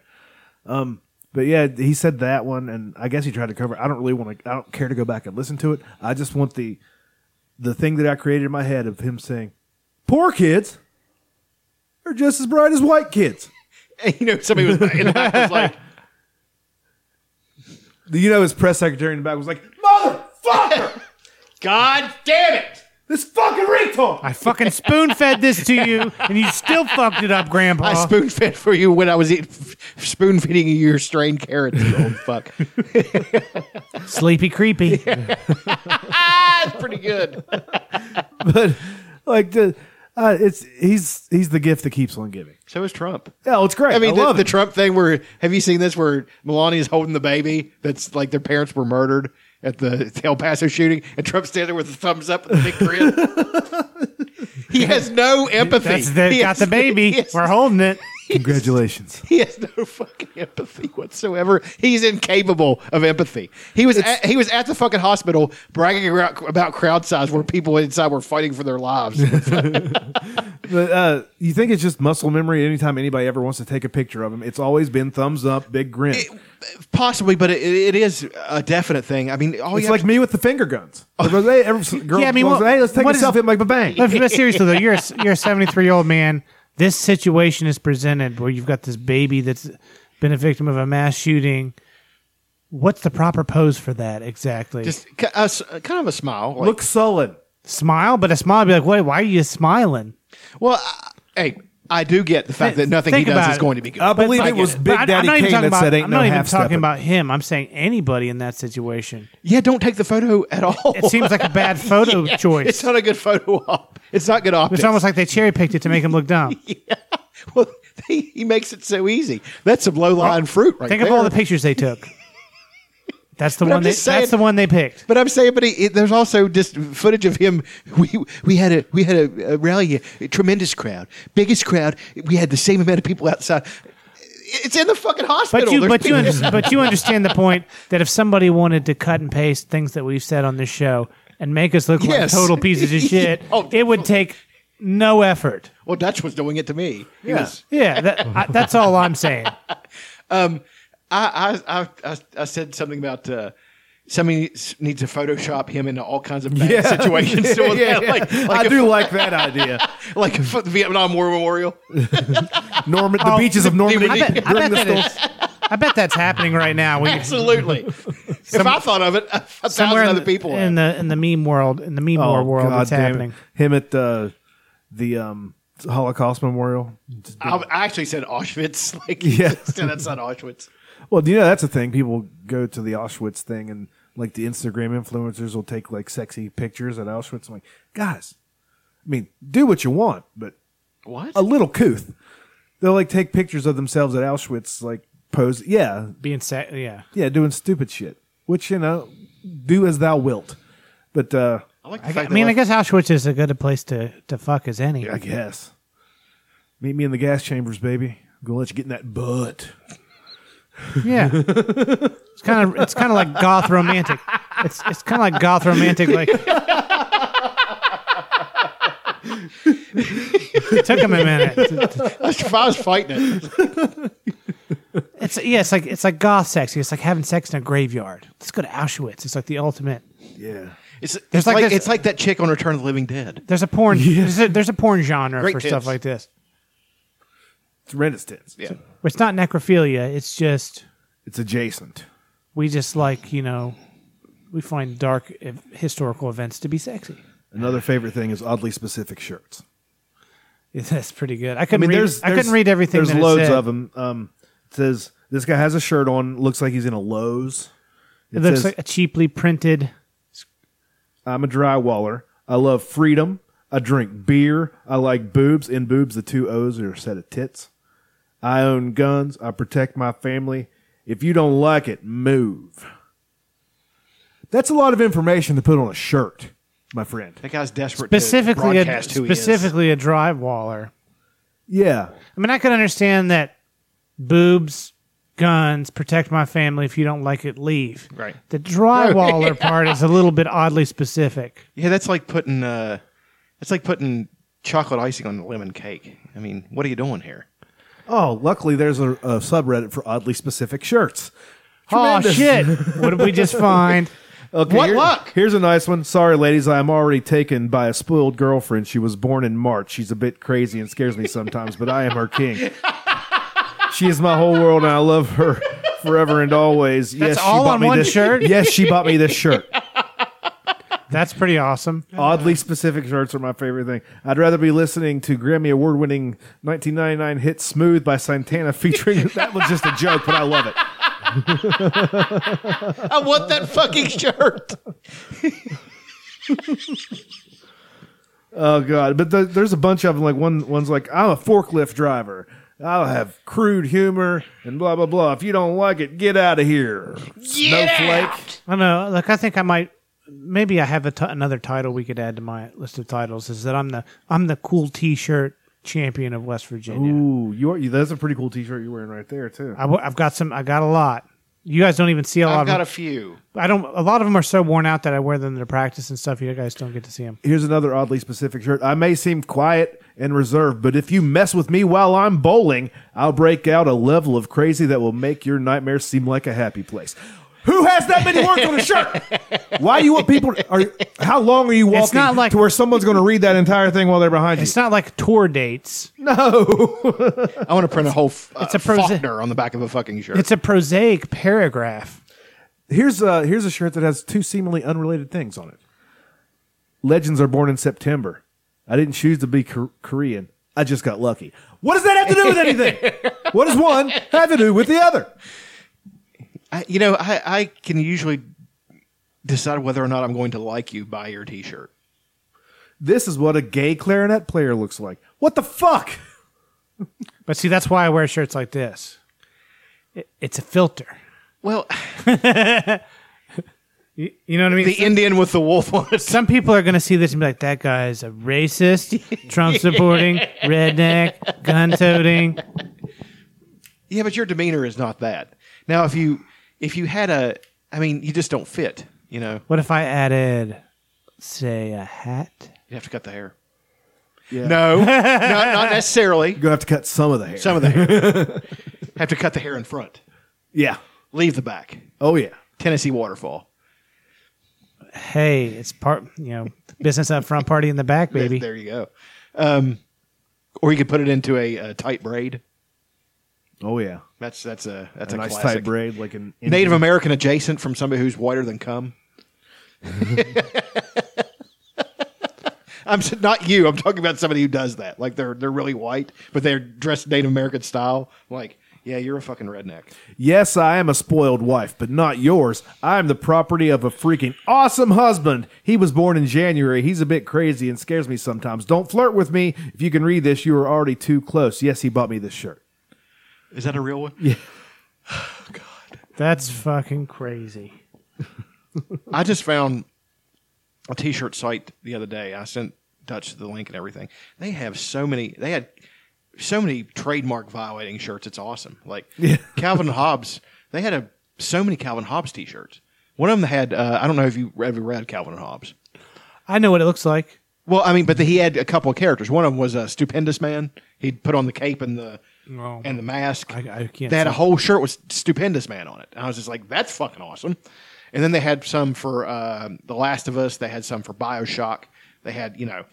Speaker 2: Um, but yeah, he said that one, and I guess he tried to cover. it. I don't really want to. I don't care to go back and listen to it. I just want the the thing that I created in my head of him saying, "Poor kids are just as bright as white kids."
Speaker 6: And, you know, somebody was, in the back was like,
Speaker 2: You know, his press secretary in the back was like, "Motherfucker,
Speaker 6: God damn it,
Speaker 2: this fucking retard."
Speaker 4: I fucking spoon fed this to you, and you still fucked it up, Grandpa.
Speaker 6: I spoon fed for you when I was eat, spoon feeding you your strained carrots. You old fuck.
Speaker 4: Sleepy creepy. Ah,
Speaker 6: That's pretty good.
Speaker 2: but like the uh, it's he's he's the gift that keeps on giving.
Speaker 6: So is Trump.
Speaker 2: Oh, it's great.
Speaker 6: I mean, the,
Speaker 2: love
Speaker 6: the
Speaker 2: it.
Speaker 6: Trump thing where have you seen this where Melania's holding the baby that's like their parents were murdered at the El Paso shooting, and Trump's standing there with the thumbs up and the big grin. he has no empathy.
Speaker 4: That's the,
Speaker 6: he
Speaker 4: got
Speaker 6: has,
Speaker 4: the baby.
Speaker 6: He has,
Speaker 4: We're holding it.
Speaker 2: Congratulations.
Speaker 6: he has no fucking empathy whatsoever. He's incapable of empathy. He was at, he was at the fucking hospital bragging about, about crowd size where people inside were fighting for their lives.
Speaker 2: But uh, you think it's just muscle memory? Anytime anybody ever wants to take a picture of him, it's always been thumbs up, big grin.
Speaker 6: Possibly, but it, it is a definite thing. I mean, all
Speaker 2: it's
Speaker 6: you have
Speaker 2: like
Speaker 6: to-
Speaker 2: me with the finger guns. Hey, every girl
Speaker 4: Yeah, I mean,
Speaker 2: goes,
Speaker 4: what-
Speaker 2: hey, let's take a
Speaker 4: what is-
Speaker 2: selfie. I'm like, ba bang.
Speaker 4: But, but seriously though, you're a, you're a 73 year old man. This situation is presented where you've got this baby that's been a victim of a mass shooting. What's the proper pose for that exactly?
Speaker 6: just ki- a s- uh, kind of a smile. like-
Speaker 2: Look sullen.
Speaker 4: smile, but a smile would be like, wait, why are you smiling?
Speaker 6: Well, I, hey, I do get the fact that nothing he
Speaker 4: think
Speaker 6: does
Speaker 4: about
Speaker 6: is
Speaker 4: it. Uh,
Speaker 6: going to be good.
Speaker 2: I believe
Speaker 4: But-
Speaker 2: it was
Speaker 4: but
Speaker 2: Big
Speaker 4: I- I'm
Speaker 2: Daddy
Speaker 4: not even
Speaker 2: Kane
Speaker 4: talking
Speaker 2: that said,
Speaker 4: about-
Speaker 2: "Ain't
Speaker 4: I'm
Speaker 2: no
Speaker 4: not even
Speaker 2: half
Speaker 4: talking
Speaker 2: stepping."
Speaker 4: about him. I'm saying anybody in that situation.
Speaker 6: yeah, don't take the photo at all.
Speaker 4: It seems like a bad photo
Speaker 6: Yeah,
Speaker 4: choice.
Speaker 6: It's not a good photo op. It's not good optics.
Speaker 4: It's almost like they cherry picked it to make him look dumb.
Speaker 6: well, he, he makes it so easy. That's some low lying fruit, right
Speaker 4: Think
Speaker 6: there.
Speaker 4: of all the pictures they took. That's the
Speaker 6: But I'm
Speaker 4: one. They,
Speaker 6: just saying-
Speaker 4: that's the one they picked.
Speaker 6: But I'm saying, but he, it- there's also just footage of him. We we had a we had a, a rally, here, a tremendous crowd, biggest crowd. We had the same amount of people outside. It's in the fucking hospital.
Speaker 4: But you,
Speaker 6: There's
Speaker 4: but you,
Speaker 6: people-
Speaker 4: under, but you understand the point that if somebody wanted to cut and paste things that we've said on this show and make us look
Speaker 6: Yes.
Speaker 4: like total pieces of shit,
Speaker 6: Oh,
Speaker 4: it would take no effort.
Speaker 6: well, Dutch was doing it to me. He
Speaker 2: Yeah.
Speaker 6: was-
Speaker 4: Yeah, that, I, that's all I'm saying.
Speaker 6: I, I, I- I, I said something about uh, somebody s- needs to Photoshop him into all kinds of bad
Speaker 2: Yeah.
Speaker 6: situations.
Speaker 2: Yeah,
Speaker 6: So
Speaker 2: yeah, yeah.
Speaker 6: like, like
Speaker 2: I
Speaker 6: a-
Speaker 2: do like that idea.
Speaker 6: like a f- Vietnam War memorial.
Speaker 2: Norman, the beaches of Normandy
Speaker 6: I bet-
Speaker 4: I bet,
Speaker 2: during the
Speaker 4: that
Speaker 2: storm.
Speaker 4: is, I bet that's happening right now. We,
Speaker 6: Absolutely. if I thought of it, a thousand
Speaker 4: somewhere in
Speaker 6: other
Speaker 4: the,
Speaker 6: people. Oh, have.
Speaker 4: in the in the meme world, in the meme war world, it's
Speaker 2: damn Oh, it.
Speaker 4: happening.
Speaker 2: Him at the the um, Holocaust Memorial.
Speaker 6: I, I actually said Auschwitz. Like,
Speaker 2: Yeah.
Speaker 6: that's not Auschwitz.
Speaker 2: Well, do you know that's the thing? People go to the Auschwitz thing, and like the Instagram influencers will take like sexy pictures at Auschwitz. I'm like, guys, I mean, do what you want, but
Speaker 6: What?
Speaker 2: a little couth. They'll like take pictures of themselves at Auschwitz, like pose. Yeah,
Speaker 4: Being sa- yeah,
Speaker 2: yeah, doing stupid shit, which you know, do as thou wilt. But uh
Speaker 6: I like the
Speaker 4: I,
Speaker 6: fact
Speaker 4: I mean,
Speaker 6: that,
Speaker 4: I guess Auschwitz is as good a place to to fuck as any.
Speaker 2: I guess meet me in the gas chambers, baby. I'm gonna let you get in that butt.
Speaker 4: Yeah, it's kind of it's kind of like goth romantic. It's it's kind of like goth romantic. Like It took him a minute.
Speaker 6: if I was fighting it.
Speaker 4: It's yeah, it's like it's like goth sexy. It's like having sex in a graveyard. Let's go to Auschwitz. It's like the ultimate.
Speaker 6: Yeah. It's,
Speaker 4: There's
Speaker 6: it's
Speaker 4: like
Speaker 6: like,
Speaker 4: this-
Speaker 6: it's like that chick on Return of the Living Dead.
Speaker 4: There's a porn. There's, a, there's a porn genre
Speaker 6: Great
Speaker 4: for
Speaker 6: tits.
Speaker 4: stuff like this.
Speaker 2: It's resistance. Yeah.
Speaker 4: It's not necrophilia. It's just
Speaker 2: It's adjacent.
Speaker 4: we just like you know we find dark ev- historical events to be sexy.
Speaker 2: Another favorite thing is oddly specific shirts.
Speaker 4: Yeah, That's pretty good. I couldn't. read, I couldn't read everything.
Speaker 2: There's
Speaker 4: that it
Speaker 2: loads
Speaker 4: said.
Speaker 2: of them. Um, it says this guy has a shirt on. Looks like he's in a Lowe's.
Speaker 4: It, looks like a cheaply printed.
Speaker 2: I'm a drywaller. I love freedom. I drink beer. I like boobs. In boobs, the two O's are a set of tits. I own guns. I protect my family. If you don't like it, move. That's a lot of information to put on a shirt, my friend.
Speaker 6: That guy's desperate
Speaker 4: specifically
Speaker 6: to
Speaker 4: a,
Speaker 6: broadcast who he is.
Speaker 4: specifically a drywaller.
Speaker 2: Yeah.
Speaker 4: I mean, I could understand that boobs, guns, protect my family. If you don't like it, leave.
Speaker 6: Right.
Speaker 4: The drywaller part is a little bit oddly specific.
Speaker 6: Yeah, that's like putting uh, that's like putting chocolate icing on a lemon cake. I mean, what are you doing here?
Speaker 2: Oh, luckily there's a, a subreddit for oddly specific shirts.
Speaker 4: Oh
Speaker 2: Tremendous.
Speaker 4: shit! What did we just find?
Speaker 2: Okay,
Speaker 4: What
Speaker 2: here-
Speaker 4: luck?
Speaker 2: Here's a nice one. Sorry, ladies, I am already taken by a spoiled girlfriend. She was born in March. She's a bit crazy and scares me sometimes, but I am her king. She is my whole world, and I love her forever and always. yes, she
Speaker 4: all
Speaker 2: bought
Speaker 4: on
Speaker 2: me
Speaker 4: one
Speaker 2: this
Speaker 4: shirt?
Speaker 2: Yes, she bought me this shirt.
Speaker 4: That's pretty awesome.
Speaker 2: Oddly specific shirts are my favorite thing. I'd rather be listening to Grammy Award winning 1999 hit Smooth by Santana featuring. that was just a joke, but I love it.
Speaker 6: I want that fucking shirt.
Speaker 2: Oh god, but th- there's a bunch of them. Like one, one's like, I'm a forklift driver. I'll have crude humor and blah blah blah. If you don't like it, get out of here, snowflake.
Speaker 4: I don't know. Look, I think I might. Maybe I have a t- another title we could add to my list of titles. Is that I'm the I'm the cool T-shirt champion of West Virginia.
Speaker 2: Ooh, you are, you, that's a pretty cool T-shirt you're wearing right there too.
Speaker 4: I w- I've got some. I got a lot. You guys don't even see a lot.
Speaker 6: I've
Speaker 4: of them.
Speaker 6: got a few.
Speaker 4: I don't. A lot of them are so worn out that I wear them to practice and stuff. You guys don't get to see them.
Speaker 2: Here's another oddly specific shirt. I may seem quiet and reserved, but if you mess with me while I'm bowling, I'll break out a level of crazy that will make your nightmare seem like a happy place. Who has that many words on a shirt? Why you want people? Are how long are you walking
Speaker 4: not like-
Speaker 2: to where someone's going to read that entire thing while they're behind you?
Speaker 4: It's not like tour dates.
Speaker 2: No.
Speaker 6: I want to print a whole f-
Speaker 4: It's
Speaker 6: uh,
Speaker 4: a prosa-
Speaker 6: Faulkner on the back of a fucking shirt.
Speaker 4: It's a prosaic paragraph.
Speaker 2: here's a here's a shirt that has two seemingly unrelated things on it. Legends are born in September. I didn't choose to be Kor- Korean. I just got lucky. What does that have to do with anything? what does one have to do with the other?
Speaker 6: I, you know, I, I can usually decide whether or not I'm going to like you by your T-shirt.
Speaker 2: This is what a gay clarinet player looks like. What the fuck?
Speaker 4: But see, that's why I wear shirts like this. It, it's a filter.
Speaker 6: Well,
Speaker 4: You, you know what I mean?
Speaker 6: the Indian with the wolf on it.
Speaker 4: Some people are going to see this and be like, that guy is a racist, Trump supporting, redneck, gun toting.
Speaker 6: Yeah, but your demeanor is not that. Now, if you if you had a, I mean, you just don't fit. You know,
Speaker 4: What if I added, say, a hat?
Speaker 6: you have to cut the hair.
Speaker 2: Yeah.
Speaker 6: No, no, not necessarily.
Speaker 2: You're gonna have to cut some of the hair.
Speaker 6: Some of the hair. have to cut the hair in front.
Speaker 2: yeah.
Speaker 6: Leave the back.
Speaker 2: Oh yeah.
Speaker 6: Tennessee waterfall.
Speaker 4: Hey, it's part, you know, business up front, party in the back,
Speaker 6: There-
Speaker 4: baby.
Speaker 6: There, you go. Um, or you could put it into a, uh tight braid.
Speaker 2: Oh yeah.
Speaker 6: That's that's a that's
Speaker 2: a
Speaker 6: a
Speaker 2: nice
Speaker 6: classic.
Speaker 2: tight braid, like an
Speaker 6: Native American adjacent from somebody who's whiter than cum. I'm s- not you. I'm talking about somebody who does that. Like they're they're really white, but they're dressed Native American style. Like, yeah, you're a fucking redneck.
Speaker 2: Yes, I am a spoiled wife, but not yours. I am the property of a freaking awesome husband. He was born in January. He's a bit crazy and scares me sometimes. Don't flirt with me. If you can read this, you are already too close. Yes, he bought me this shirt.
Speaker 6: Is that a real one? Yeah. God.
Speaker 4: That's
Speaker 2: Mm.
Speaker 4: fucking crazy.
Speaker 6: I just found a t-shirt site the other day. I sent Dutch the link and everything. They have so many. They had so many trademark violating shirts. It's awesome. Like Calvin Hobbes. They had a, so many Calvin Hobbes t-shirts. One of them had. Uh, I don't know if you ever read Calvin and Hobbes.
Speaker 4: I know what it looks like.
Speaker 6: Well, I mean, but the, he had a couple of characters. One of them was a stupendous man. He'd put on the cape and the and the mask. I,
Speaker 4: can't
Speaker 6: They had a
Speaker 4: see.
Speaker 6: whole shirt with stupendous man on it. And I was just like, that's fucking awesome. And then they had some for uh, The Last of Us. They had some for Bioshock. They had you know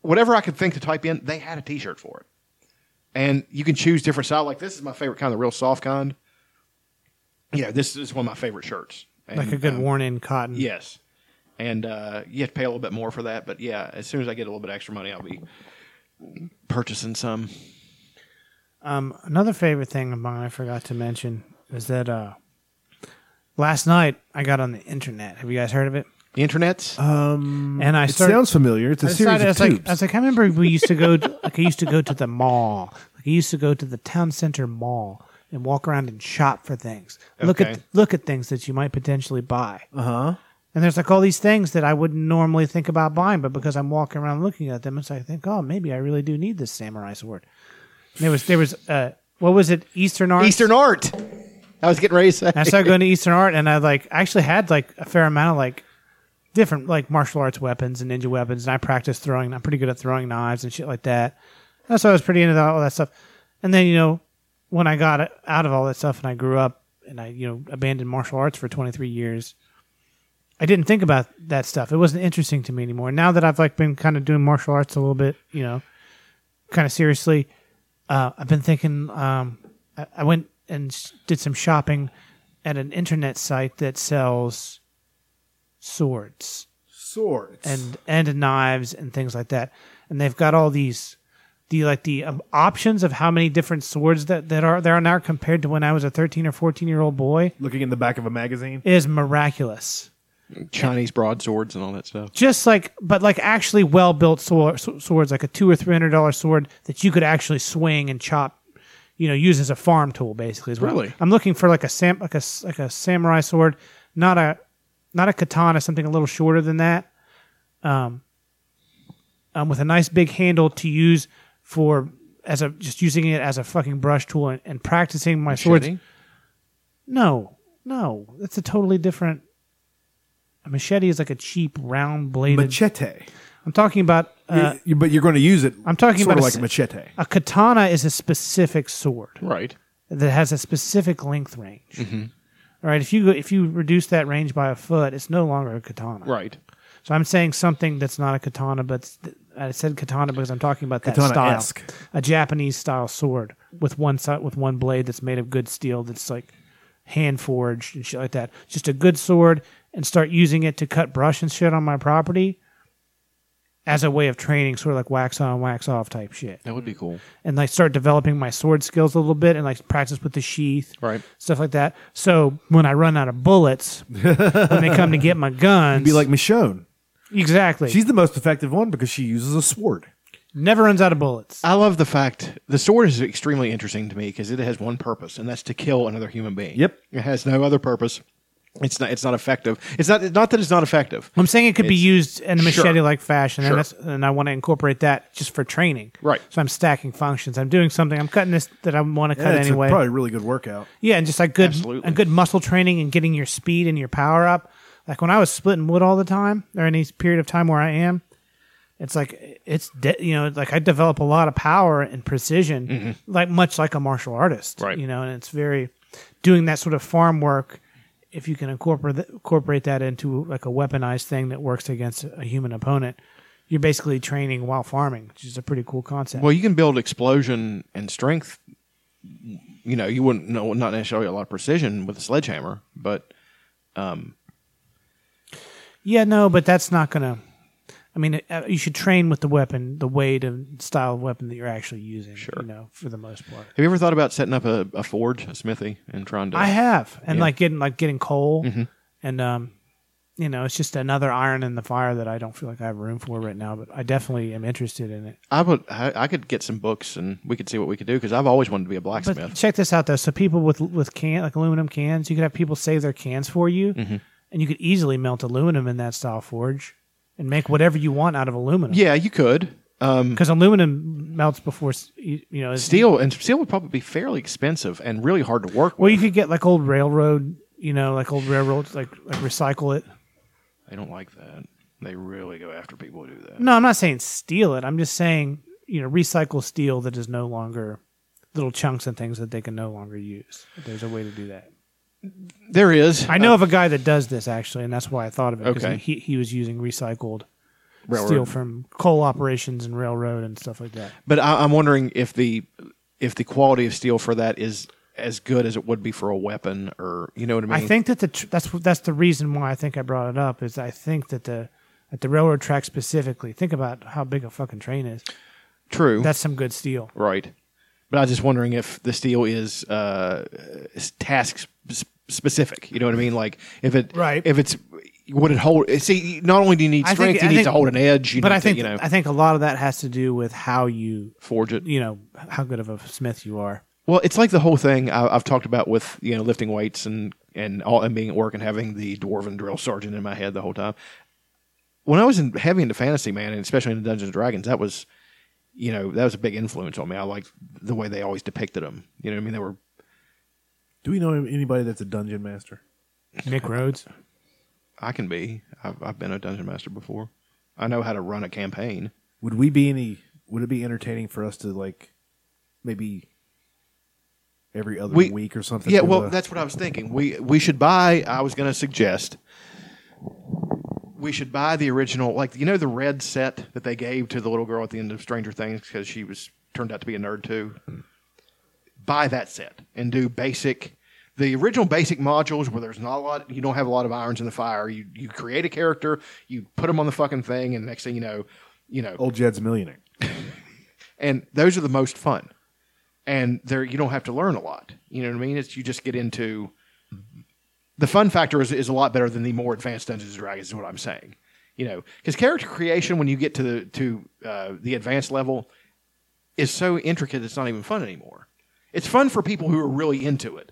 Speaker 6: whatever I could think to type in. They had a T-shirt for it, and you can choose different style. Like this is my favorite kind, the real soft kind. Yeah, this is one of my favorite shirts.
Speaker 4: like a good
Speaker 6: um,
Speaker 4: worn in cotton.
Speaker 6: Yes. And uh, you have to pay a little bit more for that. But yeah, as soon as I get a little bit extra money, I'll be purchasing some.
Speaker 4: Um, another favorite thing of mine I forgot to mention is that uh, last night I got on the internet. Have you guys heard of it?
Speaker 6: The internet's.
Speaker 2: Um,
Speaker 4: And I
Speaker 2: it
Speaker 4: start-
Speaker 2: sounds familiar. It's a
Speaker 4: I
Speaker 2: series
Speaker 4: decided-
Speaker 2: of
Speaker 4: I was like,
Speaker 2: tubes.
Speaker 4: I was like, I remember we used to go. To, like I used to go to the mall. Like I used to go to the town center mall and walk around and shop for things. Look
Speaker 2: Okay.
Speaker 4: at look at things that you might potentially buy.
Speaker 2: Uh
Speaker 6: Uh-huh.
Speaker 2: huh.
Speaker 4: And there's like all these things that I wouldn't normally think about buying, but because I'm walking around looking at them, it's like I think, oh, maybe I really do need this samurai sword. And there was there was uh, what was it? Eastern art.
Speaker 6: Eastern art. I was getting ready to say.
Speaker 4: And I started going to Eastern art, and I like I actually had like a fair amount of like different like martial arts weapons and ninja weapons, and I practiced throwing. I'm pretty good at throwing knives and shit like that. That's why I was pretty into all that stuff. And then you know when I got out of all that stuff and I grew up and I you know abandoned martial arts for 23 years, I didn't think about that stuff. It wasn't interesting to me anymore. Now that I've like been kind of doing martial arts a little bit, you know, kind of seriously, uh, I've been thinking. Um, I, I went and s- did some shopping at an internet site that sells swords
Speaker 2: Swords.
Speaker 4: and and knives and things like that. And they've got all these the like the um, options of how many different swords that, that are there are now compared to when I was a 13 or 14 year old boy
Speaker 2: Looking in the back of a magazine.
Speaker 4: is miraculous.
Speaker 6: Chinese broadswords and all that stuff.
Speaker 4: Just like but like actually well built swor- sw- swords like a 2 or 300 dollar sword that you could actually swing and chop you know use as a farm tool basically is what I'm-
Speaker 6: Really?
Speaker 4: I'm looking for like a sam like a s- like a samurai sword, not a not a katana, something a little shorter than that, um, um, with a nice big handle to use for as a just using it as a fucking brush tool and, and practicing my swords.
Speaker 6: Machete?
Speaker 4: No, no, that's a totally different. A machete is like a cheap round bladed
Speaker 2: Machete.
Speaker 4: I'm talking about. Uh,
Speaker 2: You're- you- but you're going to use it.
Speaker 4: I'm talking
Speaker 2: sort
Speaker 4: about
Speaker 2: of
Speaker 4: a
Speaker 2: like a
Speaker 4: s-
Speaker 2: machete.
Speaker 4: a katana is a specific sword
Speaker 6: Right.
Speaker 4: that has a specific length range.
Speaker 6: Mhm.
Speaker 4: All right, if you go, if you reduce that range by a foot, it's no longer a katana.
Speaker 6: Right.
Speaker 4: So I'm saying something that's not a katana, but it's- I said katana because I'm talking about that
Speaker 2: Katana-esque.
Speaker 4: style, a Japanese style sword with one side with one blade that's made of good steel that's like hand forged and shit like that. Just a good sword, and start using it to cut brush and shit on my property as a way of training, sort of like wax on, wax off type shit
Speaker 6: That would be cool.
Speaker 4: and like start developing my sword skills a little bit and like practice with the sheath,
Speaker 6: Right.
Speaker 4: Stuff like that. So when I run out of bullets, when they come to get my guns,
Speaker 2: Be like Michonne.
Speaker 4: exactly.
Speaker 2: She's the most effective one because she uses a sword.
Speaker 4: never runs out of bullets.
Speaker 6: I love the fact the sword is extremely interesting to me because it has one purpose, and that's to kill another human being. Yep. It has no other purpose. It's not. It's not effective. It's not. Not that it's not effective.
Speaker 4: I'm saying it could be
Speaker 6: It's-
Speaker 4: used in a
Speaker 6: Sure.
Speaker 4: machete like fashion,
Speaker 6: Sure.
Speaker 4: and, that's, and I want to incorporate that just for training.
Speaker 6: Right.
Speaker 4: So I'm stacking functions. I'm doing something. I'm cutting this that I want to
Speaker 2: Yeah,
Speaker 4: cut
Speaker 2: it's a-
Speaker 4: anyway.
Speaker 2: probably a really good workout.
Speaker 4: Yeah, and just like good
Speaker 2: Absolutely.
Speaker 4: a good muscle training and getting your speed and your power up. Like when I was splitting wood all the time, or any period of time where I am, it's like it's de- you know like I develop a lot of power and precision, like much like a martial artist, right? You know, and it's very doing that sort of farm work. If you can incorporate th- incorporate that into like a weaponized thing that works against a human opponent, you're basically training while farming, which is a pretty cool concept.
Speaker 6: Well, you can build explosion and strength. You know, you wouldn't know not necessarily a lot of precision with a sledgehammer, but um,
Speaker 4: Yeah, no, but that's not gonna. I mean, uh, you should train with the weapon, the weight and style of weapon that you're actually using. Sure, you know, for the most part.
Speaker 6: have you ever thought about setting up a, a forge, a smithy, and trying to?
Speaker 4: I have, and
Speaker 6: Yeah.
Speaker 4: like getting like getting coal,
Speaker 6: Mhm.
Speaker 4: and um, you know, it's just another iron in the fire that I don't feel like I have room for right now. But I definitely am interested in it.
Speaker 6: I would. I, I could get some books, and we could see what we could do because I've always wanted to be a
Speaker 4: But
Speaker 6: blacksmith.
Speaker 4: check this out though. So people with with can like aluminum cans, you could have people save their cans for you,
Speaker 6: Mhm.
Speaker 4: and you could easily melt aluminum in that style forge, and make whatever you want out of aluminum.
Speaker 6: yeah, you could. Um,
Speaker 4: because aluminum melts before s- you you know it's-
Speaker 6: steel and steel would probably be fairly expensive and really hard to work. with.
Speaker 4: Well, you could get like old railroad, you Mm, know, like old railroads, like like recycle it.
Speaker 6: I don't like that. They really go after people who do that.
Speaker 4: No, I'm not saying steal it. I'm just saying, you know, recycle steel that is no longer little chunks and things that they can no longer use. There's a way to do that.
Speaker 6: There is.
Speaker 4: I know of a guy that does this actually, and that's why I thought of it. 'cause
Speaker 6: Uh, Okay.
Speaker 4: He, he, he was using recycled steel
Speaker 6: Railroad.
Speaker 4: from coal operations and railroad and stuff like that.
Speaker 6: But I, I'm wondering if the if the quality of steel for that is as good as it would be for a weapon, or you know what I mean.
Speaker 4: I think that the tr- that's wh- that's the reason why I think I brought it up is I think that the at the railroad track specifically. Think about how big a fucking train is.
Speaker 6: true.
Speaker 4: That's some good steel.
Speaker 6: right. But I was just wondering if the steel is uh, is task sp- specific. You know what I mean? Like if it
Speaker 4: Right.
Speaker 6: if it's would it hold? See, not only do you need
Speaker 4: I
Speaker 6: strength,
Speaker 4: think-
Speaker 6: you
Speaker 4: I
Speaker 6: need
Speaker 4: think-
Speaker 6: to hold an edge. You
Speaker 4: but
Speaker 6: need
Speaker 4: I think
Speaker 6: to, you know
Speaker 4: I think a lot of that has to do with how you
Speaker 6: forge it.
Speaker 4: You know how good of a smith you are.
Speaker 6: Well, it's like the whole thing I, I've talked about with you know lifting weights and and all and being at work and having the dwarven drill sergeant in my head the whole time. When I was in, heavy into fantasy, man, and especially into Dungeons and Dragons, that was you know that was a big influence on me. I liked the way they always depicted them. You know what I mean? They were
Speaker 2: Do we know anybody that's a dungeon master?
Speaker 4: Nick Rhodes.
Speaker 6: I can be. I've, I've been a dungeon master before. I know how to run a campaign.
Speaker 2: Would we be any? Would it be entertaining for us to like, maybe every other
Speaker 6: We-
Speaker 2: week or something? uh,
Speaker 6: yeah,
Speaker 2: do
Speaker 6: well,
Speaker 2: a-
Speaker 6: that's what I was thinking. We we should buy. I was going to suggest we should buy the original, like you know, the red set that they gave to the little girl at the end of Stranger Things because she was turned out to be a nerd too. Buy that set and do basic. The original basic modules where there's not a lot, you don't have a lot of irons in the fire. You you create a character, you put them on the fucking thing, and next thing you know, you know,
Speaker 2: old Jed's millionaire.
Speaker 6: and those are the most fun. And there, you don't have to learn a lot. You know what I mean? It's you just get into the fun factor is, is a lot better than the more advanced Dungeons and Dragons. Is what I'm saying. You know, because character creation when you get to the to uh, the advanced level is so intricate it's not even fun anymore. It's fun for people who are really into it,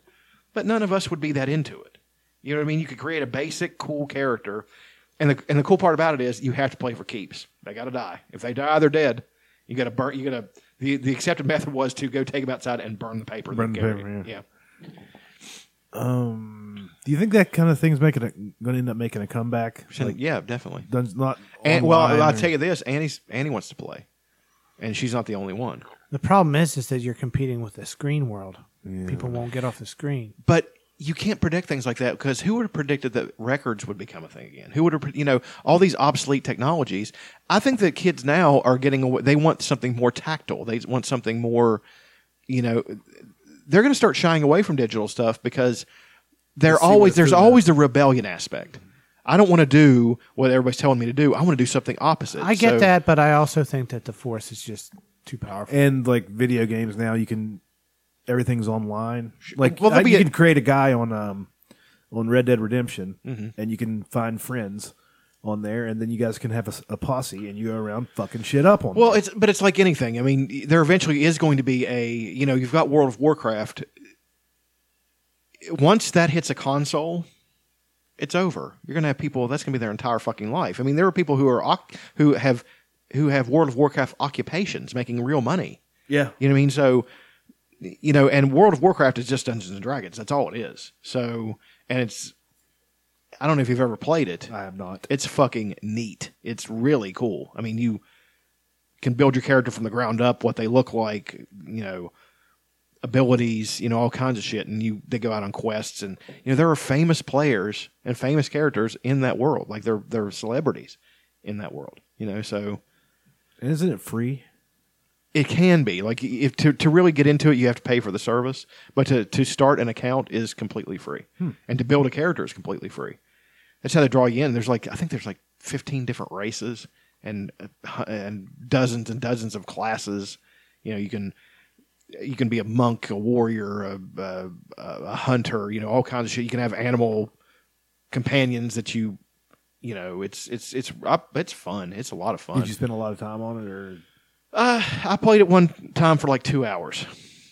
Speaker 6: but none of us would be that into it. You know what I mean? You could create a basic cool character, and the and the cool part about it is you have to play for keeps. They got to die. If they die, they're dead. You got to burn. You got to the the accepted method was to go take them outside and burn the paper. they
Speaker 2: Burn the
Speaker 6: carry.
Speaker 2: paper,
Speaker 6: yeah.
Speaker 2: Um, do you think that kind of thing's making a going to end up making a comeback?
Speaker 6: Should- yeah, definitely.
Speaker 2: Dungeon, not
Speaker 6: And well,
Speaker 2: online
Speaker 6: I'll
Speaker 2: or-
Speaker 6: tell you this: Annie's Annie wants to play, and she's not the only one.
Speaker 4: The problem is, is that you're competing with the screen world. People won't get off the screen.
Speaker 6: But you can't predict things like that because who would have predicted that records would become a thing again? Who would have, pre- you know, all these obsolete technologies? I think that kids now are getting away. They want something more tactile. They want something more, you know. They're going to start shying away from digital stuff because they're
Speaker 2: see what
Speaker 6: always
Speaker 2: it's
Speaker 6: there's
Speaker 2: doing.
Speaker 6: always the rebellion aspect. I don't want to do what everybody's telling me to do. I want to do something opposite.
Speaker 4: I get
Speaker 6: So-
Speaker 4: that, but I also think that the force is just too powerful.
Speaker 2: and like video games now you can everything's online like
Speaker 6: Well,
Speaker 2: well,
Speaker 6: there'll be
Speaker 2: you
Speaker 6: a-
Speaker 2: can create a guy on um on red dead redemption
Speaker 6: Mm-hmm.
Speaker 2: and you can find friends on there and then you guys can have a s- a, posse and you go around fucking shit up on
Speaker 6: Well, it's but it's like anything. I mean, there eventually is going to be a you know you've got World of Warcraft. Once that hits a console, it's over. You're going to have people that's going to be their entire fucking life. I mean, there are people who are oc- who have who have World of Warcraft occupations making real money.
Speaker 2: yeah
Speaker 6: You know what I mean? So, you know, and World of Warcraft is just Dungeons and Dragons. That's all it is. So, and it's, I don't know if you've ever played it.
Speaker 2: I have not.
Speaker 6: It's fucking neat. It's really cool. I mean, you can build your character from the ground up, what they look like, you know, abilities, you know, all kinds of shit. And you, they go out on quests and, you know, there are famous players and famous characters in that world. Like they're, they're celebrities in that world, you know, so.
Speaker 2: and isn't it free
Speaker 6: It can be like if to, to really get into it, you have to pay for the service. But to, to start an account is completely free, and to build a character is completely free. That's how they draw you in. There's like I think there's like 15 different races and uh, hu- and dozens and dozens of classes. You know, you can you can be a monk, a warrior, a, a, a hunter. You know, all kinds of shit. You can have animal companions that you you know. It's it's it's it's fun. It's a lot of fun.
Speaker 2: did you spend a lot of time on it or
Speaker 6: Uh, I played it one time for like two hours.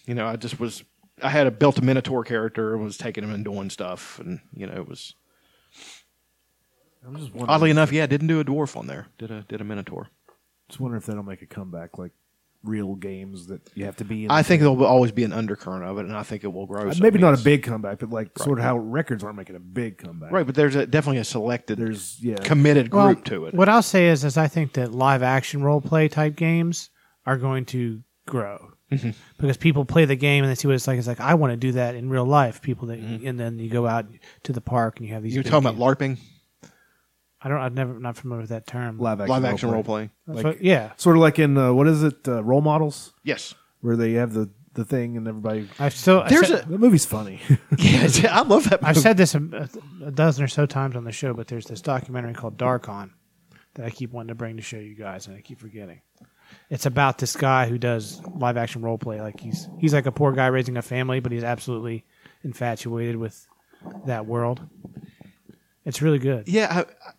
Speaker 6: You know, I just was. I had a built a Minotaur character and was taking him and doing stuff, and you know, it was
Speaker 2: i'm just wondering
Speaker 6: oddly enough, yeah, I didn't do a dwarf on there. Did a did a Minotaur.
Speaker 2: just wondering if that'll make a comeback like real games that you have to be. in.
Speaker 6: I think there'll always be an undercurrent of it, and I think it will grow.
Speaker 2: Uh,
Speaker 6: some
Speaker 2: maybe not
Speaker 6: means.
Speaker 2: a big comeback, but like sort of how records aren't making a big comeback.
Speaker 6: right, but there's a, definitely a selected,
Speaker 2: there's yeah.
Speaker 6: committed
Speaker 4: Well,
Speaker 6: group to it.
Speaker 4: What I'll say is, is I think that live action role play type games are going to grow
Speaker 6: Mhm.
Speaker 4: because people play the game and they see what it's like. It's like I want to do that in real life. People that, and then you go out to the park and you have these.
Speaker 6: Mm-hmm. You're
Speaker 4: big
Speaker 6: talking about
Speaker 4: games.
Speaker 6: LARPing,
Speaker 4: I don't. I've never not familiar with that term.
Speaker 2: live action,
Speaker 6: live action role
Speaker 2: play.
Speaker 6: playing.
Speaker 4: That's what- yeah.
Speaker 2: sort of like in uh, what is it? Uh, role models.
Speaker 6: Yes.
Speaker 2: where they have the the thing and everybody.
Speaker 4: I've still.
Speaker 6: There's
Speaker 4: I've said,
Speaker 6: a-
Speaker 2: The movie's funny.
Speaker 6: yeah, I love that.
Speaker 4: I've said this a, a dozen or so times on the show, but there's this documentary called Dark On that I keep wanting to bring to show you guys, and I keep forgetting. It's about this guy who does live action role play. Like he's he's like a poor guy raising a family, but he's absolutely infatuated with that world. It's really good.
Speaker 6: Yeah, I,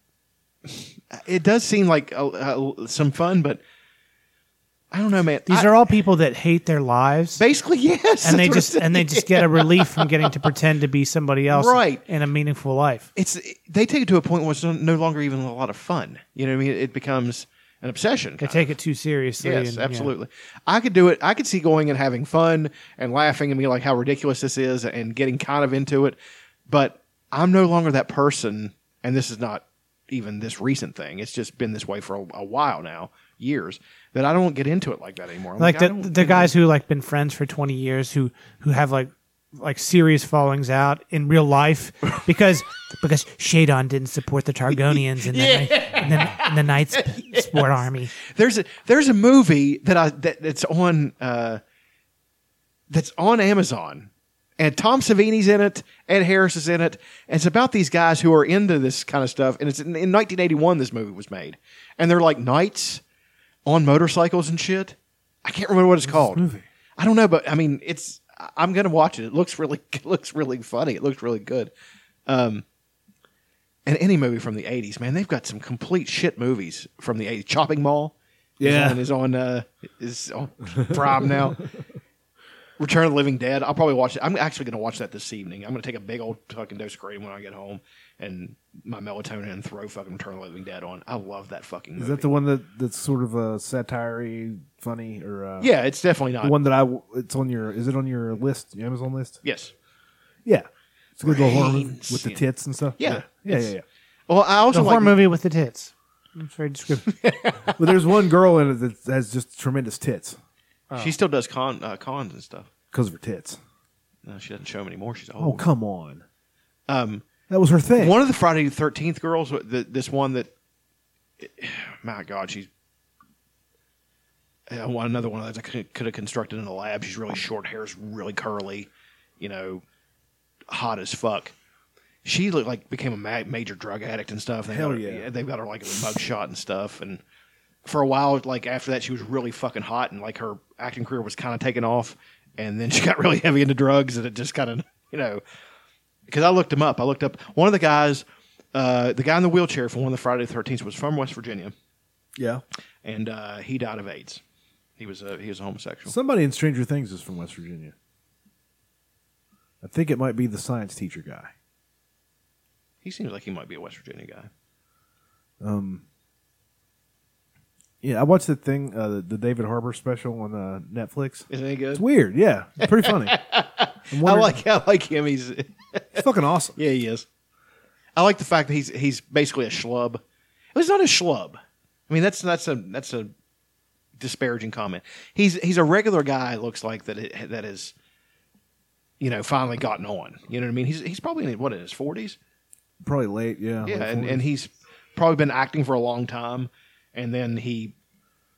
Speaker 6: I, it does seem like uh, uh, some fun, but I don't know, man.
Speaker 4: These
Speaker 6: I-
Speaker 4: are all people that hate their lives,
Speaker 6: basically yes,
Speaker 4: and they
Speaker 6: that's what
Speaker 4: just
Speaker 6: I'm
Speaker 4: and they
Speaker 6: saying.
Speaker 4: just get a relief from getting to pretend to be somebody else,
Speaker 6: Right.
Speaker 4: In a meaningful life.
Speaker 6: It's they take it to a point where it's no- no longer even a lot of fun. You know what I mean? It becomes an obsession.
Speaker 4: They take it too seriously.
Speaker 6: Yes,
Speaker 4: and, yeah.
Speaker 6: absolutely. I could do it. I could see going and having fun and laughing and being like, how ridiculous this is and getting kind of into it. But I'm no longer that person. And this is not even this recent thing. It's just been this way for a, a while now, years, that I don't get into it like that anymore. I'm
Speaker 4: like
Speaker 6: I
Speaker 4: the
Speaker 6: don't-
Speaker 4: the guys who like been friends for 20 years who who have like like serious fallings out in real life because because Shadon didn't support the Targonians and the, and the, and the Knights Sport Army.
Speaker 6: there's a there's a movie that I that, that's on uh, that's on Amazon, and Tom Savini's in it, Ed Harris is in it. And it's about these guys who are into this kind of stuff. And it's in, in 1981 this movie was made, and they're like knights on motorcycles and shit. I can't remember what it's called. I don't know, but I mean, it's I- I'm gonna watch it. It looks really it looks really funny. It looks really good. Um, and any movie from the 80s, man, they've got some complete shit movies from the 80s. Chopping Mall, is
Speaker 2: Yeah.
Speaker 6: on- is on uh, is on Prime now. Return of the Living Dead. I'll probably watch it. I'm actually going to watch that this evening. I'm going to take a big old fucking dose of cream when I get home and my melatonin and throw fucking Return of the Living Dead on. I love that fucking movie.
Speaker 2: Is that the one that that's sort of a satire funny or uh,
Speaker 6: Yeah, it's definitely not.
Speaker 2: the one that I it's on your is it on your list your Amazon list?
Speaker 6: Yes.
Speaker 2: Yeah, it's a good little horror movie
Speaker 6: Brains.
Speaker 2: with the tits and stuff.
Speaker 6: Yeah.
Speaker 2: yeah, yeah.
Speaker 6: It's-
Speaker 2: yeah, yeah.
Speaker 6: Well, I
Speaker 4: The
Speaker 6: also
Speaker 4: horror
Speaker 6: like
Speaker 4: movie with the tits. It's very descriptive.
Speaker 2: but there's one girl in it that has just tremendous tits
Speaker 6: She still does con uh, cons and stuff.
Speaker 2: because of her tits.
Speaker 6: No, she doesn't show them anymore. She's
Speaker 2: Oh
Speaker 6: old.
Speaker 2: come on,
Speaker 6: Um,
Speaker 2: that was her thing.
Speaker 6: one of the Friday the Thirteenth girls, the, this one that, my God, she's uh, one another one that I could, could have constructed in a lab. She's really short, hair's really curly, you know, hot as fuck. She looked like became a ma- major drug addict and stuff. They
Speaker 2: Hell
Speaker 6: got her,
Speaker 2: yeah.
Speaker 6: They've got her like in a mug shot and stuff. And for a while, like after that, she was really fucking hot and like her acting career was kind of taking off. And then she got really heavy into drugs and it just kind of, you know, because I looked him up. I looked up one of the guys, uh, the guy in the wheelchair from one of the Friday the Thirteenth was from West Virginia,
Speaker 2: yeah,
Speaker 6: and uh, he died of AIDS. He was a he was a homosexual.
Speaker 2: somebody in Stranger Things is from West Virginia. I think it might be the science teacher guy.
Speaker 6: He seems like he might be a West Virginia guy.
Speaker 2: Um, yeah, I watched that thing, uh, the, the David Harbour special on uh, Netflix.
Speaker 6: Isn't he good?
Speaker 2: It's weird, yeah, It's pretty funny. I'm
Speaker 6: I
Speaker 2: wondering-
Speaker 6: like I like him. He's
Speaker 2: it's fucking awesome.
Speaker 6: yeah he is. I like the fact that he's he's basically a schlub. He's not a schlub. I mean that's that's a that's a disparaging comment. He's he's a regular guy. it Looks like that it, that is. You know, finally gotten on. You know what I mean? He's he's probably in what in his forties.
Speaker 2: Probably late, yeah.
Speaker 6: yeah,
Speaker 2: late
Speaker 6: and,
Speaker 2: 40s.
Speaker 6: and he's probably been acting for a long time, and then he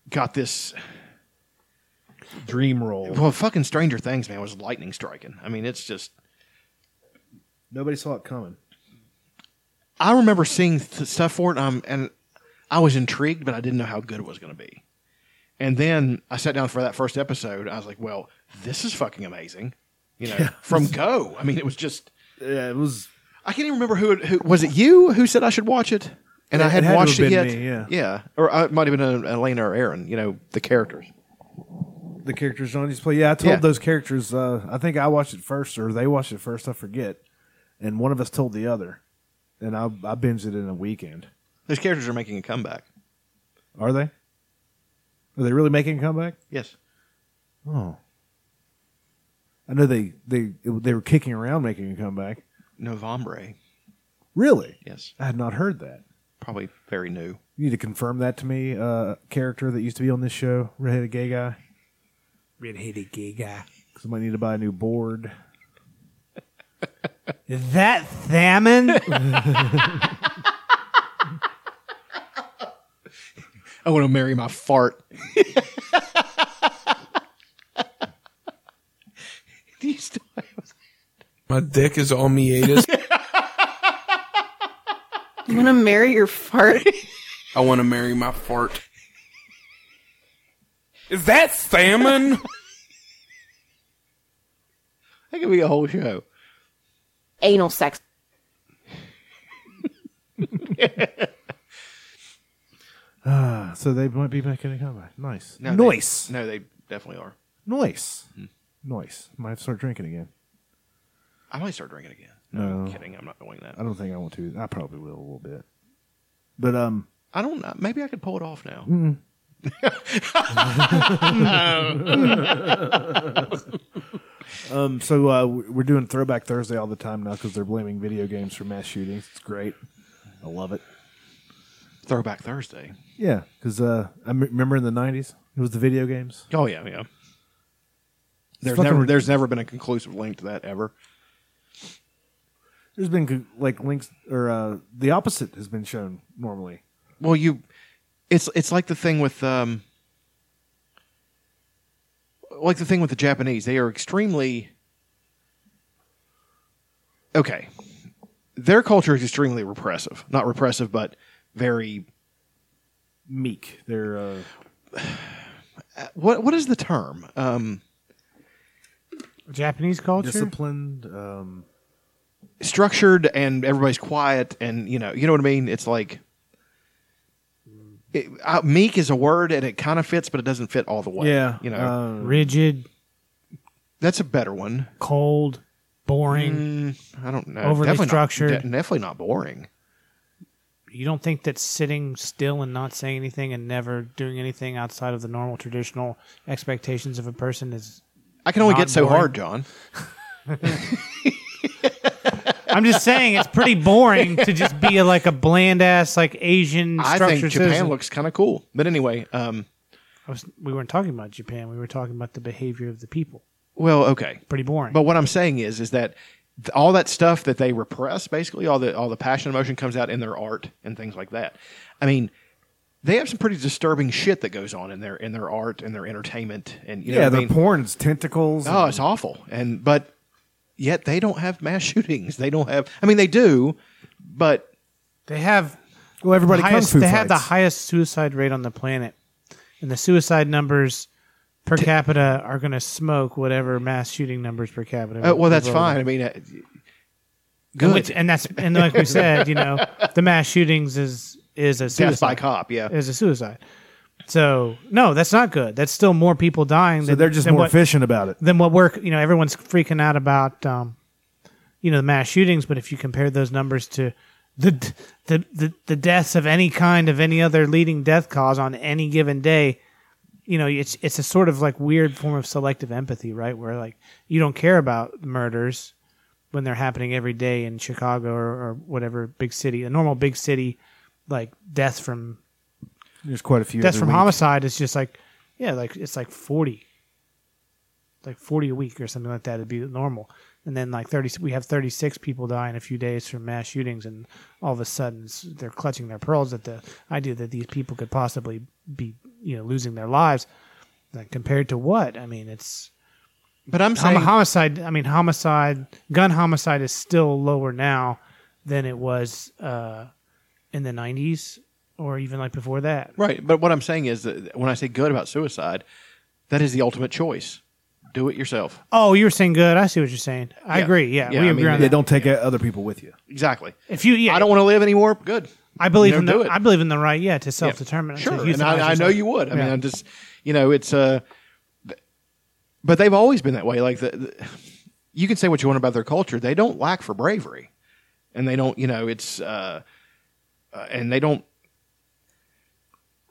Speaker 6: got this.
Speaker 2: dream role.
Speaker 6: Well, fucking Stranger Things, man, was lightning striking. I mean, it's just.
Speaker 2: Nobody saw it coming.
Speaker 6: I remember seeing th- stuff for it, um, and I was intrigued, but I didn't know how good it was going to be. And then I sat down for that first episode. I was like, "Well, this is fucking amazing," you know, from go. I mean, it was just.
Speaker 2: Yeah, it was.
Speaker 6: I can't even remember who it, who was it. You who said I should watch it, and
Speaker 2: It-
Speaker 6: I
Speaker 2: it
Speaker 6: hadn't
Speaker 2: had to have
Speaker 6: watched it
Speaker 2: been
Speaker 6: yet.
Speaker 2: me, yeah.
Speaker 6: yeah, or uh, it might have been uh, Elena or Aaron. You know, the characters.
Speaker 2: The characters John used to play. Yeah, I told
Speaker 6: Yeah.
Speaker 2: those characters. Uh, I think I watched it first, or they watched it first. I forget. And one of us told the other, and I, I binged it in a weekend.
Speaker 6: Those characters are making a comeback.
Speaker 2: Are they? Are they really making a comeback?
Speaker 6: Yes.
Speaker 2: Oh. I know they they they were kicking around making a comeback.
Speaker 6: Novembre.
Speaker 2: Really?
Speaker 6: Yes.
Speaker 2: I had not heard that.
Speaker 6: Probably very new.
Speaker 2: You need to confirm that to me. Uh, character that used to be on this show, redheaded gay guy.
Speaker 4: Redheaded gay guy.
Speaker 2: Somebody need to buy a new board.
Speaker 4: That salmon.
Speaker 6: I want to marry my fart. Do you still have
Speaker 13: My dick is on meatus.
Speaker 14: You want to marry your fart?
Speaker 13: I want to marry my fart. Is that salmon?
Speaker 6: that could be a whole show.
Speaker 14: Anal sex.
Speaker 2: Ah, so they might be making a comeback. Nice.
Speaker 6: No, they-
Speaker 2: Noise.
Speaker 6: no, they definitely are.
Speaker 2: Noise. Noise. Might have to start drinking again.
Speaker 6: I might start drinking again.
Speaker 2: No,
Speaker 6: I'm kidding. I'm not doing that.
Speaker 2: I don't think I want to. I probably will a little bit. But um,
Speaker 6: I don't know. Maybe I could pull it off now.
Speaker 2: mm. um, so uh, we- we're doing Throwback Thursday all the time now because they're blaming video games for mass shootings. It's great. I love it.
Speaker 6: Throwback Thursday.
Speaker 2: Yeah, because uh, I m- remember in the '90s it was the video games.
Speaker 6: Oh yeah, yeah. There's
Speaker 2: fucking-
Speaker 6: never there's never been a conclusive link to that ever.
Speaker 2: There's been like links or uh, the opposite has been shown normally.
Speaker 6: Well, you, it's it's like the thing with um, like the thing with the Japanese. They are extremely okay. Their culture is extremely repressive. Not repressive, but very
Speaker 2: meek. They're uh,
Speaker 6: what what is the term? Um,
Speaker 4: Japanese culture.
Speaker 2: Disciplined. Um,
Speaker 6: structured and everybody's quiet and you know you know what I mean. It's like it, uh, meek is a word and it kind of fits, but it doesn't fit all the way.
Speaker 2: Yeah,
Speaker 6: you know,
Speaker 2: uh,
Speaker 4: rigid.
Speaker 6: That's a better one.
Speaker 4: Cold, boring.
Speaker 6: Mm. I don't know.
Speaker 4: Overly
Speaker 6: Definitely not-
Speaker 4: structured.
Speaker 6: de- definitely not boring.
Speaker 4: you don't think that sitting still and not saying anything and never doing anything outside of the normal traditional expectations of a person is
Speaker 6: I can only
Speaker 4: not
Speaker 6: get so
Speaker 4: boring?
Speaker 6: hard, John.
Speaker 4: I'm just saying it's pretty boring to just be like a bland ass like Asian
Speaker 6: I
Speaker 4: structured
Speaker 6: think Japan
Speaker 4: citizen.
Speaker 6: looks kind of cool. But anyway, um,
Speaker 4: I was, we weren't talking about Japan. We were talking about the behavior of the people.
Speaker 6: well, okay,
Speaker 4: pretty boring.
Speaker 6: But what I'm saying is, is that th- all that stuff that they repress, basically all the all the passion and emotion comes out in their art and things like that. I mean, they have some pretty disturbing shit that goes on in their in their art and their entertainment and you know
Speaker 2: yeah,
Speaker 6: what I
Speaker 2: their
Speaker 6: mean?
Speaker 2: porn's tentacles.
Speaker 6: Oh, it's awful. And but yet they don't have mass shootings. They don't have. I mean, they do, but
Speaker 4: they have.
Speaker 2: Well, everybody
Speaker 4: The highest-
Speaker 2: kung fu
Speaker 4: They have the
Speaker 2: fights.
Speaker 4: highest suicide rate on the planet, and the suicide numbers per capita are going to smoke whatever mass shooting numbers per capita.
Speaker 6: Uh, well, that's
Speaker 4: people are-
Speaker 6: fine. I mean, uh,
Speaker 4: And,
Speaker 6: good.
Speaker 4: which- and that's and like we said, you know, the mass shootings is is a suicide.
Speaker 6: Death by cop, yeah.
Speaker 4: is a suicide. So no, that's not good. That's still more people dying.
Speaker 2: So
Speaker 4: than,
Speaker 2: they're just
Speaker 4: than
Speaker 2: more
Speaker 4: what,
Speaker 2: efficient about it.
Speaker 4: than what work. You know, everyone's freaking out about um, you know the mass shootings, but if you compare those numbers to the the the, the deaths of any kind of any other leading death cause on any given day. You know, it's it's a sort of like weird form of selective empathy, right? Where like you don't care about murders, when they're happening every day in Chicago or, or whatever big city, a normal big city, like death from
Speaker 2: There's quite a few.
Speaker 4: death
Speaker 2: every
Speaker 4: from
Speaker 2: week.
Speaker 4: homicide is just like yeah, like it's like forty, like forty a week or something like that. It'd be normal, and then like thirty, we have thirty six people die in a few days from mass shootings, and all of a sudden s- they're clutching their pearls at the idea that these people could possibly be you know losing their lives. Like compared to what? I mean, it's
Speaker 6: but I'm
Speaker 4: Homi-
Speaker 6: saying
Speaker 4: homicide. I mean, homicide, gun homicide is still lower now than it was uh, in the '90s or even like before that.
Speaker 6: right. But what I'm saying is that when I say good about suicide, that is the ultimate choice. Do it yourself.
Speaker 4: Oh, you were saying good. I see what you're saying. I
Speaker 6: Yeah.
Speaker 4: agree. Yeah,
Speaker 6: Yeah,
Speaker 4: we
Speaker 6: I
Speaker 4: agree
Speaker 6: mean,
Speaker 4: on
Speaker 6: they
Speaker 4: that.
Speaker 2: They don't take uh, other people with you.
Speaker 6: Exactly.
Speaker 4: If you, yeah,
Speaker 6: I don't want to live anymore. Good.
Speaker 4: I believe
Speaker 6: You
Speaker 4: in
Speaker 6: know,
Speaker 4: the.
Speaker 6: do it.
Speaker 4: I believe in the right. Yeah, to self determine.
Speaker 6: Sure, and I, I know you would. I mean, I'm just, you know, it's uh, th- but they've always been that way. Like the, the, you can say what you want about their culture, they don't lack for bravery, and they don't, you know, it's uh, uh, and they don't.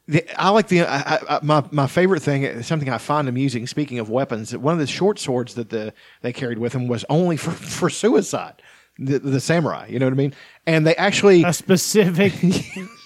Speaker 6: the, I like the I, I, I- my my favorite thing is something I find amusing. Speaking of weapons, that one of the short swords that the they carried with them was only for for suicide. The, the samurai, you know what I mean? And they actually
Speaker 4: a specific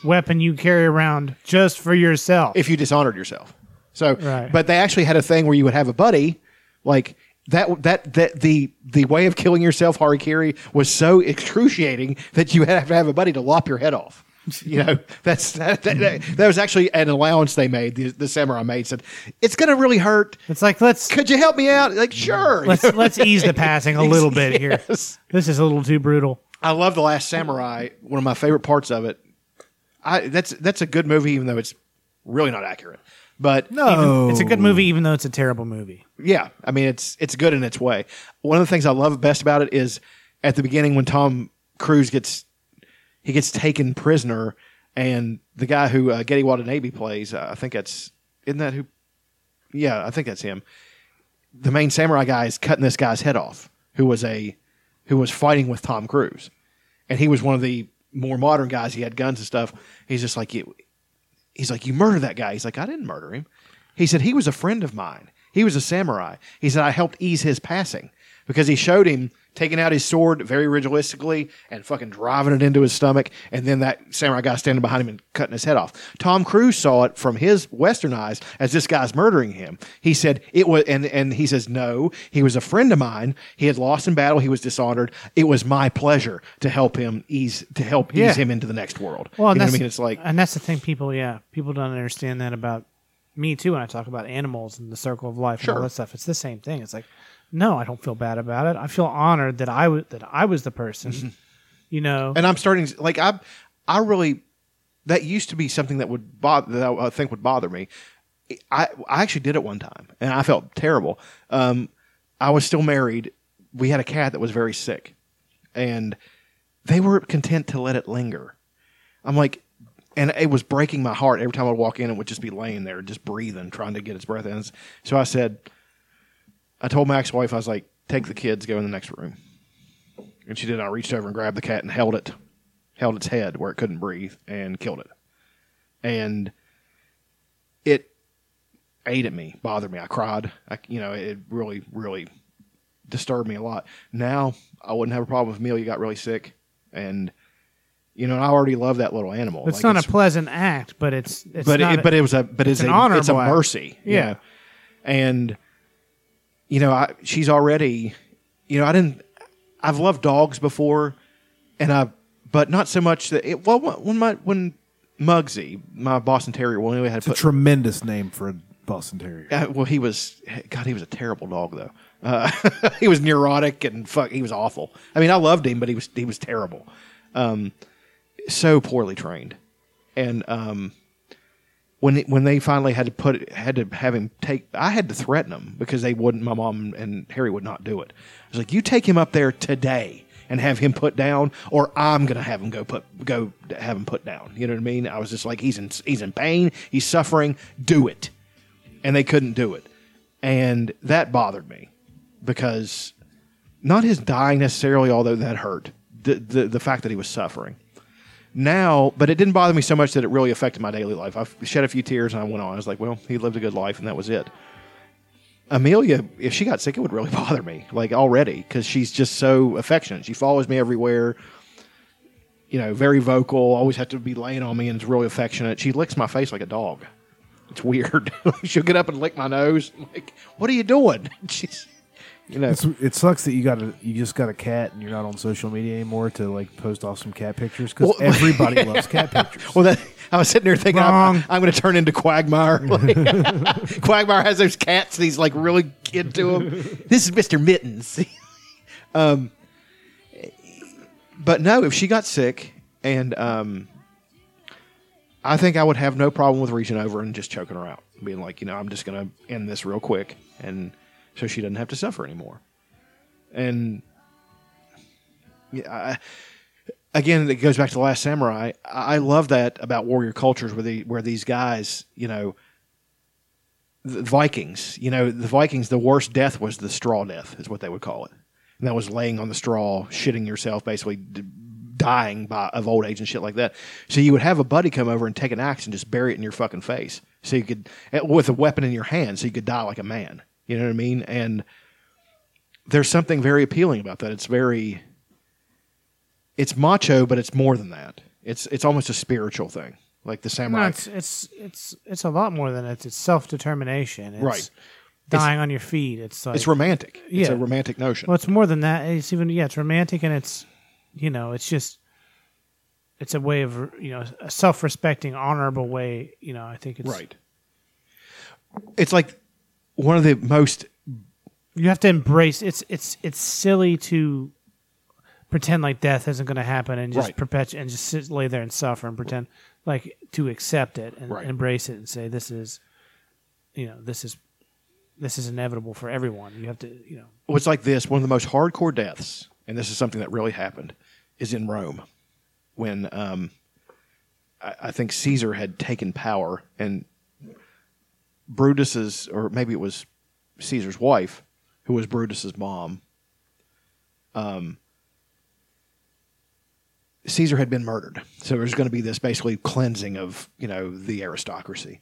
Speaker 4: weapon you carry around just for yourself.
Speaker 6: If you dishonored yourself, so but they actually had a thing where you would have a buddy, like that that that the the way of killing yourself harikiri was so excruciating that you have to have a buddy to lop your head off. You know, that's that, that, that, that was actually an allowance they made. The, the samurai made said, "It's going to really hurt."
Speaker 4: It's like, let's.
Speaker 6: Could you help me out? Like, sure.
Speaker 4: Let's
Speaker 6: You know?
Speaker 4: let's ease the passing a little bit here. This is a little too brutal.
Speaker 6: I love the Last Samurai. One of my favorite parts of it. I that's that's a good movie, even though it's really not accurate. But
Speaker 4: Even- it's a good
Speaker 6: Oh.
Speaker 4: movie, even though it's a terrible movie.
Speaker 6: yeah, I mean it's it's good in its way. One of the things I love best about it is at the beginning when Tom Cruise gets he gets taken prisoner, and the guy who uh, Getty Watanabe plays, uh, I think that's isn't that who? Yeah, I think that's him. The main samurai guy is cutting this guy's head off, who was a who was fighting with Tom Cruise, and he was one of the more modern guys. He had guns and stuff. He's just like you. He's like you murdered that guy. He's like I didn't murder him. He said he was a friend of mine. He was a samurai. He said I helped ease his passing because he showed him taking out his sword very ritualistically and fucking driving it into his stomach, and then that samurai guy standing behind him and cutting his head off. Tom Cruise saw it from his western eyes as this guy's murdering him. He said it was, and and he says no, he was a friend of mine. He had lost in battle. He was dishonored. It was my pleasure to help him ease to help
Speaker 4: Yeah.
Speaker 6: ease him into the next world.
Speaker 4: Well,
Speaker 6: you
Speaker 4: and
Speaker 6: know
Speaker 4: that's,
Speaker 6: what I mean? It's like
Speaker 4: and that's the thing. People, yeah, people don't understand that about me too. When I talk about animals and the circle of life and all
Speaker 6: Sure.
Speaker 4: that stuff, it's the same thing. It's like, no, I don't feel bad about it. I feel honored that I was that I was the person. you know,
Speaker 6: Mm-hmm. and I'm starting like I I really that used to be something that would bother that I think would bother me. I I actually did it one time and I felt terrible. Um, I was still married. We had a cat that was very sick, and they were content to let it linger. I'm like, and it was breaking my heart every time I'd walk in. It would just be laying there, just breathing, trying to get its breath in. So I said, I told my ex-wife, I was like, take the kids, go in the next room. And she did. I reached over and grabbed the cat and held it, held its head where it couldn't breathe, and killed it. And it ate at me, bothered me. I cried. I, you know, it really, really disturbed me a lot. Now I wouldn't have a problem if Amelia got really sick, and you know, I already love that little animal.
Speaker 4: it's
Speaker 6: Like,
Speaker 4: not a pleasant act, but it's, it's
Speaker 6: but
Speaker 4: not
Speaker 6: it, but it was a but it's,
Speaker 4: an
Speaker 6: a,
Speaker 4: honorable
Speaker 6: it's a
Speaker 4: act.
Speaker 6: mercy. you
Speaker 4: Yeah.
Speaker 6: know. and you know, I, she's already. You know, I didn't. I've loved dogs before, and I, but not so much that. It, well, when my when Muggsy, my Boston Terrier, when we had
Speaker 2: It's a tremendous name for a Boston Terrier.
Speaker 6: uh, well, he was God. He was a terrible dog, though. Uh, he was neurotic and fuck. He was awful. I mean, I loved him, but he was he was terrible. Um, so poorly trained, and um, when when they finally had to put had to have him take, I had to threaten him because they wouldn't. My mom and Harry would not do it. I was like, "You take him up there today." And have him put down, or I'm gonna have him go put go have him put down. You know what I mean? I was just like, he's in he's in pain, he's suffering. Do it and they couldn't do it. And that bothered me because not his dying necessarily, although that hurt, the, the, the fact that he was suffering. Now, but it didn't bother me so much that it really affected my daily life. I shed a few tears and I went on. I was like, well, he lived a good life and that was it. Amelia, if she got sick, it would really bother me, like already, because she's just so affectionate. She follows me everywhere, you know, very vocal, always have to be laying on me and is really affectionate. She licks my face like a dog. It's weird. She'll get up and lick my nose. I'm like, what are you doing? She's, you know,
Speaker 2: It's, it sucks that you got a, you just got a cat and you're not on social media anymore to like post off some cat pictures because
Speaker 6: Well-
Speaker 2: everybody loves cat pictures.
Speaker 6: Well, that, I was sitting there thinking, I'm, I'm going to turn into Quagmire. Like, Quagmire has those cats, and he's like really into them. this is Mister Mittens. um, but no, if she got sick, and um, I think I would have no problem with reaching over and just choking her out, being like, you know, I'm just going to end this real quick, and so she doesn't have to suffer anymore. And yeah, I, again, it goes back to the Last Samurai. I I love that about warrior cultures, where the where these guys, you know, the Vikings, you know, the Vikings, the worst death was the straw death, is what they would call it, and that was laying on the straw, shitting yourself, basically d- dying by of old age and shit like that. So you would have a buddy come over and take an axe and just bury it in your fucking face, so you could eh, with a weapon in your hand, so you could die like a man. You know what I mean? And there's something very appealing about that. It's very, it's macho, but it's more than that. It's it's almost a spiritual thing, like the
Speaker 4: No,
Speaker 6: samurai.
Speaker 4: it's, it's it's it's a lot more than it's, it's self determination. It's
Speaker 6: Right.
Speaker 4: Dying on your feet. It's like
Speaker 6: it's romantic. It's
Speaker 4: Yeah.
Speaker 6: a romantic notion.
Speaker 4: Well, it's more than that. It's even yeah, it's romantic and it's you know, it's just it's a way of you know a self respecting, honorable way. You know, I think it's
Speaker 6: Right. It's like one of the most
Speaker 4: You have to embrace. It's it's it's silly to pretend like death isn't going to happen and just
Speaker 6: Right.
Speaker 4: perpetuate and just sit, lay there and suffer and pretend like to accept it and embrace it and say this is you know this is this is inevitable for everyone. You have to you know
Speaker 6: Well, it's like this one of the most hardcore deaths, and this is something that really happened, is in Rome when um, I, I think Caesar had taken power, and Brutus's, or maybe it was Caesar's wife, who was Brutus's mom, um, Caesar had been murdered. So there was going to be this basically cleansing of, you know, the aristocracy.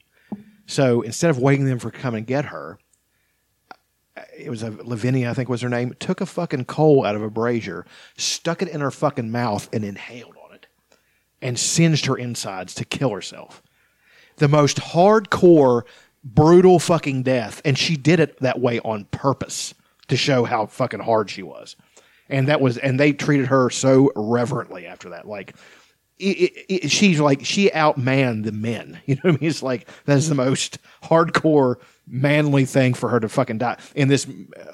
Speaker 6: So instead of waiting them for come and get her, it was a Lavinia, I think was her name, took a fucking coal out of a brazier, stuck it in her fucking mouth, and inhaled on it, and singed her insides to kill herself. The most hardcore, brutal fucking death, and she did it that way on purpose to show how fucking hard she was. And that was, and they treated her so reverently after that, like. It, it, it, she's like she outmanned the men. You know what I mean? It's like that's the most hardcore manly thing for her to fucking die in this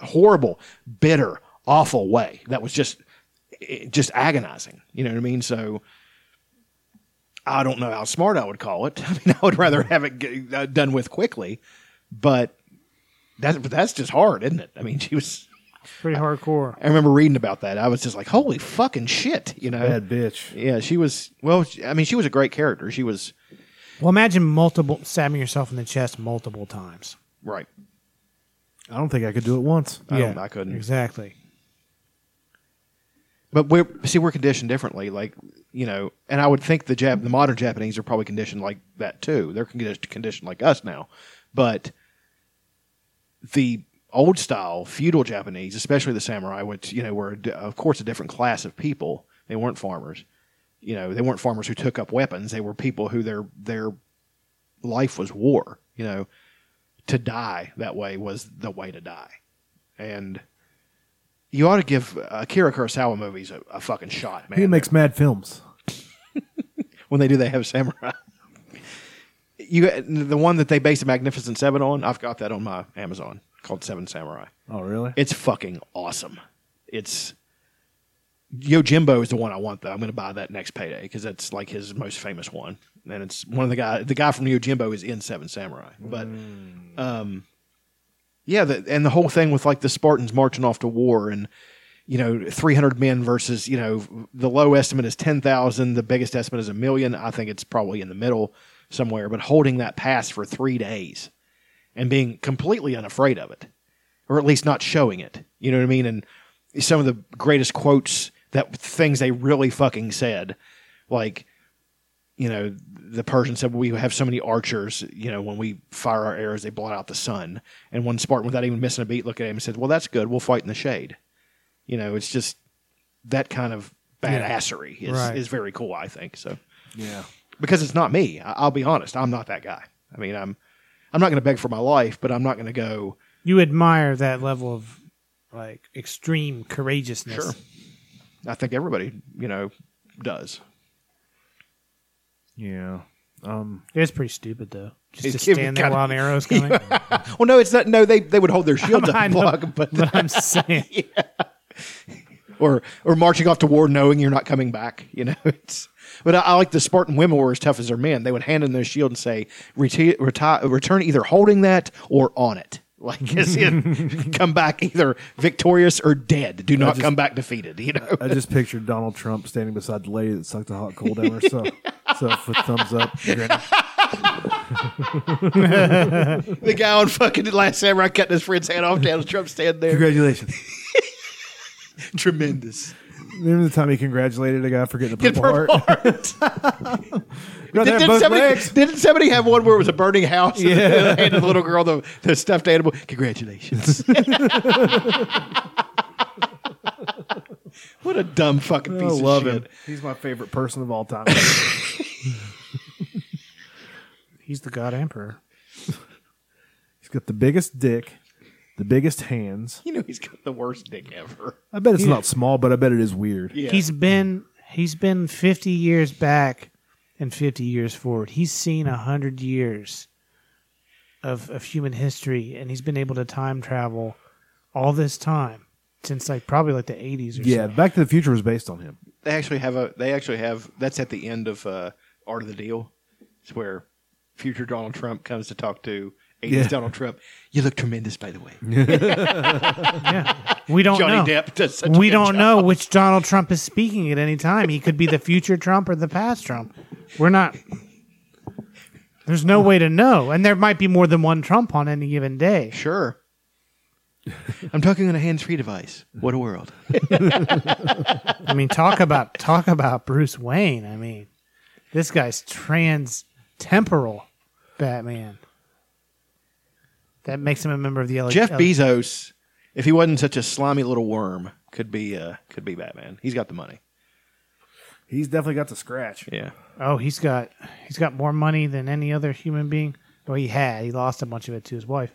Speaker 6: horrible, bitter, awful way. That was just it- just agonizing. You know what I mean? So I don't know how smart I would call it. I mean, I would rather have it get, uh, done with quickly, but that's but that's just hard, isn't it? I mean, she was.
Speaker 4: pretty hardcore.
Speaker 6: I remember reading about that. I was just like, "Holy fucking shit!" You know,
Speaker 4: Bad
Speaker 2: bitch.
Speaker 6: Yeah, she was. Well, she- I mean, she was a great character. She was
Speaker 4: Well, imagine multiple stabbing yourself in the chest multiple times.
Speaker 6: right.
Speaker 2: I don't think I could do it once.
Speaker 6: I don't- I couldn't.
Speaker 4: exactly.
Speaker 6: But we're see we're conditioned differently, like you know, and I would think the Jap, the modern Japanese are probably conditioned like that too. They're condi- conditioned like us now, but the old style feudal Japanese, especially the samurai, which you know were d- of course a different class of people. They weren't farmers, you know, they weren't farmers who took up weapons. They were people who their their life was war. You know, to die that way was the way to die, and. You ought to give uh, Akira Kurosawa movies a, a fucking shot, man
Speaker 2: He makes mad films.
Speaker 6: when they do they have samurai you the one that they based the magnificent seven on i've got that on my amazon called seven samurai
Speaker 2: Oh, really?
Speaker 6: it's fucking awesome it's yojimbo is the one i want though i'm going to buy that next payday because that's like his most famous one and it's one of the guy the guy from yojimbo is in seven samurai but
Speaker 2: Mm.
Speaker 6: um yeah the, and the whole thing with like the spartans marching off to war and you know 300 men versus you know the low estimate is 10,000 the biggest estimate is a million i think it's probably in the middle somewhere but holding that pass for 3 days and being completely unafraid of it or at least not showing it you know what i mean and some of the greatest quotes that things they really fucking said like you know, the Persian said, "We have so many archers. You know, when we fire our arrows, they blot out the sun." And one Spartan, without even missing a beat, looked at him and said, "Well, that's good. We'll fight in the shade." You know, it's just that kind of
Speaker 2: Yeah.
Speaker 6: badassery is
Speaker 2: Right.
Speaker 6: is very cool. I think so
Speaker 2: Yeah.
Speaker 6: because it's not me. I- I'll be honest. I'm not that guy. I mean, I'm I'm not going to beg for my life, but I'm not going to go.
Speaker 4: You admire that level of like extreme courageousness.
Speaker 6: Sure. I think everybody, you know, does.
Speaker 2: Yeah. Um,
Speaker 4: It's pretty stupid though. Just to
Speaker 6: It's- it
Speaker 4: stand there
Speaker 6: kinda-
Speaker 4: while an arrow's coming.
Speaker 6: well, no, it's not. No, they they would hold their shields up
Speaker 4: I
Speaker 6: and
Speaker 4: know,
Speaker 6: block, but,
Speaker 4: but I'm saying,
Speaker 6: or or marching off to war knowing you're not coming back. You know, it's. But I, I like the Spartan women were as tough as their men. They would hand in their shield and say, "Reti- reti- "Return either holding that or on it." Like, as in, come back either victorious or dead. Do not
Speaker 2: just-
Speaker 6: come back defeated. You know,
Speaker 2: I just pictured Donald Trump standing beside the lady that sucked the hot coal down herself. so with thumbs up. grinning.
Speaker 6: the guy on fucking Last Samurai cutting his friend's hand off. Donald Trump standing there.
Speaker 2: Congratulations.
Speaker 6: Tremendous.
Speaker 2: Remember the time he congratulated a guy for getting a
Speaker 6: Get
Speaker 2: purple,
Speaker 6: purple
Speaker 2: heart? No, they have
Speaker 6: Did- did
Speaker 2: both
Speaker 6: somebody-
Speaker 2: legs.
Speaker 6: Didn't somebody have one where it was a burning house and
Speaker 2: Yeah.
Speaker 6: the- and the little girl, the, the stuffed animal? Congratulations. what a dumb fucking piece
Speaker 2: I
Speaker 6: of
Speaker 2: love
Speaker 6: shit.
Speaker 2: him. He's my favorite person of all time.
Speaker 4: He's the God Emperor.
Speaker 2: He's got the biggest dick, the biggest hands.
Speaker 6: You know he's got the worst dick ever.
Speaker 2: I bet it's
Speaker 4: He-
Speaker 2: not small, but I bet it is weird.
Speaker 4: He's been he's been fifty years back and fifty years forward. He's seen hundred years of of human history, and he's been able to time travel all this time since like probably like the eighties or
Speaker 2: yeah.
Speaker 4: something.
Speaker 2: Back to the Future was based on him.
Speaker 6: They actually have a. They actually have. That's at the end of uh, Art of the Deal. It's where future Donald Trump comes to talk to 80s
Speaker 2: Yeah.
Speaker 6: Donald Trump. You look tremendous, by the way.
Speaker 4: yeah, we don't
Speaker 6: Johnny
Speaker 4: know.
Speaker 6: Depp does such a
Speaker 4: we
Speaker 6: good
Speaker 4: don't
Speaker 6: job.
Speaker 4: know which Donald Trump is speaking at any time. He could be the future Trump or the past Trump. We're not. There's no way to know, and there might be more than one Trump on any given day.
Speaker 6: Sure. I'm talking on a hands-free device. What a world.
Speaker 4: I mean, talk about talk about Bruce Wayne. I mean, this guy's trans temporal Batman. That makes him a member of the LA.
Speaker 2: uh,
Speaker 6: Jeff Bezos, if he wasn't such a slimy little worm, could be uh, could be Batman. He's got the money.
Speaker 2: He's definitely got the scratch.
Speaker 6: Yeah.
Speaker 4: Oh, he's got he's got more money than any other human being. Well, he had. He lost a bunch of it to his wife,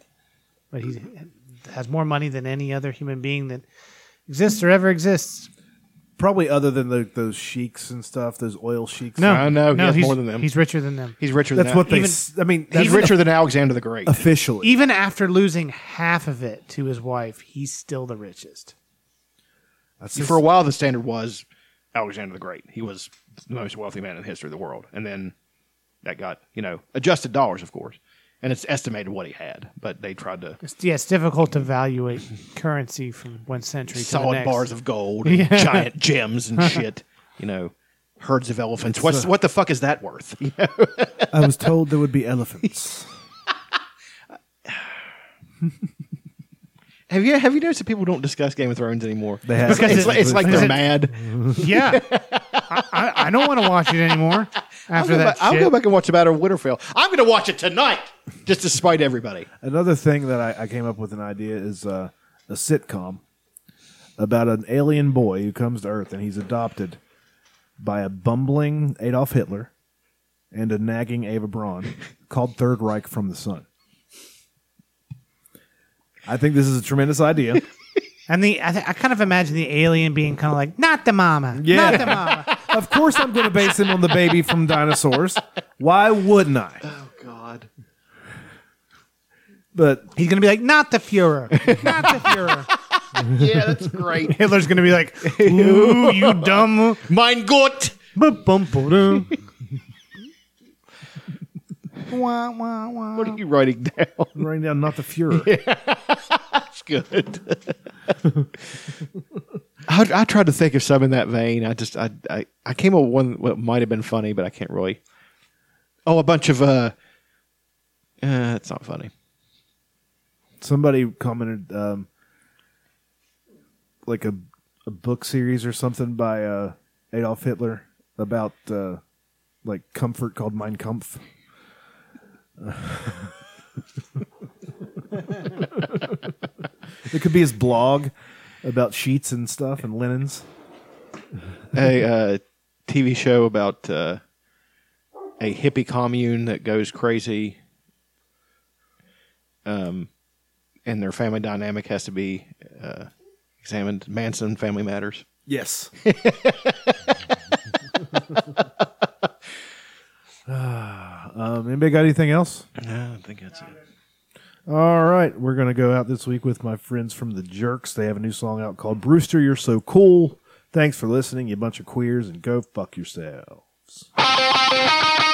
Speaker 4: but he has more money than any other human being that exists or ever exists.
Speaker 2: Probably other than the, those sheiks and stuff, those oil sheiks.
Speaker 4: No, no, he's, He's richer than them.
Speaker 6: He's richer
Speaker 2: That's
Speaker 6: than
Speaker 2: what they.
Speaker 4: Even-
Speaker 2: s- I mean,
Speaker 6: He's
Speaker 2: that's-
Speaker 6: richer than Alexander the Great.
Speaker 2: officially.
Speaker 4: Even after losing half of it to his wife, he's still the richest.
Speaker 6: For a while, the standard was Alexander the Great. He was the most wealthy man in the history of the world, and then that got you know adjusted dollars, of course, and it's estimated what he had. But they tried to
Speaker 4: It's, yeah, it's difficult to evaluate currency from one century to the
Speaker 6: solid
Speaker 4: next.
Speaker 6: bars of gold, and
Speaker 4: Yeah.
Speaker 6: giant gems and shit. You know, herds of elephants.
Speaker 2: It's
Speaker 6: What's
Speaker 2: a-
Speaker 6: what the fuck is that worth? You know?
Speaker 2: I was told there would be elephants.
Speaker 6: Have you have you noticed that people don't discuss Game of Thrones anymore?
Speaker 2: They have-
Speaker 6: it's, like- it's like, it's like
Speaker 4: Because
Speaker 6: they're
Speaker 4: it-
Speaker 6: mad.
Speaker 4: Yeah, I, I, I don't want to watch it anymore. After
Speaker 6: I'll go,
Speaker 4: that,
Speaker 6: back, I'll
Speaker 4: shit.
Speaker 6: go back and watch the Battle of Winterfell. I'm going to watch it tonight, just to spite everybody.
Speaker 2: Another thing that I, I came up with an idea is uh, a sitcom about an alien boy who comes to Earth and he's adopted by a bumbling Adolf Hitler and a nagging Eva Braun called Third Reich from the Sun. I think this is a tremendous idea.
Speaker 4: And the I, th- I kind of imagine the alien being kind of like, not the mama, not the mama.
Speaker 2: of course, I'm going to base him on the baby from Dinosaurs. Why wouldn't I?
Speaker 6: Oh God.
Speaker 2: But
Speaker 4: he's going to be like, not the Fuhrer, not the Fuhrer.
Speaker 6: Yeah, that's great.
Speaker 4: Hitler's going to be like, ooh, you dumb.
Speaker 6: Mein Gott.
Speaker 4: Ba-bum-ba-dum.
Speaker 6: What are you writing down?
Speaker 2: I'm writing down not the Fuhrer.
Speaker 6: That's good. I, I tried to think of some in that vein. I just I I, I came up with one that might have been funny, but I can't really. Oh, a bunch of uh, uh it's not funny.
Speaker 2: somebody commented um, like a a book series or something by uh, Adolf Hitler about uh, like comfort called Mein Kampf. it could be his blog about sheets and stuff and linens.
Speaker 6: a uh, TV show about uh, a hippie commune that goes crazy, um, and their family dynamic has to be uh, examined. Manson Family Matters.
Speaker 2: Yes. um, anybody got anything else?
Speaker 6: No, Ah, I don't think that's it.
Speaker 2: All right, we're gonna go out this week with my friends from the Jerks. They have a new song out called "Brewster, You're So Cool." Thanks for listening, you bunch of queers, and go fuck yourselves.
Speaker 5: Thank you.